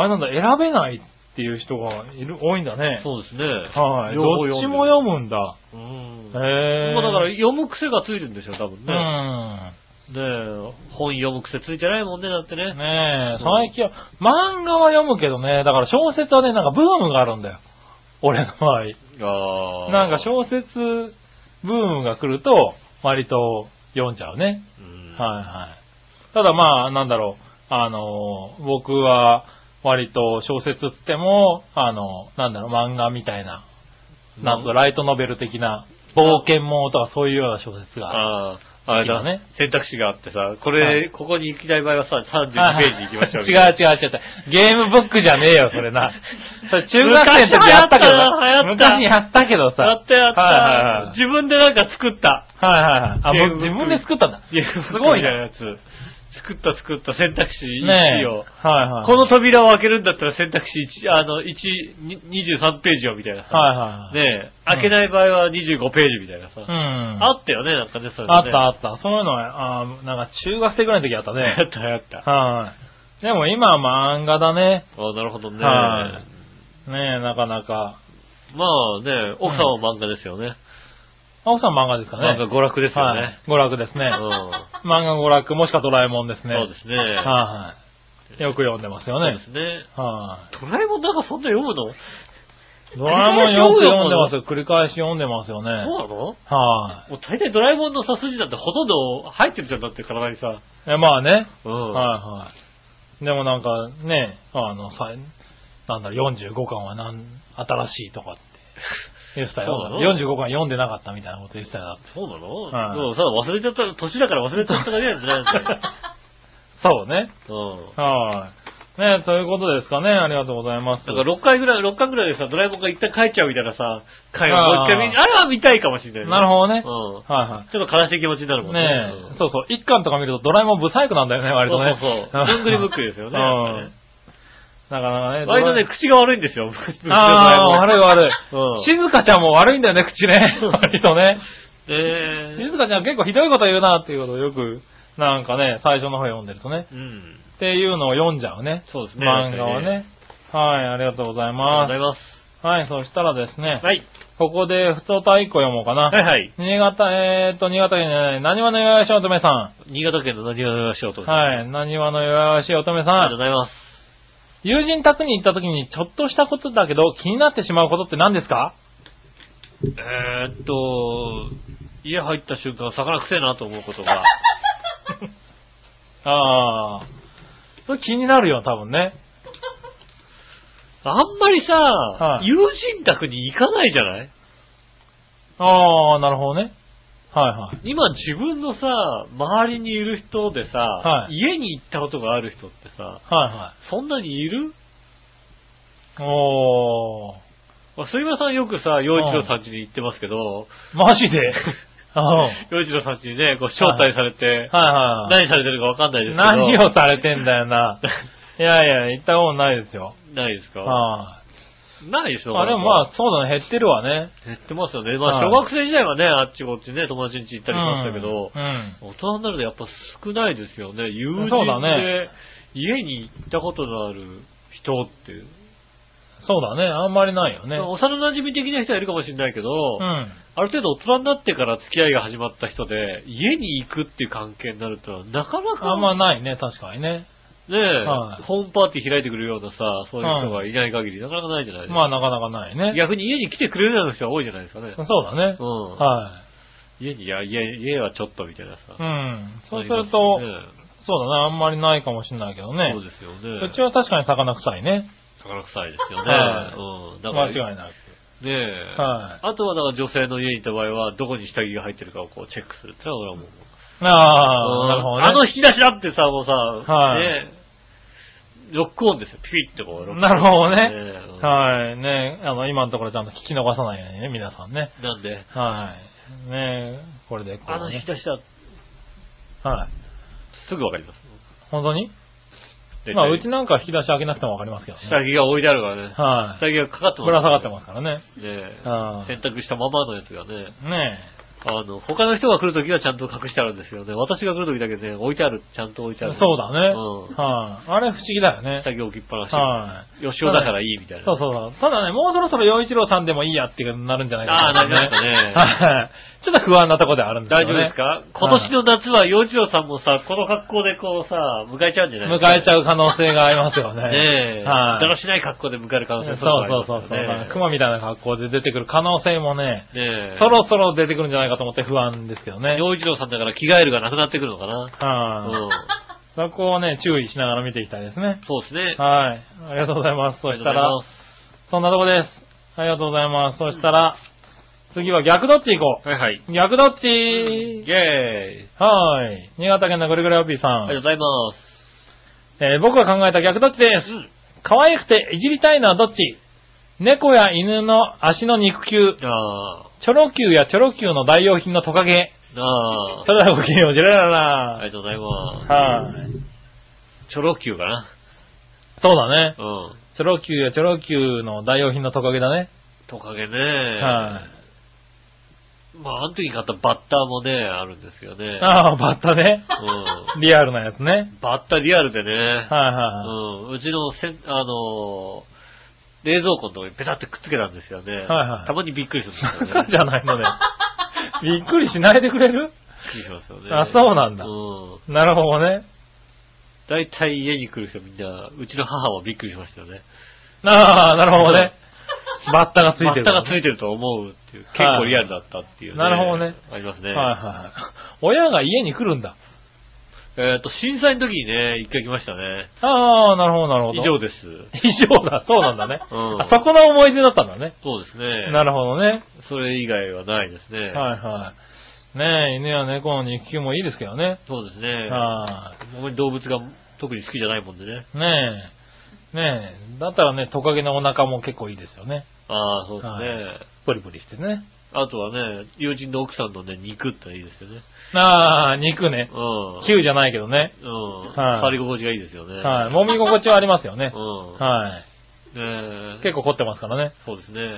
Speaker 3: あれなんだ、選べないっていう人がいる、多いんだね。
Speaker 2: そうですね。
Speaker 3: はい。
Speaker 2: 両
Speaker 3: どっ
Speaker 2: 方んでる
Speaker 3: ちも読むんだ。
Speaker 2: うん。
Speaker 3: へえ。
Speaker 2: まあだから読む癖がついてるんでしょ、多分ね。
Speaker 3: うん。
Speaker 2: ねえ、本読む癖ついてないもんね、だってね。
Speaker 3: ねえ、
Speaker 2: うん
Speaker 3: 最近は、漫画は読むけどね、だから小説はね、なんかブームがあるんだよ。俺の場合。
Speaker 2: ああ。
Speaker 3: なんか小説ブームが来ると、割と読んじゃうね。
Speaker 2: うん、
Speaker 3: はいはい。ただまあ、なんだろう、あの、僕は割と小説っつっても、あの、なんだろう、漫画みたいな、なんかライトノベル的な、冒険ものとかそういうような小説が。
Speaker 2: ああ、あれだ
Speaker 3: 好きだね。
Speaker 2: 選択肢があってさ、こ
Speaker 3: は
Speaker 2: れ、ここに行きたい場合はさ、32ページ行きましょう。
Speaker 3: 違う違う違う。ゲームブックじゃねえよ、それな。それ中学生の時
Speaker 2: <laughs> 昔
Speaker 3: やったけど
Speaker 2: 流行ったな流行った
Speaker 3: 昔やったけどさ。
Speaker 2: やったやった、
Speaker 3: はいはいはい
Speaker 2: 自分でなんか作った。
Speaker 3: はいはいはい。あ、
Speaker 2: ゲーム
Speaker 3: 僕
Speaker 2: ブッ
Speaker 3: 自
Speaker 2: ク
Speaker 3: 分で作ったんだ。
Speaker 2: いや、
Speaker 3: す
Speaker 2: す
Speaker 3: ご
Speaker 2: ご
Speaker 3: い
Speaker 2: い
Speaker 3: な
Speaker 2: な、やつ。 <laughs> 作った作った選択肢
Speaker 3: ね
Speaker 2: 1
Speaker 3: え。
Speaker 2: を。
Speaker 3: はいはい。
Speaker 2: この扉を開けるんだったら選択肢1、あの、1、23ページをみたいなさ。
Speaker 3: はいはい。
Speaker 2: ねえ、開けない場合は25ページみたいなさ。
Speaker 3: うん。
Speaker 2: あったよね、なんかね、それ、ね、
Speaker 3: あったあった。そういうのは、あーなんか中学生ぐらいの時あった
Speaker 2: <laughs> や
Speaker 3: ね。
Speaker 2: ったやった。
Speaker 3: はい。でも今は漫画だね。
Speaker 2: あなるほどね。
Speaker 3: はねえ、なかなか。
Speaker 2: まあね、奥さんは漫画ですよね。
Speaker 3: 奥さん漫画ですかね。
Speaker 2: 漫画娯楽ですよ
Speaker 3: はい
Speaker 2: ね。
Speaker 3: 娯楽ですね
Speaker 2: う。ん。
Speaker 3: 漫画娯楽、もしくはドラえもんですね。
Speaker 2: そうですね。
Speaker 3: はいはい。よく読んでますよ
Speaker 2: そう
Speaker 3: ね
Speaker 2: で。すね。
Speaker 3: は
Speaker 2: ドラえもんなんかそんな読むの、
Speaker 3: い。ドラえもんよく読んでますよ。繰り返し読んでますよね。
Speaker 2: そうなのも
Speaker 3: は
Speaker 2: う大体ドラえもんのさ筋なんてほとんど入ってるじゃんだって体にさ。
Speaker 3: い。え、まあね。
Speaker 2: うん。
Speaker 3: はいはい。でもなんかね、あの、さなんだろう、45巻はなん新しいとかって言ってたよ。
Speaker 2: そうなの
Speaker 3: 45巻読んでなかったみたいなこと言ってたよ。だって
Speaker 2: そうなの、
Speaker 3: はい
Speaker 2: うん、さ、忘れちゃ <laughs> った、年だから忘れちゃっただけなんじゃないんだよ。
Speaker 3: そうね。
Speaker 2: うん。
Speaker 3: はい。ねということですかね。ありがとうございます。
Speaker 2: なんか6回ぐらい、6回ぐらいでさ、ドラえもんが一旦帰っちゃうみたいなさ、回を
Speaker 3: あー
Speaker 2: もう一回見、あれは見たいかもしれないね、
Speaker 3: なるほどね。
Speaker 2: うん。
Speaker 3: はいはい。
Speaker 2: ちょっと悲しい気持ちになるもんね。
Speaker 3: ね
Speaker 2: うん
Speaker 3: え、そうそう、一巻とか見るとドラえもんブサイクなんだよね、割とね。
Speaker 2: そう <laughs> そうそうどんぐりむっくりですよねやっぱ
Speaker 3: うん
Speaker 2: ね。
Speaker 3: なかなかね。
Speaker 2: 割とね、
Speaker 3: ドラ
Speaker 2: 口が悪いんですよ。
Speaker 3: えもん、ああ、悪い悪い。
Speaker 2: うん
Speaker 3: 静香ちゃんも悪いんだよね、口
Speaker 2: <laughs>
Speaker 3: ね。割とね。
Speaker 2: い。え
Speaker 3: 静香ちゃん結構ひどいこと言うなっていうことをよく、なんかね、最初の方読んでるとね。
Speaker 2: ー、うん。
Speaker 3: っていうのを読んじゃうね。
Speaker 2: そうですね。
Speaker 3: 漫画はね。はい、ありがとうございま
Speaker 2: ありがとうございま
Speaker 3: す。
Speaker 2: す。
Speaker 3: はい、そしたらですね、
Speaker 2: はい。
Speaker 3: ここで、ふとた1個読もうかな。
Speaker 2: はいはい。
Speaker 3: 新潟、えーっと、新潟県じゃない、何話のよやしおとめさん。
Speaker 2: 新潟県の何をよろしいおとめさん
Speaker 3: はい。何話の弱々しい乙女
Speaker 2: ありが
Speaker 3: さ
Speaker 2: とうんご。ざいます。
Speaker 3: 友人宅に行った時にちょっとしたことだけど気になってしまうことって何ですか
Speaker 2: えーっと、家入った瞬間、魚くせえなと思うことが。
Speaker 3: ああ。それ気になるよ、多分ね。
Speaker 2: <laughs> あんまりさ、
Speaker 3: い
Speaker 2: 友人宅に行かないじゃない
Speaker 3: ああ、なるほどね。はいはい。
Speaker 2: 今自分のさ、周りにいる人でさ、
Speaker 3: はい
Speaker 2: 家に行ったことがある人ってさ、
Speaker 3: は
Speaker 2: そんなにいる
Speaker 3: いはい。おー。
Speaker 2: まあ杉村さんよくさ、洋一郎さん家に行ってますけど、
Speaker 3: マジで
Speaker 2: <laughs>
Speaker 3: うんはい
Speaker 2: 洋一郎さん家にね、こう招待されて、
Speaker 3: はいはい。
Speaker 2: 何されてるかわかんないですけど。
Speaker 3: 何をされてんだ
Speaker 2: <laughs>
Speaker 3: よな。いやいや、行ったことないですよ。
Speaker 2: ないですか
Speaker 3: は
Speaker 2: ないです
Speaker 3: い。
Speaker 2: よ。
Speaker 3: あ、でもまあ、そうだね、減ってるわね。
Speaker 2: 減ってますよね。まあ、
Speaker 3: は
Speaker 2: 小
Speaker 3: い
Speaker 2: 学生時代はね、あっちこっちね、友達ん家行ったりしましたけど、
Speaker 3: うんうん。
Speaker 2: 大人になるとやっぱ少ないですよね。友
Speaker 3: そう
Speaker 2: 人
Speaker 3: だ
Speaker 2: で
Speaker 3: ね
Speaker 2: 家に行ったことのある人っていう。
Speaker 3: そうだね、あんまりないよね。
Speaker 2: 幼馴染的な人はいるかもしれないけど、
Speaker 3: うん。
Speaker 2: ある程度大人になってから付き合いが始まった人で、家に行くっていう関係になるとなかなか、
Speaker 3: あんまないね、確かにね。
Speaker 2: ねえ、
Speaker 3: はい
Speaker 2: ホームパーティー開いてくれるようなさ、そういう人がいない限り、なかなかないじゃないですか。
Speaker 3: まあ、なかなかないね。
Speaker 2: 逆に家に来てくれるような人が多いじゃないですかね。
Speaker 3: そうだね。
Speaker 2: うん。
Speaker 3: はい。
Speaker 2: 家に、いや、家、家はちょっとみたいなさ。
Speaker 3: うん。そうす
Speaker 2: なり
Speaker 3: る
Speaker 2: ます
Speaker 3: と
Speaker 2: よ、ね
Speaker 3: そうだな、あんまりないかもしれないけどね
Speaker 2: そう。ですよ
Speaker 3: う
Speaker 2: ね。
Speaker 3: ちは確かに魚臭いね。
Speaker 2: 宝臭いですよね。
Speaker 3: は
Speaker 2: うん。だから、
Speaker 3: 間違いな
Speaker 2: ね
Speaker 3: く。
Speaker 2: え。
Speaker 3: はい
Speaker 2: あとは、だから女性の家に行った場合は、どこに下着が入ってるかをこうチェックするってのは俺はもう。
Speaker 3: ああ、なるほ
Speaker 2: あ
Speaker 3: ど
Speaker 2: の
Speaker 3: ね。
Speaker 2: 引き出しだってさ、もうさ、
Speaker 3: はい
Speaker 2: ねえ、ロックオンですよ。ピピってこう、ロックオン
Speaker 3: なるほどね
Speaker 2: え
Speaker 3: はい。ねあの、今のところちゃんと聞き逃さないようにね、皆さんね。
Speaker 2: なんで、
Speaker 3: はい。ねこれでこ
Speaker 2: あの
Speaker 3: う、
Speaker 2: 引き
Speaker 3: ね。
Speaker 2: 出しだ、
Speaker 3: はい。
Speaker 2: すぐわかります。
Speaker 3: 本当に
Speaker 2: 大体
Speaker 3: まあ、うちなんか引き出し開けなくてもわかりますけどね。
Speaker 2: 下着が置いてあるからね。
Speaker 3: は
Speaker 2: 下着がかかってます、
Speaker 3: い。ぶら下がってますからね。
Speaker 2: す。ねえ
Speaker 3: ああ
Speaker 2: 洗濯したままのやつがね、
Speaker 3: ね
Speaker 2: あの、他の人が来るときはちゃんと隠してあるんですよね。私が来るときだけね、置いてある、ちゃんと置いて
Speaker 3: そ
Speaker 2: あ
Speaker 3: う
Speaker 2: る。
Speaker 3: だね。
Speaker 2: うん
Speaker 3: はい。あれ不思議だよね。
Speaker 2: 下着置きっぱなし。
Speaker 3: は
Speaker 2: 吉尾だからいいみたいな。
Speaker 3: そうそうそう。ただね、もうそろそろ洋一郎さんでもいいやっていうなるんじゃないか
Speaker 2: ああ、なりま
Speaker 3: ね
Speaker 2: したね。
Speaker 3: はい。 <laughs> ちょっと不安なとこではあるんです
Speaker 2: 大丈
Speaker 3: け
Speaker 2: 夫
Speaker 3: どね。
Speaker 2: ですか今年の夏は洋一郎さんもさ、この格好でこうさ、迎えちゃうんじゃないですか
Speaker 3: 迎えちゃう可能性がありますよね。
Speaker 2: <laughs> ねえ。
Speaker 3: はい。
Speaker 2: だらしない格好で迎える可能性
Speaker 3: そう
Speaker 2: は
Speaker 3: そうそう
Speaker 2: そ
Speaker 3: そうう。
Speaker 2: ね。
Speaker 3: 熊みたいな格好で出てくる可能性もね、
Speaker 2: ねえ。
Speaker 3: そろそろ出てくるんじゃないかと思って不安ですけどね。
Speaker 2: 洋一郎さんだから着替えるがなくなってくるのかな。
Speaker 3: は
Speaker 2: うん。
Speaker 3: い。そこをね、注意しながら見ていきたいですね。
Speaker 2: そうですね。
Speaker 3: はい。ありがとうございます。そしたら、そんなとこです。ありがとうございます。そしたら、次は逆どっち行こ
Speaker 2: ありがとうございますはいはい。
Speaker 3: う。逆どっち
Speaker 2: イェーイ。
Speaker 3: はい。新潟県のぐるぐるおっぴーさ
Speaker 2: あ
Speaker 3: ん。
Speaker 2: りがとうございます。
Speaker 3: えー僕が考えた逆どっちです。
Speaker 2: うん
Speaker 3: 可愛くていじりたいのはどっち猫や犬の足の肉球、
Speaker 2: あ
Speaker 3: チョロ Q やチョロ Q の代用品のトカゲ。
Speaker 2: ー。あー
Speaker 3: そ。れではごきげんよう、ジェララ
Speaker 2: あり
Speaker 3: ラ
Speaker 2: がとうございます。
Speaker 3: はい。
Speaker 2: チョロ Q かな。
Speaker 3: そうだね。
Speaker 2: うん。
Speaker 3: チョロ Q やチョロ Q の代用品のトカゲだね。
Speaker 2: トカゲね。
Speaker 3: は
Speaker 2: まあ、あの時買ったバッターもね、あるんですよね。
Speaker 3: ああ、バッタね。
Speaker 2: うん。
Speaker 3: リアルなやつね。
Speaker 2: バッタリアルでね。
Speaker 3: はいは
Speaker 2: うん。うちのせん、あのー冷蔵庫のとこにペタってくっつけたんですよね。
Speaker 3: はいはい
Speaker 2: たまにびっくりするんで
Speaker 3: い。
Speaker 2: す
Speaker 3: そ
Speaker 2: よね。
Speaker 3: うじゃないのね。びっくりしないでくれる
Speaker 2: びっくりしますよね。
Speaker 3: あそうなんだ
Speaker 2: うん。
Speaker 3: なるほどね。
Speaker 2: だいたい家に来る人みんな、うちの母はびっくりしましたよね。
Speaker 3: ああ、なるほどね。バッタがついてる。
Speaker 2: バッタがついてると思うっていう。結構リアルだったっていう、
Speaker 3: なるほどね。
Speaker 2: ありますね。
Speaker 3: はいはい。親が家に来るんだ。
Speaker 2: えっ、と、震災の時にね、一回来ましたね。
Speaker 3: ああ、なるほど、なるほど。
Speaker 2: 以上です。
Speaker 3: 以上だ、そうなんだね。
Speaker 2: うん
Speaker 3: あそこの思い出だったんだね。
Speaker 2: そうですね。
Speaker 3: なるほどね。
Speaker 2: それ以外はないですね。
Speaker 3: はいはい。ねえ、犬や猫の肉球もいいですけどね。
Speaker 2: そうですね。
Speaker 3: は
Speaker 2: あまり動物が特に好きじゃないもんでね。
Speaker 3: い。ねねえ。だったらね、トカゲのお腹も結構いいですよね。
Speaker 2: ああ、そうですね。
Speaker 3: はプリプリしてね。
Speaker 2: あとはね、友人の奥さんのね、肉っていいですよね。
Speaker 3: ああ、肉ね。
Speaker 2: うん。
Speaker 3: 9じゃないけどね。
Speaker 2: うん。
Speaker 3: はい
Speaker 2: 触り心地がいいですよね。
Speaker 3: はい。揉み心地はありますよね。
Speaker 2: う
Speaker 3: は
Speaker 2: ん。
Speaker 3: い。
Speaker 2: ねえ
Speaker 3: 結構凝ってますからね。
Speaker 2: そうですね。
Speaker 3: はい。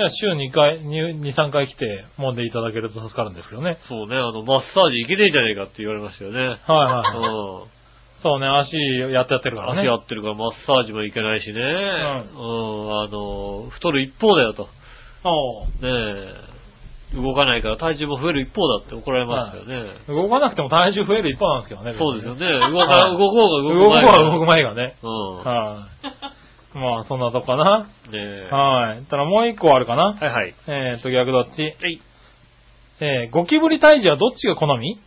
Speaker 3: いや、週2回、2、2 3回来て揉んでいただけると助かるんですけどね。
Speaker 2: そうね、あの、マッサージいけねえんじゃねえかって言われましたよ
Speaker 3: <laughs>
Speaker 2: ね。
Speaker 3: はい
Speaker 2: <laughs>
Speaker 3: はい。
Speaker 2: うん。
Speaker 3: そうね、足やってやってるからね。
Speaker 2: 足やってるからマッサージもいけないしね。うん。あの、太る一方だよと。
Speaker 3: おう
Speaker 2: ねえ。動かないから体重も増える一方だって怒られましたよね。
Speaker 3: 動かなくても体重増える一方なんですけどね。
Speaker 2: そうですよ
Speaker 3: ね。
Speaker 2: ね。動か、
Speaker 3: はい
Speaker 2: 動こうが動
Speaker 3: 動く
Speaker 2: かない
Speaker 3: 前
Speaker 2: か
Speaker 3: は
Speaker 2: ら。
Speaker 3: 動く前がね。
Speaker 2: うん。
Speaker 3: はい。まあ、そんなとこかな。
Speaker 2: ねえ。は
Speaker 3: はい。たらもう一個あるかな。
Speaker 2: いはい。
Speaker 3: えーと、逆どっち。
Speaker 2: はい。
Speaker 3: えー、ゴキブリ退治はどっちが好み
Speaker 2: うん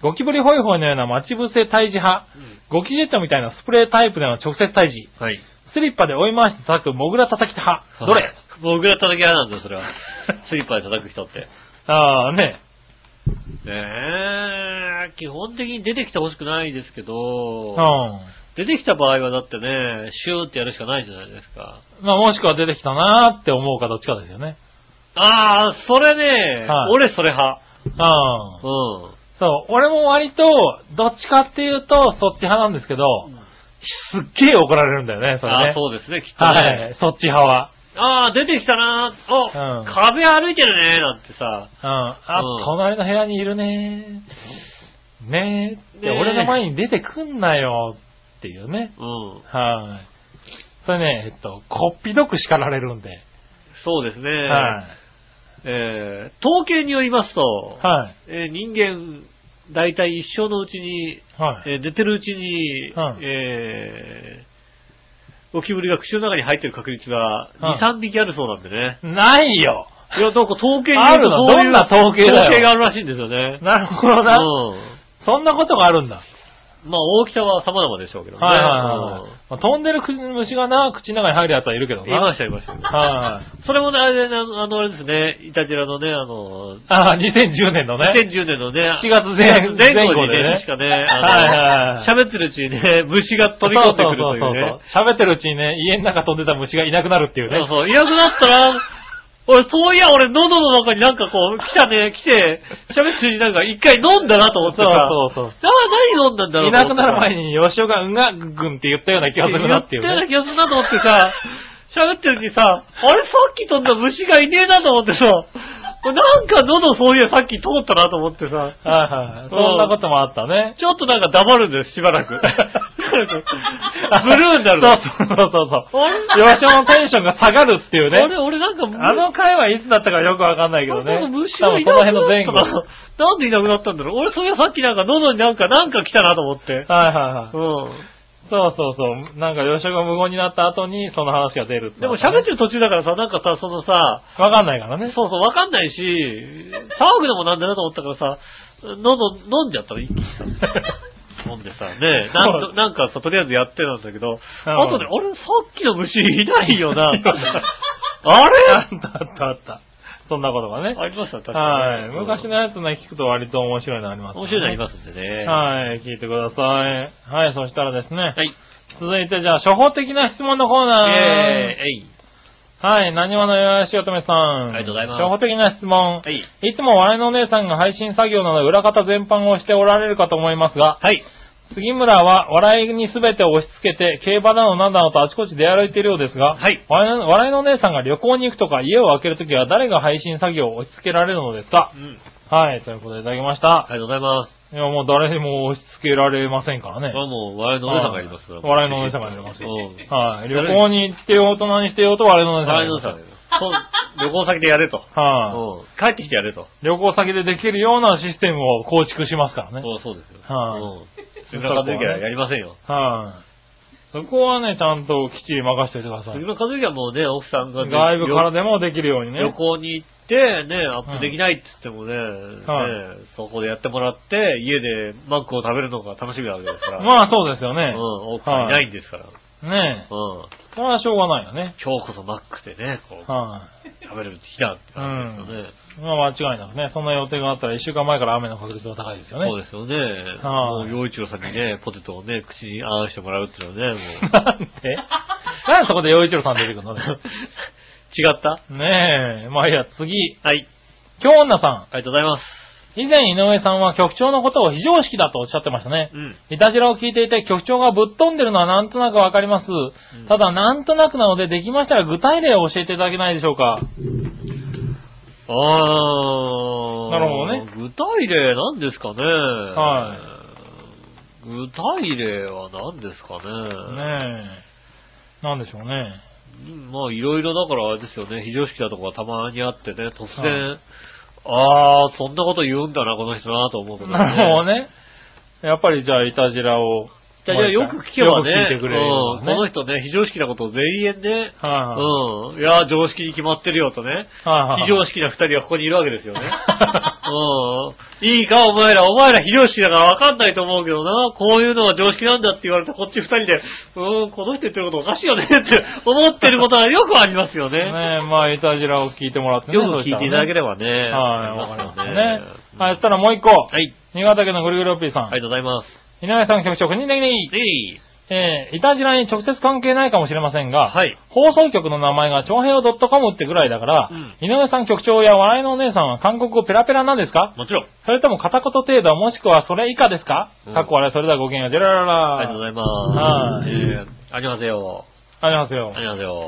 Speaker 3: ゴキブリホイホイのような待ち伏せ退治派。ゴキジェットみたいなスプレータイプでの直接退治。
Speaker 2: はい。
Speaker 3: スリッパで追い回して叩くモグラ叩き派。どれ
Speaker 2: 僕が叩き屋なんだよ、そ
Speaker 3: <laughs>
Speaker 2: れは。スリッパで叩く人って。ね
Speaker 3: ああ、ね。
Speaker 2: え、基本的に出てきてほしくないですけ
Speaker 3: うん。
Speaker 2: ど、
Speaker 3: ま
Speaker 2: 出てきた場合はだってね、シューってやるしかないじゃないですか。
Speaker 3: あ、もしくは出てきたなーって思うかどっちかですよね。
Speaker 2: ああ、それね、
Speaker 3: はい
Speaker 2: 俺それ派。
Speaker 3: ああ
Speaker 2: う。
Speaker 3: そう、俺も割と、どっちかっていうと、そっち派なんですけど、
Speaker 2: ん。
Speaker 3: すっげえ怒られるんだよね、それね。
Speaker 2: ああ、そうですね、きっとね。
Speaker 3: はい、そっち派は。
Speaker 2: ああ、出てきたなーお、
Speaker 3: うん
Speaker 2: 壁歩いてるねーなんてさ。
Speaker 3: うん。あ、
Speaker 2: うん
Speaker 3: 隣の部屋にいるねー。ねえ、って
Speaker 2: ねえ
Speaker 3: 俺の前に出てくんなよっていうね。
Speaker 2: うん。
Speaker 3: はい。それね、えっと、こっぴどく叱られるんで。
Speaker 2: そうですね。
Speaker 3: はい。
Speaker 2: えー統計によりますと、
Speaker 3: はい。
Speaker 2: えー人間、大体一生のうちに、
Speaker 3: はい。
Speaker 2: えー寝てるうちに、
Speaker 3: うん
Speaker 2: えーゴキブリが口の中に入ってる確率が
Speaker 3: うん
Speaker 2: 2、3匹あるそうなんでね。
Speaker 3: ないよ
Speaker 2: いや、なんか統計に
Speaker 3: あ
Speaker 2: よると
Speaker 3: るの
Speaker 2: そうい
Speaker 3: どん
Speaker 2: う
Speaker 3: な統計だ
Speaker 2: 統計があ
Speaker 3: よ
Speaker 2: るらしいんですよね。
Speaker 3: なるほどな。
Speaker 2: う
Speaker 3: そんなことがあるんだ。
Speaker 2: ん。まあ、大きさは様々でしょうけどね。
Speaker 3: はいはいはい。まあ、飛んでるく虫がな、口の中に入るやつはいるけど
Speaker 2: うんいま
Speaker 3: な。
Speaker 2: した、いました。
Speaker 3: はい。
Speaker 2: それもね、あれねあの、あのあれですね、イタジラのね、あの、
Speaker 3: ああ、2010年のね。
Speaker 2: 2010年のね、
Speaker 3: 7月前
Speaker 2: 前後
Speaker 3: 前後
Speaker 2: に
Speaker 3: で
Speaker 2: ね、
Speaker 3: ね
Speaker 2: 確かね、
Speaker 3: はいはい
Speaker 2: あ
Speaker 3: はい
Speaker 2: の喋ってるうちにね、虫が飛び込んでくるというね。
Speaker 3: そうそうそうそう喋ってるうちにね、家の中飛んでた虫がいなくなるっていう
Speaker 2: そうそ
Speaker 3: ね。
Speaker 2: う、いなくなったら、俺、そういや、俺、喉の中になんかこう、来たね、来て、喋ってるうちになんか一回飲んだなと思ってさ、
Speaker 3: そうそう
Speaker 2: あ何飲んだんだ
Speaker 3: そ
Speaker 2: ろう
Speaker 3: う。いなくなる前
Speaker 2: に
Speaker 3: に、吉岡がうんがぐっぐんって言ったような気
Speaker 2: 気が
Speaker 3: が
Speaker 2: す
Speaker 3: する
Speaker 2: る
Speaker 3: な
Speaker 2: なっ
Speaker 3: っ
Speaker 2: てて
Speaker 3: いう
Speaker 2: 言ったよう
Speaker 3: ね。
Speaker 2: な気がするなと思ってさ、喋ってるうちにさ、あれ、さっき飛んだ虫がいねえなと思ってさ、なんか喉そういや、さっき通ったなと思ってさ、
Speaker 3: はいはい。そんなこともあったね。
Speaker 2: ちょっとなんか黙るんです、しばらく。
Speaker 3: <laughs>
Speaker 2: ブルーになるの。
Speaker 3: そうそうそうそうそう。
Speaker 2: あれ
Speaker 3: 吉尾のテンションが下がるっていうね。
Speaker 2: 俺、俺なんか、
Speaker 3: あの回はいつだったかよくわかんないけ
Speaker 2: な
Speaker 3: ど
Speaker 2: んか
Speaker 3: ね。
Speaker 2: 虫
Speaker 3: 多
Speaker 2: が
Speaker 3: 分
Speaker 2: い
Speaker 3: そ
Speaker 2: な
Speaker 3: の
Speaker 2: く
Speaker 3: 辺の前後。
Speaker 2: なっ
Speaker 3: は
Speaker 2: た。なんでいなくなったんだろう。俺、それさっきなんか喉になんか、なんか来たなと思って
Speaker 3: い。はいは
Speaker 2: う
Speaker 3: い。
Speaker 2: ん。
Speaker 3: そうそうそう。なんか吉尾が無言になった後にその話が出る
Speaker 2: でも喋ってる
Speaker 3: る
Speaker 2: 途中だからさ、なんかさ、そのさ、
Speaker 3: わかんないからね。
Speaker 2: そうそう、わかんないし、騒ぐのもなんだなと思ったからさ、喉、飲んじゃったら一
Speaker 3: <laughs>
Speaker 2: 気にさ。飲んでさ、ねなん
Speaker 3: そ
Speaker 2: と
Speaker 3: う
Speaker 2: なんかさ、とりあえずやってたんだけど、
Speaker 3: なるほど
Speaker 2: 後で、俺、さっきの虫いないよ
Speaker 3: <laughs>
Speaker 2: な。あ
Speaker 3: あ
Speaker 2: れ
Speaker 3: <laughs> あったあったあった。そんなことがね。
Speaker 2: ありました、確かに。
Speaker 3: はい。
Speaker 2: うん
Speaker 3: 昔のやつね、聞くと割と面白いのあります、
Speaker 2: 面白いのあり
Speaker 3: ま
Speaker 2: ますんでね。
Speaker 3: すはい、聞いてください。はい、そしたらですね。
Speaker 2: はい。
Speaker 3: 続いてじゃあ、初歩的な質問のコーナー。
Speaker 2: えー、えい。
Speaker 3: はい、何話のよしおとめさん。
Speaker 2: ありがとうございます
Speaker 3: 初歩的な質
Speaker 2: は
Speaker 3: 問。
Speaker 2: い。
Speaker 3: いつも笑いのお姉さんが配信作業など裏方全般をしておられるかと思いますが、
Speaker 2: はい。
Speaker 3: 杉村は笑いに全てを押し付けて、競馬だのなんだのとあちこち出歩いているようですが、
Speaker 2: はい
Speaker 3: 笑いの笑いのお姉さんが旅行に行くとか家を開けるときは誰が配信作業を押し付けられるのですか
Speaker 2: うん。
Speaker 3: はい、ということでいただきまし
Speaker 2: あ
Speaker 3: た。
Speaker 2: りがとうございます。
Speaker 3: いや、もう誰にも押し付けられませんからね
Speaker 2: これ。はもう、笑いのお姉さんがいますから。
Speaker 3: はい笑いのお姉さんがいますよ
Speaker 2: うん
Speaker 3: はい。旅行に行ってよう大人にしてようと我々の
Speaker 2: 笑いのお
Speaker 3: お姉
Speaker 2: 姉さんが
Speaker 3: さんで
Speaker 2: い
Speaker 3: す。
Speaker 2: ます。そう旅行先でやれと。
Speaker 3: は
Speaker 2: う
Speaker 3: い。
Speaker 2: ん。帰ってきてやれと。
Speaker 3: 旅行先でできるようなシステムを構築しますからね。
Speaker 2: そうそうですよ。
Speaker 3: は
Speaker 2: うん。背中和之はやりませんよ。
Speaker 3: はい。そこはね、ちゃんときっちり任しておいてくださ
Speaker 2: 杉
Speaker 3: い。
Speaker 2: 村和之はもうね、奥さんがね
Speaker 3: 外部からでもできるようにね。
Speaker 2: 旅行に行って、ね、アップできないって言ってもね、ね
Speaker 3: は
Speaker 2: そこでやってもらって、家でマックを食べるのが楽しみなわけですから。
Speaker 3: まあそうですよね
Speaker 2: うん。、奥さんいないんですから。
Speaker 3: ねえ。
Speaker 2: うん。
Speaker 3: それはしょうがないよね。
Speaker 2: 今日こそマックでね、こう、
Speaker 3: は
Speaker 2: 食べれる日だって感じですよね。
Speaker 3: まあ間違いなくね、そんな予定があったら一週間前から雨の確率が高いですよね。
Speaker 2: そうですよね。も
Speaker 3: は
Speaker 2: う、
Speaker 3: い。
Speaker 2: 洋一郎さんにね、ポテトをね、口にあーしてもらうっていうのはね、もう
Speaker 3: なんでなんでそこで洋一郎さん出てくるのね
Speaker 2: <laughs> 違った
Speaker 3: ねえ。まあいいや、次。
Speaker 2: はい。
Speaker 3: 京女さ
Speaker 2: ありがとうございます。
Speaker 3: ん。以前井上さんは局長のことを非常識だとおっしゃってましたね
Speaker 2: う。ん。
Speaker 3: いたじらを聞いていて局長がぶっ飛んでるのはなんとなくわかります。
Speaker 2: ん
Speaker 3: ただなんとなくなのでできましたら具体例を教えていただけないでしょうか。
Speaker 2: あー。
Speaker 3: なるほどね。
Speaker 2: 具体例なんですかね。。
Speaker 3: はい
Speaker 2: 具体例は何ですかね。ね
Speaker 3: ねえ。なんでしょうね。
Speaker 2: まあ、いろいろだからあれですよね、非常識なとこがたまにあってね、突
Speaker 3: は
Speaker 2: 然、あー、そんなこと言うんだな、この人な、と
Speaker 3: <laughs>
Speaker 2: 思うことね
Speaker 3: なるほどね。やっぱりじゃあいたじらを。
Speaker 2: じゃあ、じゃあよく聞けばね、
Speaker 3: よく聞いてくれるよ
Speaker 2: うん
Speaker 3: う
Speaker 2: こ
Speaker 3: なね
Speaker 2: の人ね、非常識なことを全員ね、
Speaker 3: はいはい
Speaker 2: うん。いや、常識に決まってるよとね、
Speaker 3: はいはい
Speaker 2: 非常識な二人はここにいるわけですよね。
Speaker 3: <laughs>
Speaker 2: うん。いいか、お前ら、お前ら非常識だからわかんないと思うけどな、こういうのは常識なんだって言われて、こっち二人で、うん、この人言ってることおかしいよねって思ってることはよくありますよ
Speaker 3: <laughs>
Speaker 2: ね。
Speaker 3: ねえ、まあ、いたじらを聞いてもらってね。
Speaker 2: よく聞いていただけ
Speaker 3: れ
Speaker 2: ればね。
Speaker 3: ばはい、わかりますよね。
Speaker 2: は
Speaker 3: はいい、そしたらもう一個。
Speaker 2: はい。
Speaker 3: 新潟県のぐるぐるおっぴーさん。
Speaker 2: ありがとうございます。
Speaker 3: 井上さん局長、国的に、
Speaker 2: でい
Speaker 3: えー、いたじらに直接関係ないかもしれませんが、
Speaker 2: はい。
Speaker 3: 放送局の名前が長平を .com ってぐらいだから、
Speaker 2: うん
Speaker 3: 井上さん局長や笑いのお姉さんは韓国語ペラペラなんですか
Speaker 2: もちろん。
Speaker 3: それとも片言程度もしくはそれ以下ですか、
Speaker 2: うん
Speaker 3: かっこ笑い、それではごきげんよう、ジェラララ。
Speaker 2: ありがとうございます。
Speaker 3: はい
Speaker 2: えー、ありますよ。
Speaker 3: ありますよ
Speaker 2: あ。りますよ。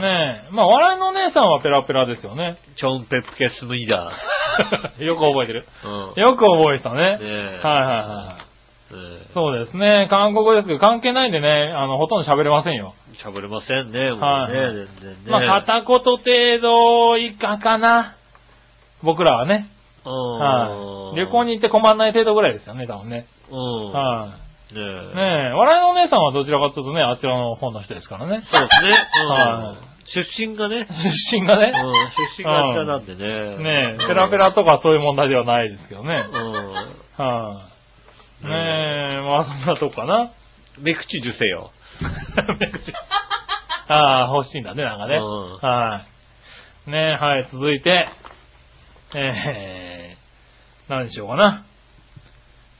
Speaker 3: ねえ、まあ、笑いのお姉さんはペラペラですよ
Speaker 2: <laughs>
Speaker 3: ね。
Speaker 2: チョンペプケスムイダ
Speaker 3: よく覚えてる。
Speaker 2: ー。うん。
Speaker 3: よく覚えてたね。
Speaker 2: ねえ
Speaker 3: はいはいはい。
Speaker 2: えー
Speaker 3: そうですね。韓国語ですけど、関係ないんでね、あの、ほとんど喋れませんよ。
Speaker 2: 喋れませんね、もうね、
Speaker 3: はい
Speaker 2: 全然ね。
Speaker 3: まあ、片言程度以下かな。僕らはね。
Speaker 2: うん
Speaker 3: はい。旅行に、行って困んない程度ぐらいですよね、多分ね。
Speaker 2: うん。
Speaker 3: はい。
Speaker 2: ね
Speaker 3: ねえ、笑いのお姉さんはどちらかというとね、あちらの方の人ですからね。 <laughs>
Speaker 2: そうですね。うん
Speaker 3: は
Speaker 2: 出身がね、
Speaker 3: 出身がね
Speaker 2: うん、。出身が違うなんでね。
Speaker 3: ねえ、
Speaker 2: うん
Speaker 3: ペラペ。ラとかそういう問題ではないですけどね
Speaker 2: う。ん。
Speaker 3: はい。ねえ、まあそんなとこかな。
Speaker 2: 目口受精
Speaker 3: <laughs>
Speaker 2: よ。
Speaker 3: ああ、欲しいんだね、なんかね。
Speaker 2: うん
Speaker 3: はい。ねえ、はい、続いて、えー、何でしょうかな。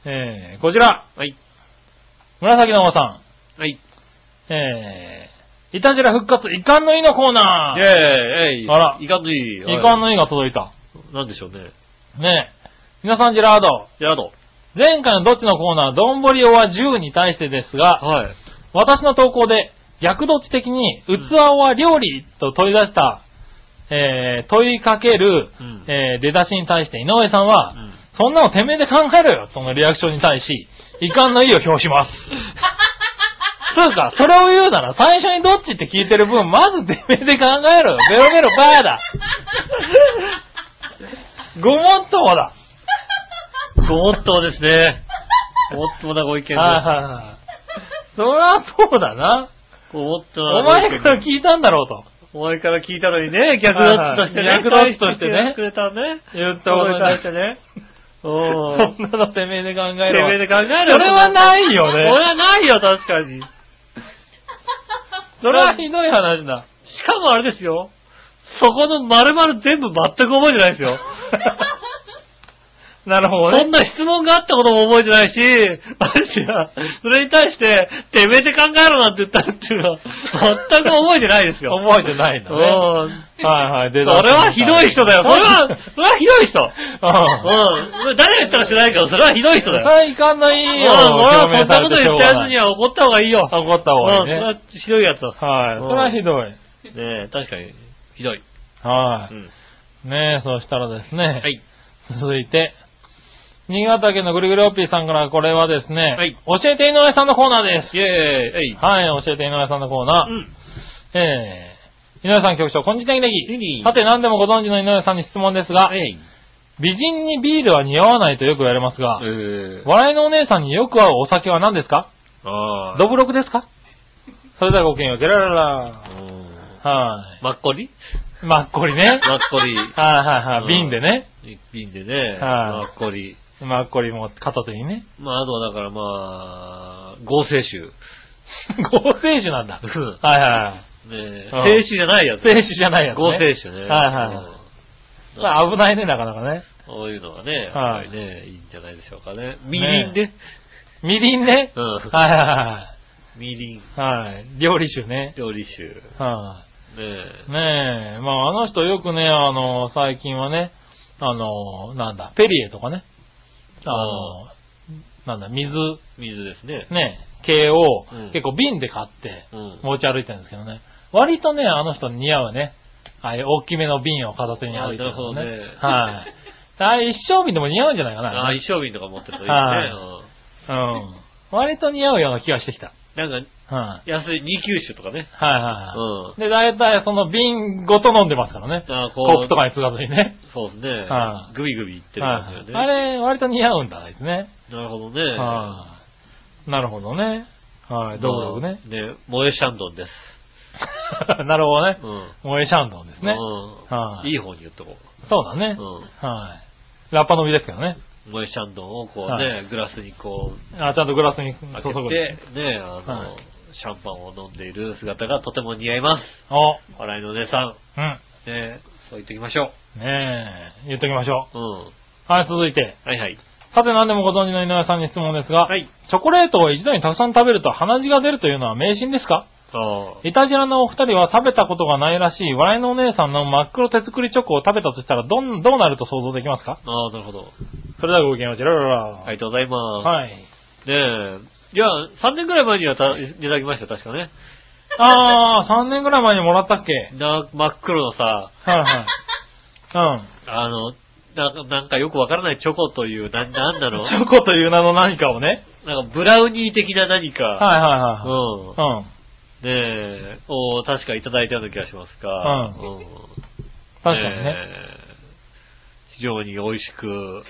Speaker 3: えー、こちら、
Speaker 2: はい。
Speaker 3: 紫のおさ
Speaker 2: はい。イ
Speaker 3: ん、えー、いたじら復活、遺憾の意のコーナー。
Speaker 2: ェーイえい
Speaker 3: あら
Speaker 2: いかんのいい。
Speaker 3: 遺憾の意が届いた。
Speaker 2: なんでしょうね。
Speaker 3: ねえ、皆さん、ジェラード。
Speaker 2: ジェラード。
Speaker 3: 前回のどっちのコーナー、どんぼりおは10に対してですが、
Speaker 2: はい。
Speaker 3: 私の投稿で、逆どっち的に、
Speaker 2: うん
Speaker 3: 器は料理と取り出した、えー、問いかける、
Speaker 2: うん
Speaker 3: えー、出だしに対して井上さんは、
Speaker 2: うん
Speaker 3: そんなのてめえで考えろよそのリアクションに対し、遺憾の意を表します。
Speaker 2: <laughs>
Speaker 3: そうか、それを言うなら最初にどっちって聞いてる分、まずてめえで考えろよベロベロバ
Speaker 2: <laughs>
Speaker 3: ーだごもっともだ
Speaker 2: ごもっともですね。ごもっともなご意見です。
Speaker 3: はいはいはいそりゃそうだな。
Speaker 2: ごもっともな
Speaker 3: お
Speaker 2: ご意見
Speaker 3: 前から聞いたんだろうと。
Speaker 2: お前から聞いたのにね、逆どっちとしてね。
Speaker 3: はいはい逆どっちとしてね
Speaker 2: 返くれたね。
Speaker 3: 言った
Speaker 2: そ
Speaker 3: こ
Speaker 2: う
Speaker 3: と
Speaker 2: に
Speaker 3: に
Speaker 2: 対
Speaker 3: 対
Speaker 2: し
Speaker 3: してて
Speaker 2: ね。おー。
Speaker 3: そんなのてめえで考え
Speaker 2: て
Speaker 3: ろ。
Speaker 2: めえで考えろよ
Speaker 3: それはないよ
Speaker 2: それ
Speaker 3: ね
Speaker 2: はないよ、確かに。
Speaker 3: それはひどい
Speaker 2: し
Speaker 3: 話だ。
Speaker 2: かもあれですよ。そこの丸々全部全く覚えてないです <laughs> よ。
Speaker 3: なるほど
Speaker 2: そん
Speaker 3: ね。
Speaker 2: な質問があったことも覚えてないし、あれしや、それに対して、てめえで考えろなんて言ったっていうのは、全く覚えてないですよ。
Speaker 3: 覚えてないんだね。
Speaker 2: うん。
Speaker 3: はいはい、
Speaker 2: そ
Speaker 3: 出だし
Speaker 2: れはひどい人だよ。それは、それはひどい人。
Speaker 3: うん。
Speaker 2: うん。誰が言ったか知らないけど、それ <laughs> はひどい人だよ。
Speaker 3: はい、いかんない
Speaker 2: う
Speaker 3: よ。
Speaker 2: ん、俺はそんなこと言っちゃうやつには怒った方がいいよ。
Speaker 3: あ怒った方がいいね
Speaker 2: うん、それはひどいやつだ。
Speaker 3: はい、それはひどい。
Speaker 2: ねえ、確かに、ひどい。
Speaker 3: は
Speaker 2: うん。
Speaker 3: い。ねえ、そしたらですね
Speaker 2: は、い。
Speaker 3: 続いて、新潟県のぐるぐるおっぴーさんからこれはですね、
Speaker 2: はい
Speaker 3: 教えて井上さんのコーナーです。
Speaker 2: イェーイ、えい。
Speaker 3: はい、教えて井上さんのコーナー。
Speaker 2: うん。
Speaker 3: えー、井上さん局長、こんにちは、ネ
Speaker 2: ネギ
Speaker 3: ギ。さて、何でもご存知の井上さんに質問ですが
Speaker 2: え、い。
Speaker 3: 美人にビールは似合わないとよく言われますが、
Speaker 2: え
Speaker 3: 笑いのお姉さんによく合うお酒は何ですか
Speaker 2: ああ。
Speaker 3: ドブロクですかそれではごきげんよう、ジェラララ。
Speaker 2: うん
Speaker 3: は
Speaker 2: マッコリ
Speaker 3: い。マッコリね。
Speaker 2: マッコリ。
Speaker 3: はいはいはい、瓶でね。
Speaker 2: 一瓶でね、
Speaker 3: は
Speaker 2: マ
Speaker 3: い
Speaker 2: ッコリ。
Speaker 3: マッコリも片手にね。 <laughs>
Speaker 2: まあ、あとはだ <laughs> からまあ、合成酒。
Speaker 3: 合成酒なんだ。はいはい。
Speaker 2: ねえ
Speaker 3: うん
Speaker 2: 静止じゃないやつ。
Speaker 3: 静止じゃないやつね
Speaker 2: 合静止よね。
Speaker 3: はいはいはい
Speaker 2: うん
Speaker 3: まあ危ないね、なかなかね。
Speaker 2: こういうのがね、やっぱ
Speaker 3: はい
Speaker 2: りね、いいんじゃないでしょうかね。みりんで。
Speaker 3: みりんね。
Speaker 2: うん
Speaker 3: はいは
Speaker 2: みりん。
Speaker 3: いはい。はい。料理酒ね。
Speaker 2: 料理酒。ね
Speaker 3: は
Speaker 2: え
Speaker 3: い。。ねえ、まああの人よくね、あの、最近はね、あの、なんだ、ペリエとかね。あの、なんだ、水、
Speaker 2: 水ですね。
Speaker 3: ね、系を
Speaker 2: うん
Speaker 3: 結構瓶で買って
Speaker 2: うん。
Speaker 3: 持ち歩いてるんですけどね。割とね、あの人似合うね。はい、大きめの瓶を片手に歩いてるの
Speaker 2: あなるほどね
Speaker 3: はい。あれ一生瓶でも似合うんじゃないかな。
Speaker 2: ああ、
Speaker 3: うん。
Speaker 2: 衣装瓶とか持ってるといいね。
Speaker 3: はい
Speaker 2: うん
Speaker 3: 割と似合うような気がしてきた。
Speaker 2: なんか、
Speaker 3: はい。
Speaker 2: 安い二級酒とかね。
Speaker 3: はいは
Speaker 2: う
Speaker 3: いはい。
Speaker 2: ん。
Speaker 3: で、大体その瓶ごと飲んでますからね。
Speaker 2: ああ、こ
Speaker 3: コ
Speaker 2: う。
Speaker 3: ップとかに継がずにね。
Speaker 2: そうですね
Speaker 3: は。い
Speaker 2: グビグビいってる
Speaker 3: は
Speaker 2: 感じ
Speaker 3: い。
Speaker 2: が
Speaker 3: あ
Speaker 2: ね。
Speaker 3: れ、割と似合うんだ、あいつね。
Speaker 2: なるほどね。
Speaker 3: はい。なるほどね。はい、道
Speaker 2: う
Speaker 3: 具
Speaker 2: ん
Speaker 3: ね。 <laughs>
Speaker 2: ね、萌えシャンドンです。
Speaker 3: なるほどね
Speaker 2: う。ん。
Speaker 3: 萌えシャンドンですね。
Speaker 2: う
Speaker 3: は
Speaker 2: ん。
Speaker 3: い
Speaker 2: いい方に言っとこ
Speaker 3: そうだね
Speaker 2: う。う。ん。
Speaker 3: はい。ラッパ飲みですけどね。
Speaker 2: 萌えシャンドンをこう
Speaker 3: は
Speaker 2: ね、グラスにこう、
Speaker 3: あ、ちゃんとグラスに注
Speaker 2: 開け
Speaker 3: ぐ。
Speaker 2: て、ね、あの、
Speaker 3: はい
Speaker 2: シャンパンを飲んでいる姿がとても似合います。
Speaker 3: お、
Speaker 2: 笑いのお姉さ
Speaker 3: うん。
Speaker 2: ん、ね、そう言っておきましょ
Speaker 3: ねえ、言っときましょ
Speaker 2: う。うん。
Speaker 3: う。はい、続いて。
Speaker 2: はいはい。
Speaker 3: さて何でもご存知の井上さんに質問ですが、
Speaker 2: はい
Speaker 3: チョコレートを一度にたくさん食べると鼻血が出るというのは迷信ですか
Speaker 2: ああ。
Speaker 3: イタジラのお二人は食べたことがないらしい笑いのお姉さんの真っ黒手作りチョコを食べたとしたらどん、どうなると想像できますか
Speaker 2: ああ、なるほど。
Speaker 3: それではご意見をジラララ。
Speaker 2: ありがとうございます。
Speaker 3: はい。
Speaker 2: ねえ。いや、3年くらい前にはたいただきましたよ、確かね。
Speaker 3: あー、3年ぐらい前にもらったっけ
Speaker 2: な、真っ黒のさ、
Speaker 3: はいはい。うん。
Speaker 2: あの、ななんかよくわからないチョコという、な、なん
Speaker 3: <laughs>
Speaker 2: なの
Speaker 3: チョコという名の何かをね。
Speaker 2: なんかブラウニー的な何か、
Speaker 3: はいは
Speaker 2: うん
Speaker 3: い。はい。うん。
Speaker 2: ねえ、を確かいただいたような気がしますが、う
Speaker 3: う
Speaker 2: ん
Speaker 3: 確かにね。
Speaker 2: えー非常に美味しく、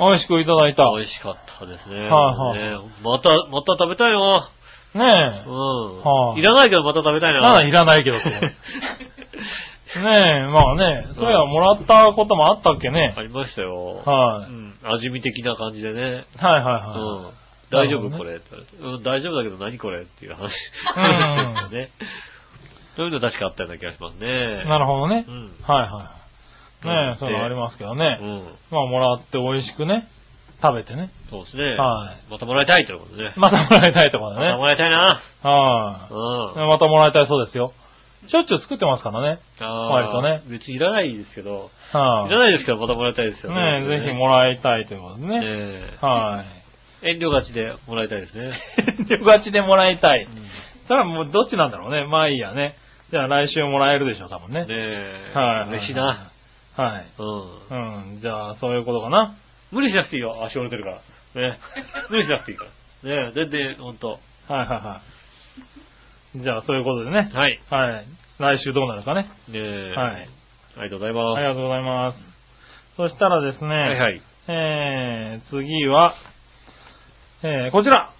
Speaker 3: 美味しくいただいた。
Speaker 2: 美味しかったですね。
Speaker 3: はい
Speaker 2: ねまた、また食べたいな。
Speaker 3: ね
Speaker 2: う
Speaker 3: え。
Speaker 2: ん。、
Speaker 3: はいい
Speaker 2: らないけどまた食べたいな。
Speaker 3: まだいらないけ
Speaker 2: <laughs>
Speaker 3: どと思う。ねえ、まあね、そういや、もらったこともあったっけね
Speaker 2: あ。りましたよ。
Speaker 3: は
Speaker 2: う
Speaker 3: い。
Speaker 2: ん、味見的な感じでね。
Speaker 3: はいは
Speaker 2: う
Speaker 3: いは
Speaker 2: ん。大
Speaker 3: い。
Speaker 2: 丈夫
Speaker 3: なるほどね
Speaker 2: これって言われてうん、大丈夫だけど何これっていう話。
Speaker 3: う
Speaker 2: <laughs>
Speaker 3: ん
Speaker 2: ね。そういうの確かあったような気がしますね。
Speaker 3: なるほどね
Speaker 2: う。ん。
Speaker 3: はいはい。ねえ、そういうのありますけど
Speaker 2: う
Speaker 3: ね。
Speaker 2: ん。
Speaker 3: まあ、もらって美味しくね、食べてね。
Speaker 2: そうですね。
Speaker 3: は
Speaker 2: またもらいたいということでね。
Speaker 3: またもらいたいところ
Speaker 2: また
Speaker 3: だね。
Speaker 2: もらいたいな。
Speaker 3: は
Speaker 2: う
Speaker 3: い。
Speaker 2: ん。
Speaker 3: またもらいたいそうですよ。しょっちゅう作ってますからね。
Speaker 2: あー
Speaker 3: 割と
Speaker 2: 別にいらないですけど、
Speaker 3: はいい。
Speaker 2: らないですけど、またもらいたいですよね。
Speaker 3: ねえ、ぜひもらいたいということでね。
Speaker 2: ね
Speaker 3: は
Speaker 2: え遠慮がちでもらいたいですね。
Speaker 3: い。旅勝ちでもらいたい。それはもうどっちなんだろうね。まあいいやね。じゃあ来週もらえるでしょう、多分ね。
Speaker 2: ねえ。
Speaker 3: はい。
Speaker 2: 嬉しいな。。
Speaker 3: はい。
Speaker 2: うん。
Speaker 3: うん。じゃあ、そういうことかな。
Speaker 2: 無理しなくていいよ、足折れてるから。ね無理しなくていいから。ねえ、全然、ほんと。
Speaker 3: はいはいはい。じゃあ、そういうことでね。
Speaker 2: はい。
Speaker 3: はい。来週どうなるかね。
Speaker 2: ねえ。
Speaker 3: はい。
Speaker 2: ありがとうございます。
Speaker 3: ありがとうございます。そしたらですね。
Speaker 2: はいはい。
Speaker 3: えー、次は、えー、こちら。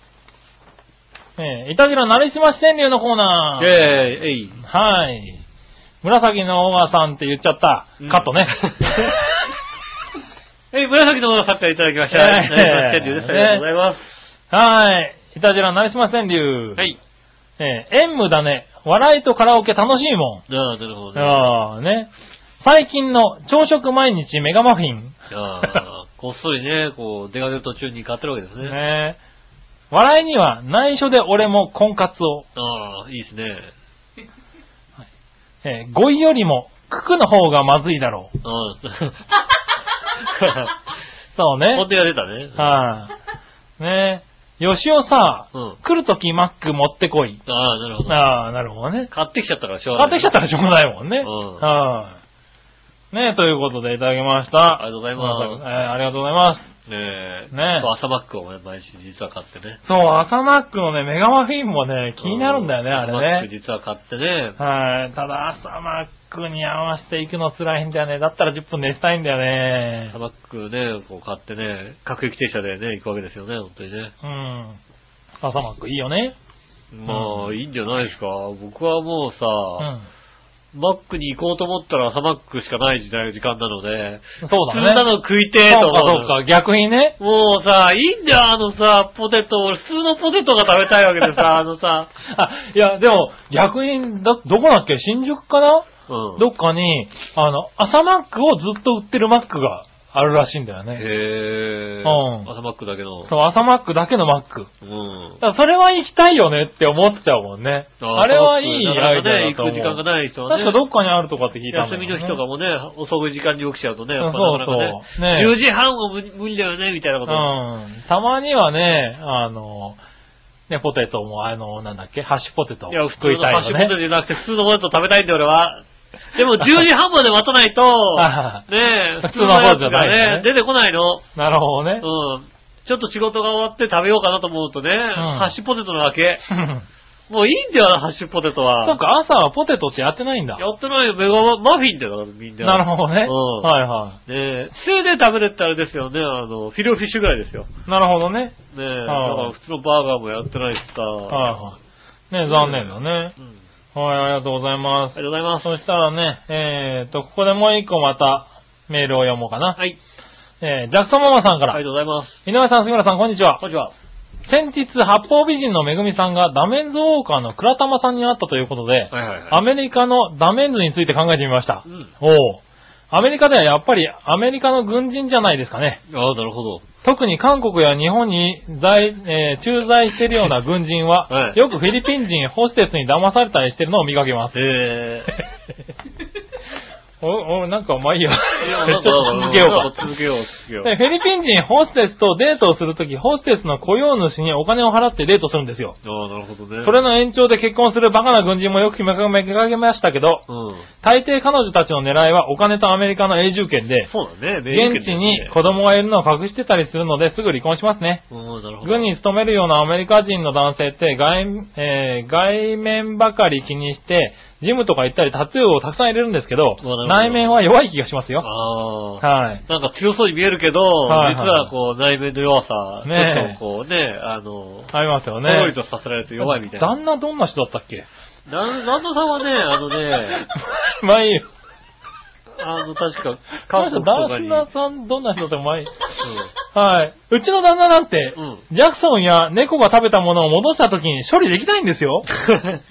Speaker 3: えー、いたじらなりすまし川柳のコーナー。
Speaker 2: イェーイ、えい。
Speaker 3: はい。紫のオーガさんって言っちゃった。
Speaker 2: うん
Speaker 3: カットね。
Speaker 2: <laughs> えい、紫のものサッカーいただきました。
Speaker 3: え
Speaker 2: ナイ
Speaker 3: え
Speaker 2: スマッチンです。ありがとうございます。
Speaker 3: <laughs> はい。いたじらなりすま川柳。
Speaker 2: は。い。
Speaker 3: えー、演武だね。笑いとカラオケ楽しいもん。
Speaker 2: ああ、なるほどね。
Speaker 3: ああ、ね。最近の朝食毎日メガマフィン。
Speaker 2: ああ、こっそりね、こう、出かける途中に買ってるわけですね。
Speaker 3: ね笑いには内緒で俺も婚活を。
Speaker 2: ああ、いいですね。
Speaker 3: えー、語彙よりも、ククの方がまずいだろう。
Speaker 2: あ
Speaker 3: <laughs>
Speaker 2: あ、
Speaker 3: そう
Speaker 2: 本
Speaker 3: ね。
Speaker 2: 手が出たね。
Speaker 3: はい。ねよしおさ、
Speaker 2: うん
Speaker 3: 来るときマック持ってこい。
Speaker 2: ああ、なるほど。
Speaker 3: ああ、なるほどね。
Speaker 2: 買ってきちゃったからしょう
Speaker 3: 買
Speaker 2: が
Speaker 3: っ
Speaker 2: ない。
Speaker 3: てきちゃったらしょうがないもんね。
Speaker 2: うん
Speaker 3: はい。ねということでいただきました。
Speaker 2: ありがとうございます
Speaker 3: えーありがとうございます。
Speaker 2: ねえ。
Speaker 3: ねえ
Speaker 2: そう、朝マックをね毎週実は買ってね。
Speaker 3: そう、朝マックのね、メガマフィンもね、気になるんだよね、
Speaker 2: う
Speaker 3: あ
Speaker 2: 朝マッ
Speaker 3: れ
Speaker 2: ク
Speaker 3: ね。
Speaker 2: 実は買ってね。
Speaker 3: はい。ただ、朝マックに合わせていくの辛いんじゃねだったら10分寝たいんだよね
Speaker 2: 朝。マックね、こう買ってね、各駅停車でね、行くわけですよね、本当にね。
Speaker 3: うん。朝マックいいよね。
Speaker 2: まあ、いいんじゃないですか。僕はもうさ、
Speaker 3: うん。
Speaker 2: マックに行こうと思ったら朝マックしかない時代、時間なので、
Speaker 3: そうだね。
Speaker 2: 普通なの食いてえと
Speaker 3: そうか、
Speaker 2: 思う
Speaker 3: そうか、逆にね。
Speaker 2: もうさ、いいんだよ、あのさ、ポテト。俺、普通のポテトが食べたいわけでさ、あのさ。
Speaker 3: あ、いや、でも、逆に、だ、どこだっけ新宿かな、
Speaker 2: うん。
Speaker 3: どっかに、あの、朝マックをずっと売ってるマックがあるらしいんだよね。
Speaker 2: へぇー。
Speaker 3: うん
Speaker 2: 朝マックだけの。
Speaker 3: そう、朝マックだけのマック。
Speaker 2: うん。
Speaker 3: だからそれは行きたいよねって思っちゃうもんね。あれはいいアイデアだ
Speaker 2: ね、
Speaker 3: と
Speaker 2: 行く
Speaker 3: 思う。
Speaker 2: 時間がない人はね。
Speaker 3: 確かどっかにあるとかって聞いたん
Speaker 2: 休
Speaker 3: だよね
Speaker 2: みの日とかもね、遅い時間に起きちゃうとね、やっぱ
Speaker 3: そう
Speaker 2: な
Speaker 3: そ
Speaker 2: か
Speaker 3: う
Speaker 2: なかね、10
Speaker 3: ね
Speaker 2: 時半は無無理だよね、みたいなこと。
Speaker 3: うん。たまにはね、あの、ね、ポテトも、あの、なんだっけ、ハッシュポテトを
Speaker 2: いや、普通
Speaker 3: 食い
Speaker 2: の
Speaker 3: たい
Speaker 2: ハッシュ
Speaker 3: よ
Speaker 2: ポテト
Speaker 3: ね。
Speaker 2: じゃなくて、普通のポテト食べたいんだよ、俺
Speaker 3: <laughs>
Speaker 2: は。でも、10時半まで待たないと、ねえ、普通
Speaker 3: 普通
Speaker 2: の
Speaker 3: の
Speaker 2: や
Speaker 3: や
Speaker 2: つ
Speaker 3: つ
Speaker 2: が
Speaker 3: がね
Speaker 2: ね、出てこない
Speaker 3: <laughs>
Speaker 2: の。
Speaker 3: <laughs> なるほど
Speaker 2: うん
Speaker 3: ね。。
Speaker 2: ちょっと仕事が終わって食べようかなと思うとね、ハッシュポテトなわけ。
Speaker 3: <laughs> そ
Speaker 2: もういいんだよな、ハッシュポテトは。
Speaker 3: うか、朝はポテトってやってないんだ。
Speaker 2: やってないよ、メガマフィンだよ、みんな。
Speaker 3: なるほどね。
Speaker 2: うん
Speaker 3: はいは
Speaker 2: ねえ、普通で食べれたらあれですよね、あの、フィレオフィッシュぐらいですよ。ね
Speaker 3: い。なるほどね。
Speaker 2: え、だ
Speaker 3: はい
Speaker 2: から普通のバーガーもやってないしさ。
Speaker 3: はいはい。ね、残念だね。
Speaker 2: うん
Speaker 3: はい、ありがとうございま
Speaker 2: あり
Speaker 3: す
Speaker 2: がと。うございます。
Speaker 3: そしたらね、えーと、ここでもう一個またメールを読もうかな。
Speaker 2: はい。
Speaker 3: えー、ジャクソンママさんか
Speaker 2: あり
Speaker 3: ら
Speaker 2: が。とうございます。
Speaker 3: 井上さん、杉村さん、こんにちは。
Speaker 2: こんにちは。
Speaker 3: 先日、八方美人のめぐみさんがダメンズウォーカーの倉玉さんに会ったということで、
Speaker 2: はいはいはい
Speaker 3: アメリカのダメンズについて考えてみました。
Speaker 2: うん。
Speaker 3: おうアメリカではやっぱりアメリカの軍人じゃないですかね。
Speaker 2: ああ、なるほど。
Speaker 3: 特に韓国や日本に在、えー駐在しているような軍人は、
Speaker 2: はい
Speaker 3: よくフィリピン人ホステスに騙されたりしてるのを見かけます。
Speaker 2: え <laughs>
Speaker 3: お、お、なんかまあいいよ。
Speaker 2: え
Speaker 3: ちょっと続けようか。
Speaker 2: 続けよう、続けよう。
Speaker 3: でフィリピン人ホステスとデートをするとき、ホステスの雇用主にお金を払ってデートするんですよ。 <laughs>
Speaker 2: ああ、なるほどね。
Speaker 3: それの延長で結婚するバカな軍人もよく見かけましたけど、
Speaker 2: うん。
Speaker 3: 大抵彼女たちの狙いはお金とアメリカの永住権で、
Speaker 2: そうだね、名誉
Speaker 3: 現地に子供がいるのを隠してたりするのですぐ離婚しますね。
Speaker 2: うん、なるほど。
Speaker 3: 軍に勤めるようなアメリカ人の男性って外,、えー外面ばかり気にして、ジムとか行ったりタトゥーをたくさん入れるんですけど
Speaker 2: なるほど、
Speaker 3: 内面は弱い気がしますよ。
Speaker 2: ああ。
Speaker 3: はい。
Speaker 2: なんか強そうに見えるけど、
Speaker 3: はいはい
Speaker 2: 実はこう内面の弱さ、
Speaker 3: ねえ
Speaker 2: ちょっとこうね、あの、
Speaker 3: ありますよ
Speaker 2: ほ
Speaker 3: ね。
Speaker 2: ろりとさせられて弱いみたいな。
Speaker 3: 旦那どんな人だったっけ <laughs>
Speaker 2: な、旦那さんはね、あのね、
Speaker 3: まあいいよ。
Speaker 2: あの、確か、韓
Speaker 3: 旦
Speaker 2: 国とかに。
Speaker 3: 那さんどんな人だったかまあいい。はい。うちの旦那なんて、
Speaker 2: うん
Speaker 3: ジャクソンや猫が食べたものを戻した時に処理できないんですよ。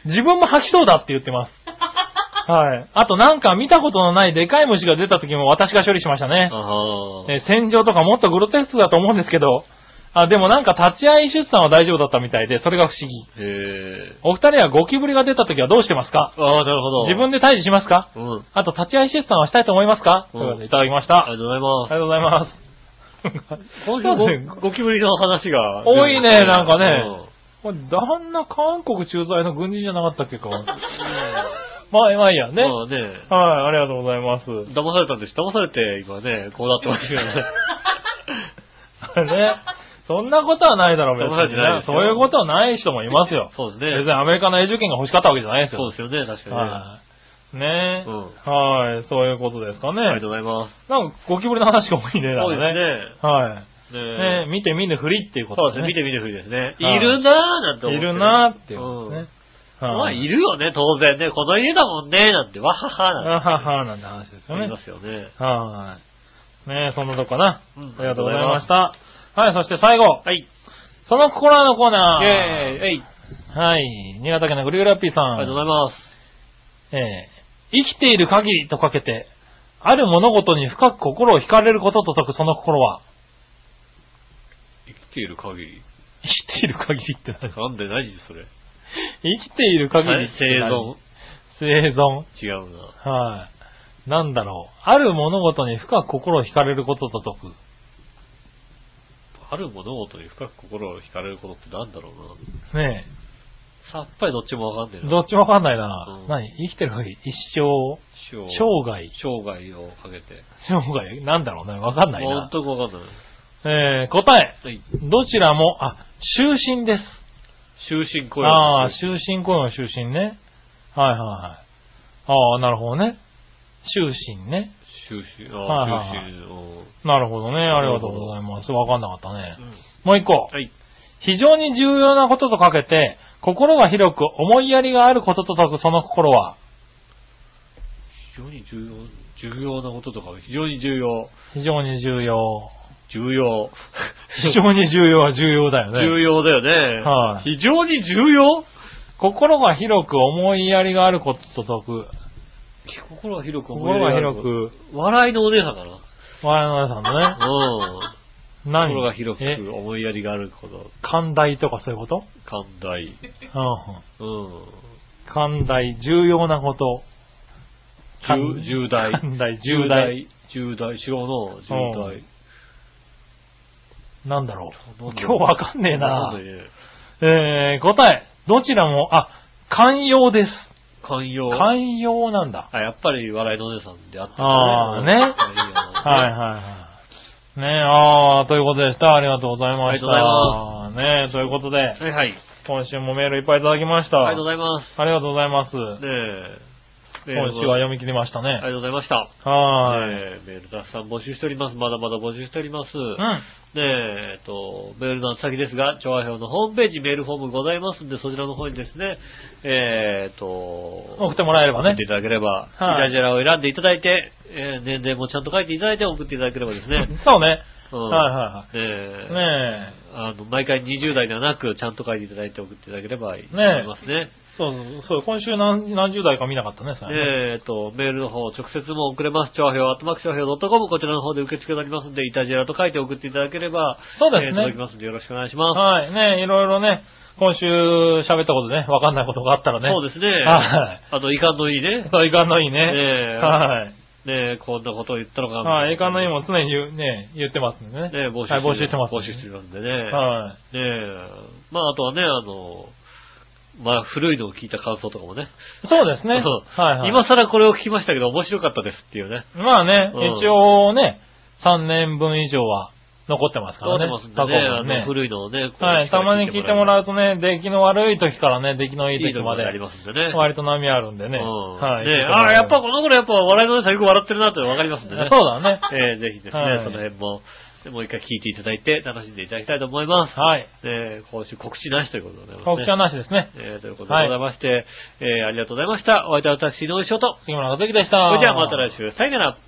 Speaker 3: 自分も吐きそうだって言って <laughs> ます。はい。あとなんか見たことのないでかい虫が出た時も私が処理しましたね。
Speaker 2: あ
Speaker 3: <laughs> えー戦場とかもっとグロテスクだと思うんですけど、あ、でもなんか立ち会い出産は大丈夫だったみたいで、それが不思議。
Speaker 2: へえ。
Speaker 3: お二人はゴキブリが出た時はどうしてますか
Speaker 2: ああ、なるほど。
Speaker 3: 自分で退治しますか
Speaker 2: うん。あ
Speaker 3: あと立ち会い出産はしたいと思いますか、
Speaker 2: うん
Speaker 3: ということでいただきました。
Speaker 2: りが
Speaker 3: あり
Speaker 2: とうございます
Speaker 3: が。とうございます。
Speaker 2: 今週ごゴキブリの話が。
Speaker 3: 多いねなんかね
Speaker 2: うん
Speaker 3: これ旦那韓国駐在の軍人じゃなかったっけか。
Speaker 2: <laughs>
Speaker 3: まあ、まあいいやね。
Speaker 2: まあね。
Speaker 3: はい、ありがとうございます。
Speaker 2: 騙されたんです。騙されて、今ね、こうなってますよ
Speaker 3: <laughs>
Speaker 2: ね。
Speaker 3: ね。そんなことはないだろう、別
Speaker 2: そんなこと
Speaker 3: に
Speaker 2: ない
Speaker 3: ね
Speaker 2: で。すよ。
Speaker 3: そういうことはない人もいますよ
Speaker 2: そうです
Speaker 3: 別
Speaker 2: ね
Speaker 3: に。アメリカの永住権が欲しかったわけじゃないですよ。
Speaker 2: そうですよね、確かにね。あ
Speaker 3: はい。ね
Speaker 2: う
Speaker 3: はい、そういうことですかね。
Speaker 2: りがとうございます。
Speaker 3: なんかゴキブリの話が多いね、だ
Speaker 2: そ
Speaker 3: か
Speaker 2: う
Speaker 3: らね。
Speaker 2: で
Speaker 3: はい。
Speaker 2: すね。
Speaker 3: ね
Speaker 2: ね
Speaker 3: 見て見ぬふりっていうこ
Speaker 2: そ
Speaker 3: と
Speaker 2: うですね、見て見てふりですね。
Speaker 3: はい
Speaker 2: いるなーなんて思
Speaker 3: い
Speaker 2: って。
Speaker 3: るなーっていうことです
Speaker 2: ん
Speaker 3: ね。
Speaker 2: まあ、
Speaker 3: はい
Speaker 2: るよね、当然ね。この家だもんね、なんて、わはは、
Speaker 3: あ
Speaker 2: なんて。
Speaker 3: ははなんて話ですよ
Speaker 2: 思い
Speaker 3: ね。
Speaker 2: ますよね。
Speaker 3: はい。ねえ、そんなとこかな。
Speaker 2: うん
Speaker 3: ありがとうございました。はい、そして最後、
Speaker 2: はい。イ
Speaker 3: その心のコーナー。
Speaker 2: ェーイえい
Speaker 3: はい、新潟県のグリグラッピーさん。
Speaker 2: ありがとうございます。
Speaker 3: えー生きている限りとかけて、ある物事に深く心を惹かれることと解くその心は、
Speaker 2: 生きている限り。
Speaker 3: 生きている限りって何
Speaker 2: なんで何それ。
Speaker 3: 生きている限りって
Speaker 2: 生
Speaker 3: 何
Speaker 2: 存。
Speaker 3: 生存。
Speaker 2: 違うな。
Speaker 3: はい。なんだろう。ある物事に深く心を惹かれることと解く。
Speaker 2: ある物事に深く心を惹かれることってなんだろうな。
Speaker 3: ね
Speaker 2: さっぱりどっちもわかんねえな。
Speaker 3: え。どっちもわかんないな。
Speaker 2: うん
Speaker 3: 何生きてる限り一
Speaker 2: 生
Speaker 3: 生、生涯。
Speaker 2: 生涯をかけて。
Speaker 3: 生涯、なんだろうね。わかんない
Speaker 2: ほん
Speaker 3: な。
Speaker 2: とわかんない。
Speaker 3: えー、答え。
Speaker 2: はい。
Speaker 3: どちらも、あ、終身です。
Speaker 2: 終身雇用。
Speaker 3: ああ、終身雇用の終身ね。はいはいはい。ああ、なるほどね。終身ね。
Speaker 2: 終身。
Speaker 3: はい
Speaker 2: ああ、
Speaker 3: はい
Speaker 2: 終
Speaker 3: はい
Speaker 2: 身を。
Speaker 3: なるほどね。あ
Speaker 2: るほ
Speaker 3: り
Speaker 2: ど
Speaker 3: がとうございます。わかんなかったね
Speaker 2: う。ん
Speaker 3: もう一個。
Speaker 2: はい。
Speaker 3: 非常に重要なこととかけて、心が広く思いやりがあることと解くその心は、
Speaker 2: 常に重要、重要なこととか、非常に重要、
Speaker 3: 非常に重
Speaker 2: <laughs>
Speaker 3: 要。
Speaker 2: 重要、
Speaker 3: 非常に重要は重要だよね。
Speaker 2: <laughs> 重要だよね。
Speaker 3: はい
Speaker 2: 非常に重要
Speaker 3: 心が広く思いやりがあることと解く。
Speaker 2: 心が広く思い
Speaker 3: 心が広
Speaker 2: 入れる。
Speaker 3: く、
Speaker 2: 笑いのお姉さんかな。
Speaker 3: 我々の皆さん <laughs> のね。
Speaker 2: うん。
Speaker 3: 何
Speaker 2: 心が広
Speaker 3: え
Speaker 2: く思いやりがあること。
Speaker 3: 寛大とかそういうこと
Speaker 2: 寛大。
Speaker 3: うんうん。
Speaker 2: うん。
Speaker 3: 寛大、重要なこと。
Speaker 2: 重重
Speaker 3: <laughs>
Speaker 2: 大。
Speaker 3: 寛大、重大。。
Speaker 2: 重大。白の重大。
Speaker 3: なんだろう。
Speaker 2: なん
Speaker 3: 今
Speaker 2: だ
Speaker 3: 日
Speaker 2: ろう
Speaker 3: わかんねえ
Speaker 2: ん
Speaker 3: な
Speaker 2: で。ね
Speaker 3: えー、答え。どちらも、あ、寛容です。
Speaker 2: 寛容。
Speaker 3: 寛容なんだ。
Speaker 2: あ、やっぱり笑いのお姉さんであったんだ
Speaker 3: あーねはいはい
Speaker 2: い。
Speaker 3: はい。ねえ、あー、ということでした。ありがとうございました。
Speaker 2: あ
Speaker 3: ねえ、ということで、
Speaker 2: はいはい。
Speaker 3: 今週もメールいっぱいいただきました。
Speaker 2: ありがとうございます。
Speaker 3: ありがとうございます。
Speaker 2: ねえ。
Speaker 3: 今週は
Speaker 2: あ
Speaker 3: 読み切りました
Speaker 2: りが
Speaker 3: ね。
Speaker 2: とうございました。
Speaker 3: はい。
Speaker 2: ねえメールたくさん募集しております。まだまだ募集しております。
Speaker 3: うん。
Speaker 2: ねえ、えっと、メールの先ですが、調和表のホームページメールフォームございますんで、そちらの方にですね、えーっと、
Speaker 3: 送
Speaker 2: 送
Speaker 3: ってもらえれば
Speaker 2: 送
Speaker 3: ね
Speaker 2: ってい。ただければ、
Speaker 3: は
Speaker 2: イ
Speaker 3: い
Speaker 2: タジェラを選んでいただいて、えー年齢もちゃんと書いていただいて送っていただければですね。
Speaker 3: そうね。
Speaker 2: うん
Speaker 3: はいは
Speaker 2: ねえ
Speaker 3: いはい。ねえ。
Speaker 2: あの、毎回20代ではなく、ちゃんと書いていただいて送っていただければいいと
Speaker 3: ねえ
Speaker 2: 思いますね。
Speaker 3: そうそう、そう、今週何何十代か見なかったね、それ
Speaker 2: え
Speaker 3: ね
Speaker 2: ーっと、メールの方、直接も送れます。調和表、アットマーク調和表 .com、こちらの方で受付になりますんで、イタジェラと書いて送っていただければ、
Speaker 3: そうですね
Speaker 2: えー届きますんで、よろしくお願いします。
Speaker 3: はい。ねいろいろね、今週喋ったことね、わかんないことがあったらね。
Speaker 2: そうですね。
Speaker 3: はい
Speaker 2: あと、遺憾のいいね。
Speaker 3: そう、いかんのいい
Speaker 2: ね
Speaker 3: ね。
Speaker 2: え
Speaker 3: はい。
Speaker 2: ねえ、こんなことを言ったのか
Speaker 3: はい、いかんのいいも
Speaker 2: ね
Speaker 3: 常に言う、ね、言ってますんでね。
Speaker 2: え、募集
Speaker 3: はい、募集してます。
Speaker 2: 募集してますんでね。
Speaker 3: は
Speaker 2: ねえ、まあ、あとはね、あの、まあ、古いのを聞いた感想とかもね。
Speaker 3: い。そうですね。
Speaker 2: そう
Speaker 3: はい、はい。
Speaker 2: 今更これを聞きましたけど、面白かったですっていうね。
Speaker 3: まあね、
Speaker 2: うん
Speaker 3: 一応ね、3年分以上は残ってますか
Speaker 2: 残っ
Speaker 3: ら
Speaker 2: て
Speaker 3: ね。
Speaker 2: ますんで
Speaker 3: 過去
Speaker 2: ね、あ
Speaker 3: 分ね
Speaker 2: の、古いのをね、こう
Speaker 3: はい、たまに聞いても
Speaker 2: う。
Speaker 3: らうとね、出来の悪い時からね、出来のい
Speaker 2: い
Speaker 3: い
Speaker 2: い
Speaker 3: 時
Speaker 2: と
Speaker 3: ま
Speaker 2: ま
Speaker 3: で
Speaker 2: であ、りますんで <laughs> ね。
Speaker 3: 割と波あるんで
Speaker 2: う
Speaker 3: ね。
Speaker 2: ん
Speaker 3: はい。
Speaker 2: ねえ
Speaker 3: 聞いてもらえ
Speaker 2: あ
Speaker 3: ば
Speaker 2: やっぱこの頃やっぱ笑いのお姉さんよく笑ってるなってわかりますんでね。
Speaker 3: そうだね。 <laughs>
Speaker 2: えーぜひですね、
Speaker 3: はい
Speaker 2: その辺も、もう一回聞いていただいて、楽しんでいただきたいと思います。
Speaker 3: はい。
Speaker 2: えー今週告知なしということでございます、ね。
Speaker 3: 告知はなしですね。
Speaker 2: えーということでございまして、えーありがとうございました。お相手は私、井上翔と。
Speaker 3: 杉村和之でした。
Speaker 2: それではまた来週、さよなら。